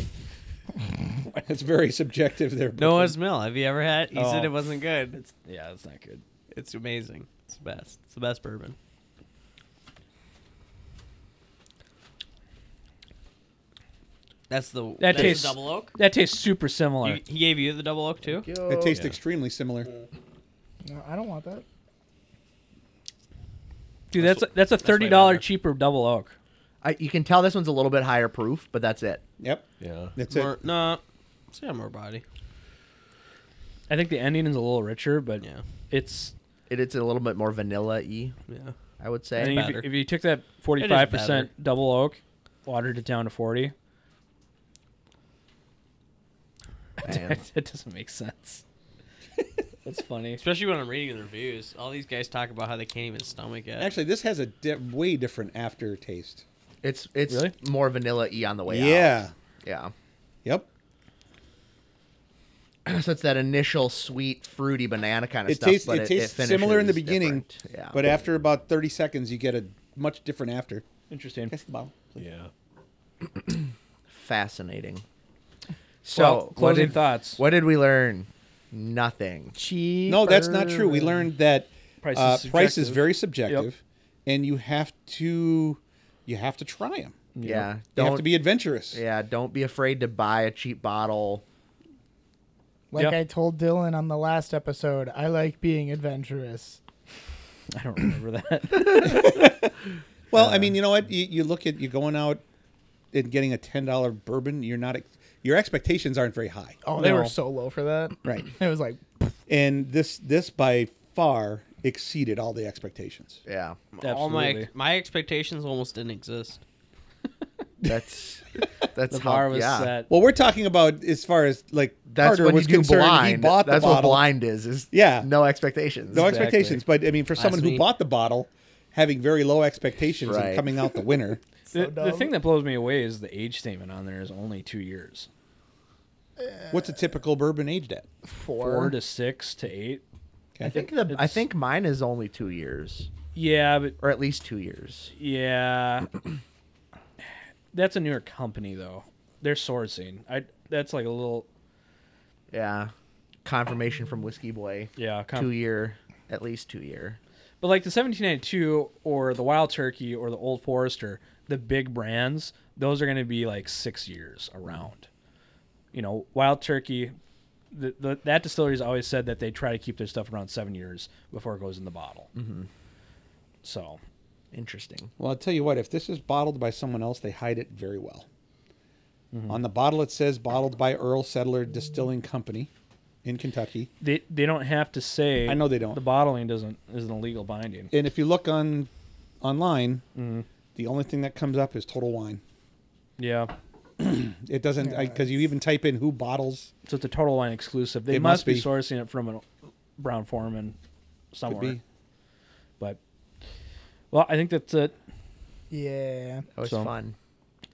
Speaker 6: It's very subjective there. Brooklyn.
Speaker 2: Noah's Mill. Have you ever had? He said
Speaker 1: Oh.
Speaker 2: it wasn't good. It's
Speaker 1: yeah, it's not good.
Speaker 2: it's amazing. It's the best. It's the best bourbon. That's the that's the
Speaker 1: tastes-
Speaker 2: double oak.
Speaker 1: That tastes super similar.
Speaker 2: You, he gave you the double oak too.
Speaker 3: Oh,
Speaker 6: It tastes extremely similar.
Speaker 3: Mm.
Speaker 4: No, I don't want that.
Speaker 1: Dude, that's a, that's a
Speaker 2: why
Speaker 1: thirty
Speaker 2: I
Speaker 1: dollar
Speaker 2: don't-
Speaker 1: cheaper double oak.
Speaker 3: I, you can tell this one's a little bit higher proof, but that's it.
Speaker 6: Yep.
Speaker 7: Yeah.
Speaker 6: That's
Speaker 2: More,
Speaker 6: it.
Speaker 2: no, it's got more body.
Speaker 1: I think the ending is a little richer, but
Speaker 2: Yeah,
Speaker 1: it's.
Speaker 3: it it's a little bit more vanilla y,
Speaker 2: yeah.
Speaker 3: I would
Speaker 1: I
Speaker 3: say.
Speaker 1: think if, you,
Speaker 2: better.
Speaker 1: if you took that forty five
Speaker 2: better.
Speaker 1: percent double oak, watered it down to forty,
Speaker 3: Man.
Speaker 1: it doesn't make sense. That's funny.
Speaker 2: Especially when I'm reading the reviews, all these guys talk about how they can't even stomach it.
Speaker 6: Actually, this has a di- way different aftertaste.
Speaker 3: It's it's
Speaker 1: Really?
Speaker 3: more vanilla y on the way
Speaker 6: yeah.
Speaker 3: out. Yeah.
Speaker 6: Yep.
Speaker 3: Yeah. So it's that initial sweet fruity banana kind of
Speaker 6: It
Speaker 3: stuff.
Speaker 6: tastes
Speaker 3: but
Speaker 6: it tastes similar in the
Speaker 3: finishes
Speaker 6: beginning,
Speaker 3: different. Yeah.
Speaker 6: but after about thirty seconds, you get a much different after.
Speaker 1: Interesting.
Speaker 6: That's the bottle.
Speaker 7: Yeah.
Speaker 3: fascinating. So
Speaker 1: Well,
Speaker 3: what
Speaker 1: closing
Speaker 3: did,
Speaker 1: thoughts.
Speaker 3: what did we learn? Nothing.
Speaker 4: Cheap.
Speaker 6: No, that's not true. We learned that
Speaker 1: Price
Speaker 6: price
Speaker 1: is
Speaker 6: is, uh, price is
Speaker 1: subjective.
Speaker 6: very subjective, and you have to you have to try them. You
Speaker 3: Yeah.
Speaker 6: have to be adventurous.
Speaker 3: Yeah, don't be afraid to buy a cheap bottle.
Speaker 4: Like
Speaker 1: Yeah.
Speaker 4: I told Dylan on the last episode, I like being adventurous.
Speaker 1: I don't remember that.
Speaker 6: Well, I mean, you know what? You, you look at you going out and getting a ten dollar bourbon. You're not ex- your expectations aren't very high,
Speaker 4: Oh, they were
Speaker 1: No.
Speaker 4: so low for that.
Speaker 6: right?
Speaker 4: It was like
Speaker 6: And this this by far exceeded all the expectations.
Speaker 3: Yeah.
Speaker 2: all my
Speaker 1: Absolutely.
Speaker 2: my expectations almost didn't exist.
Speaker 3: That's that's
Speaker 1: The
Speaker 3: how
Speaker 1: bar was
Speaker 3: yeah.
Speaker 1: set.
Speaker 6: Well, we're talking about as far as like
Speaker 3: That's
Speaker 6: Carter
Speaker 3: when
Speaker 6: was
Speaker 3: you do
Speaker 6: concerned.
Speaker 3: blind.
Speaker 6: He bought
Speaker 3: that's
Speaker 6: the
Speaker 3: what
Speaker 6: bottle.
Speaker 3: blind is. Is
Speaker 6: Yeah.
Speaker 3: no expectations.
Speaker 6: no
Speaker 1: Exactly.
Speaker 6: expectations. But I mean, for someone
Speaker 2: week.
Speaker 6: who bought the bottle, having very low expectations
Speaker 3: Right.
Speaker 6: and coming out the winner.
Speaker 1: The, the
Speaker 4: dumb.
Speaker 1: thing that blows me away is the age statement on there is only two years.
Speaker 6: What's a typical bourbon aged at?
Speaker 4: four.
Speaker 1: Four to six to eight.
Speaker 3: I think the I
Speaker 1: It's-
Speaker 3: think mine is only two years,
Speaker 1: Yeah, but
Speaker 3: or at least two years.
Speaker 1: yeah, that's a newer company though. They're sourcing. I that's like a little
Speaker 3: Yeah, confirmation from Whiskey Boy.
Speaker 1: yeah.
Speaker 3: two
Speaker 1: Com-
Speaker 3: year, at least two year.
Speaker 1: but like the 1792 or the Wild Turkey or the Old Forester, the big brands, those are going to be like six years around. You know, Wild Turkey. The, the, that distillery's always said that they try to keep their stuff around seven years before it goes in the bottle. Mm-hmm. So
Speaker 3: Interesting.
Speaker 6: Well, I'll tell you what, if this is bottled by someone else, they hide it very well. On the bottle, it says bottled by Earl Settler Distilling Company in Kentucky.
Speaker 1: they they don't have to say.
Speaker 6: I know they don't.
Speaker 1: The bottling doesn't isn't a legal binding.
Speaker 6: And if you look on online, the only thing that comes up is Total Wine.
Speaker 1: Yeah,
Speaker 6: It doesn't, because you even type in who bottles,
Speaker 1: so it's a total wine exclusive. They
Speaker 6: It
Speaker 1: must,
Speaker 6: must
Speaker 1: be.
Speaker 6: be.
Speaker 1: sourcing it from a Brown Foreman
Speaker 6: could
Speaker 1: somewhere.
Speaker 6: be.
Speaker 1: But well, I think that's it.
Speaker 4: Yeah.
Speaker 3: That was
Speaker 1: So-
Speaker 3: fun.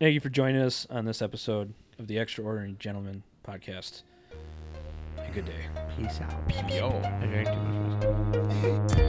Speaker 1: Thank you for joining us on this episode of the Extraordinary Gentleman podcast. And good day.
Speaker 3: Peace out.
Speaker 2: Yo, I drank too much whiskey.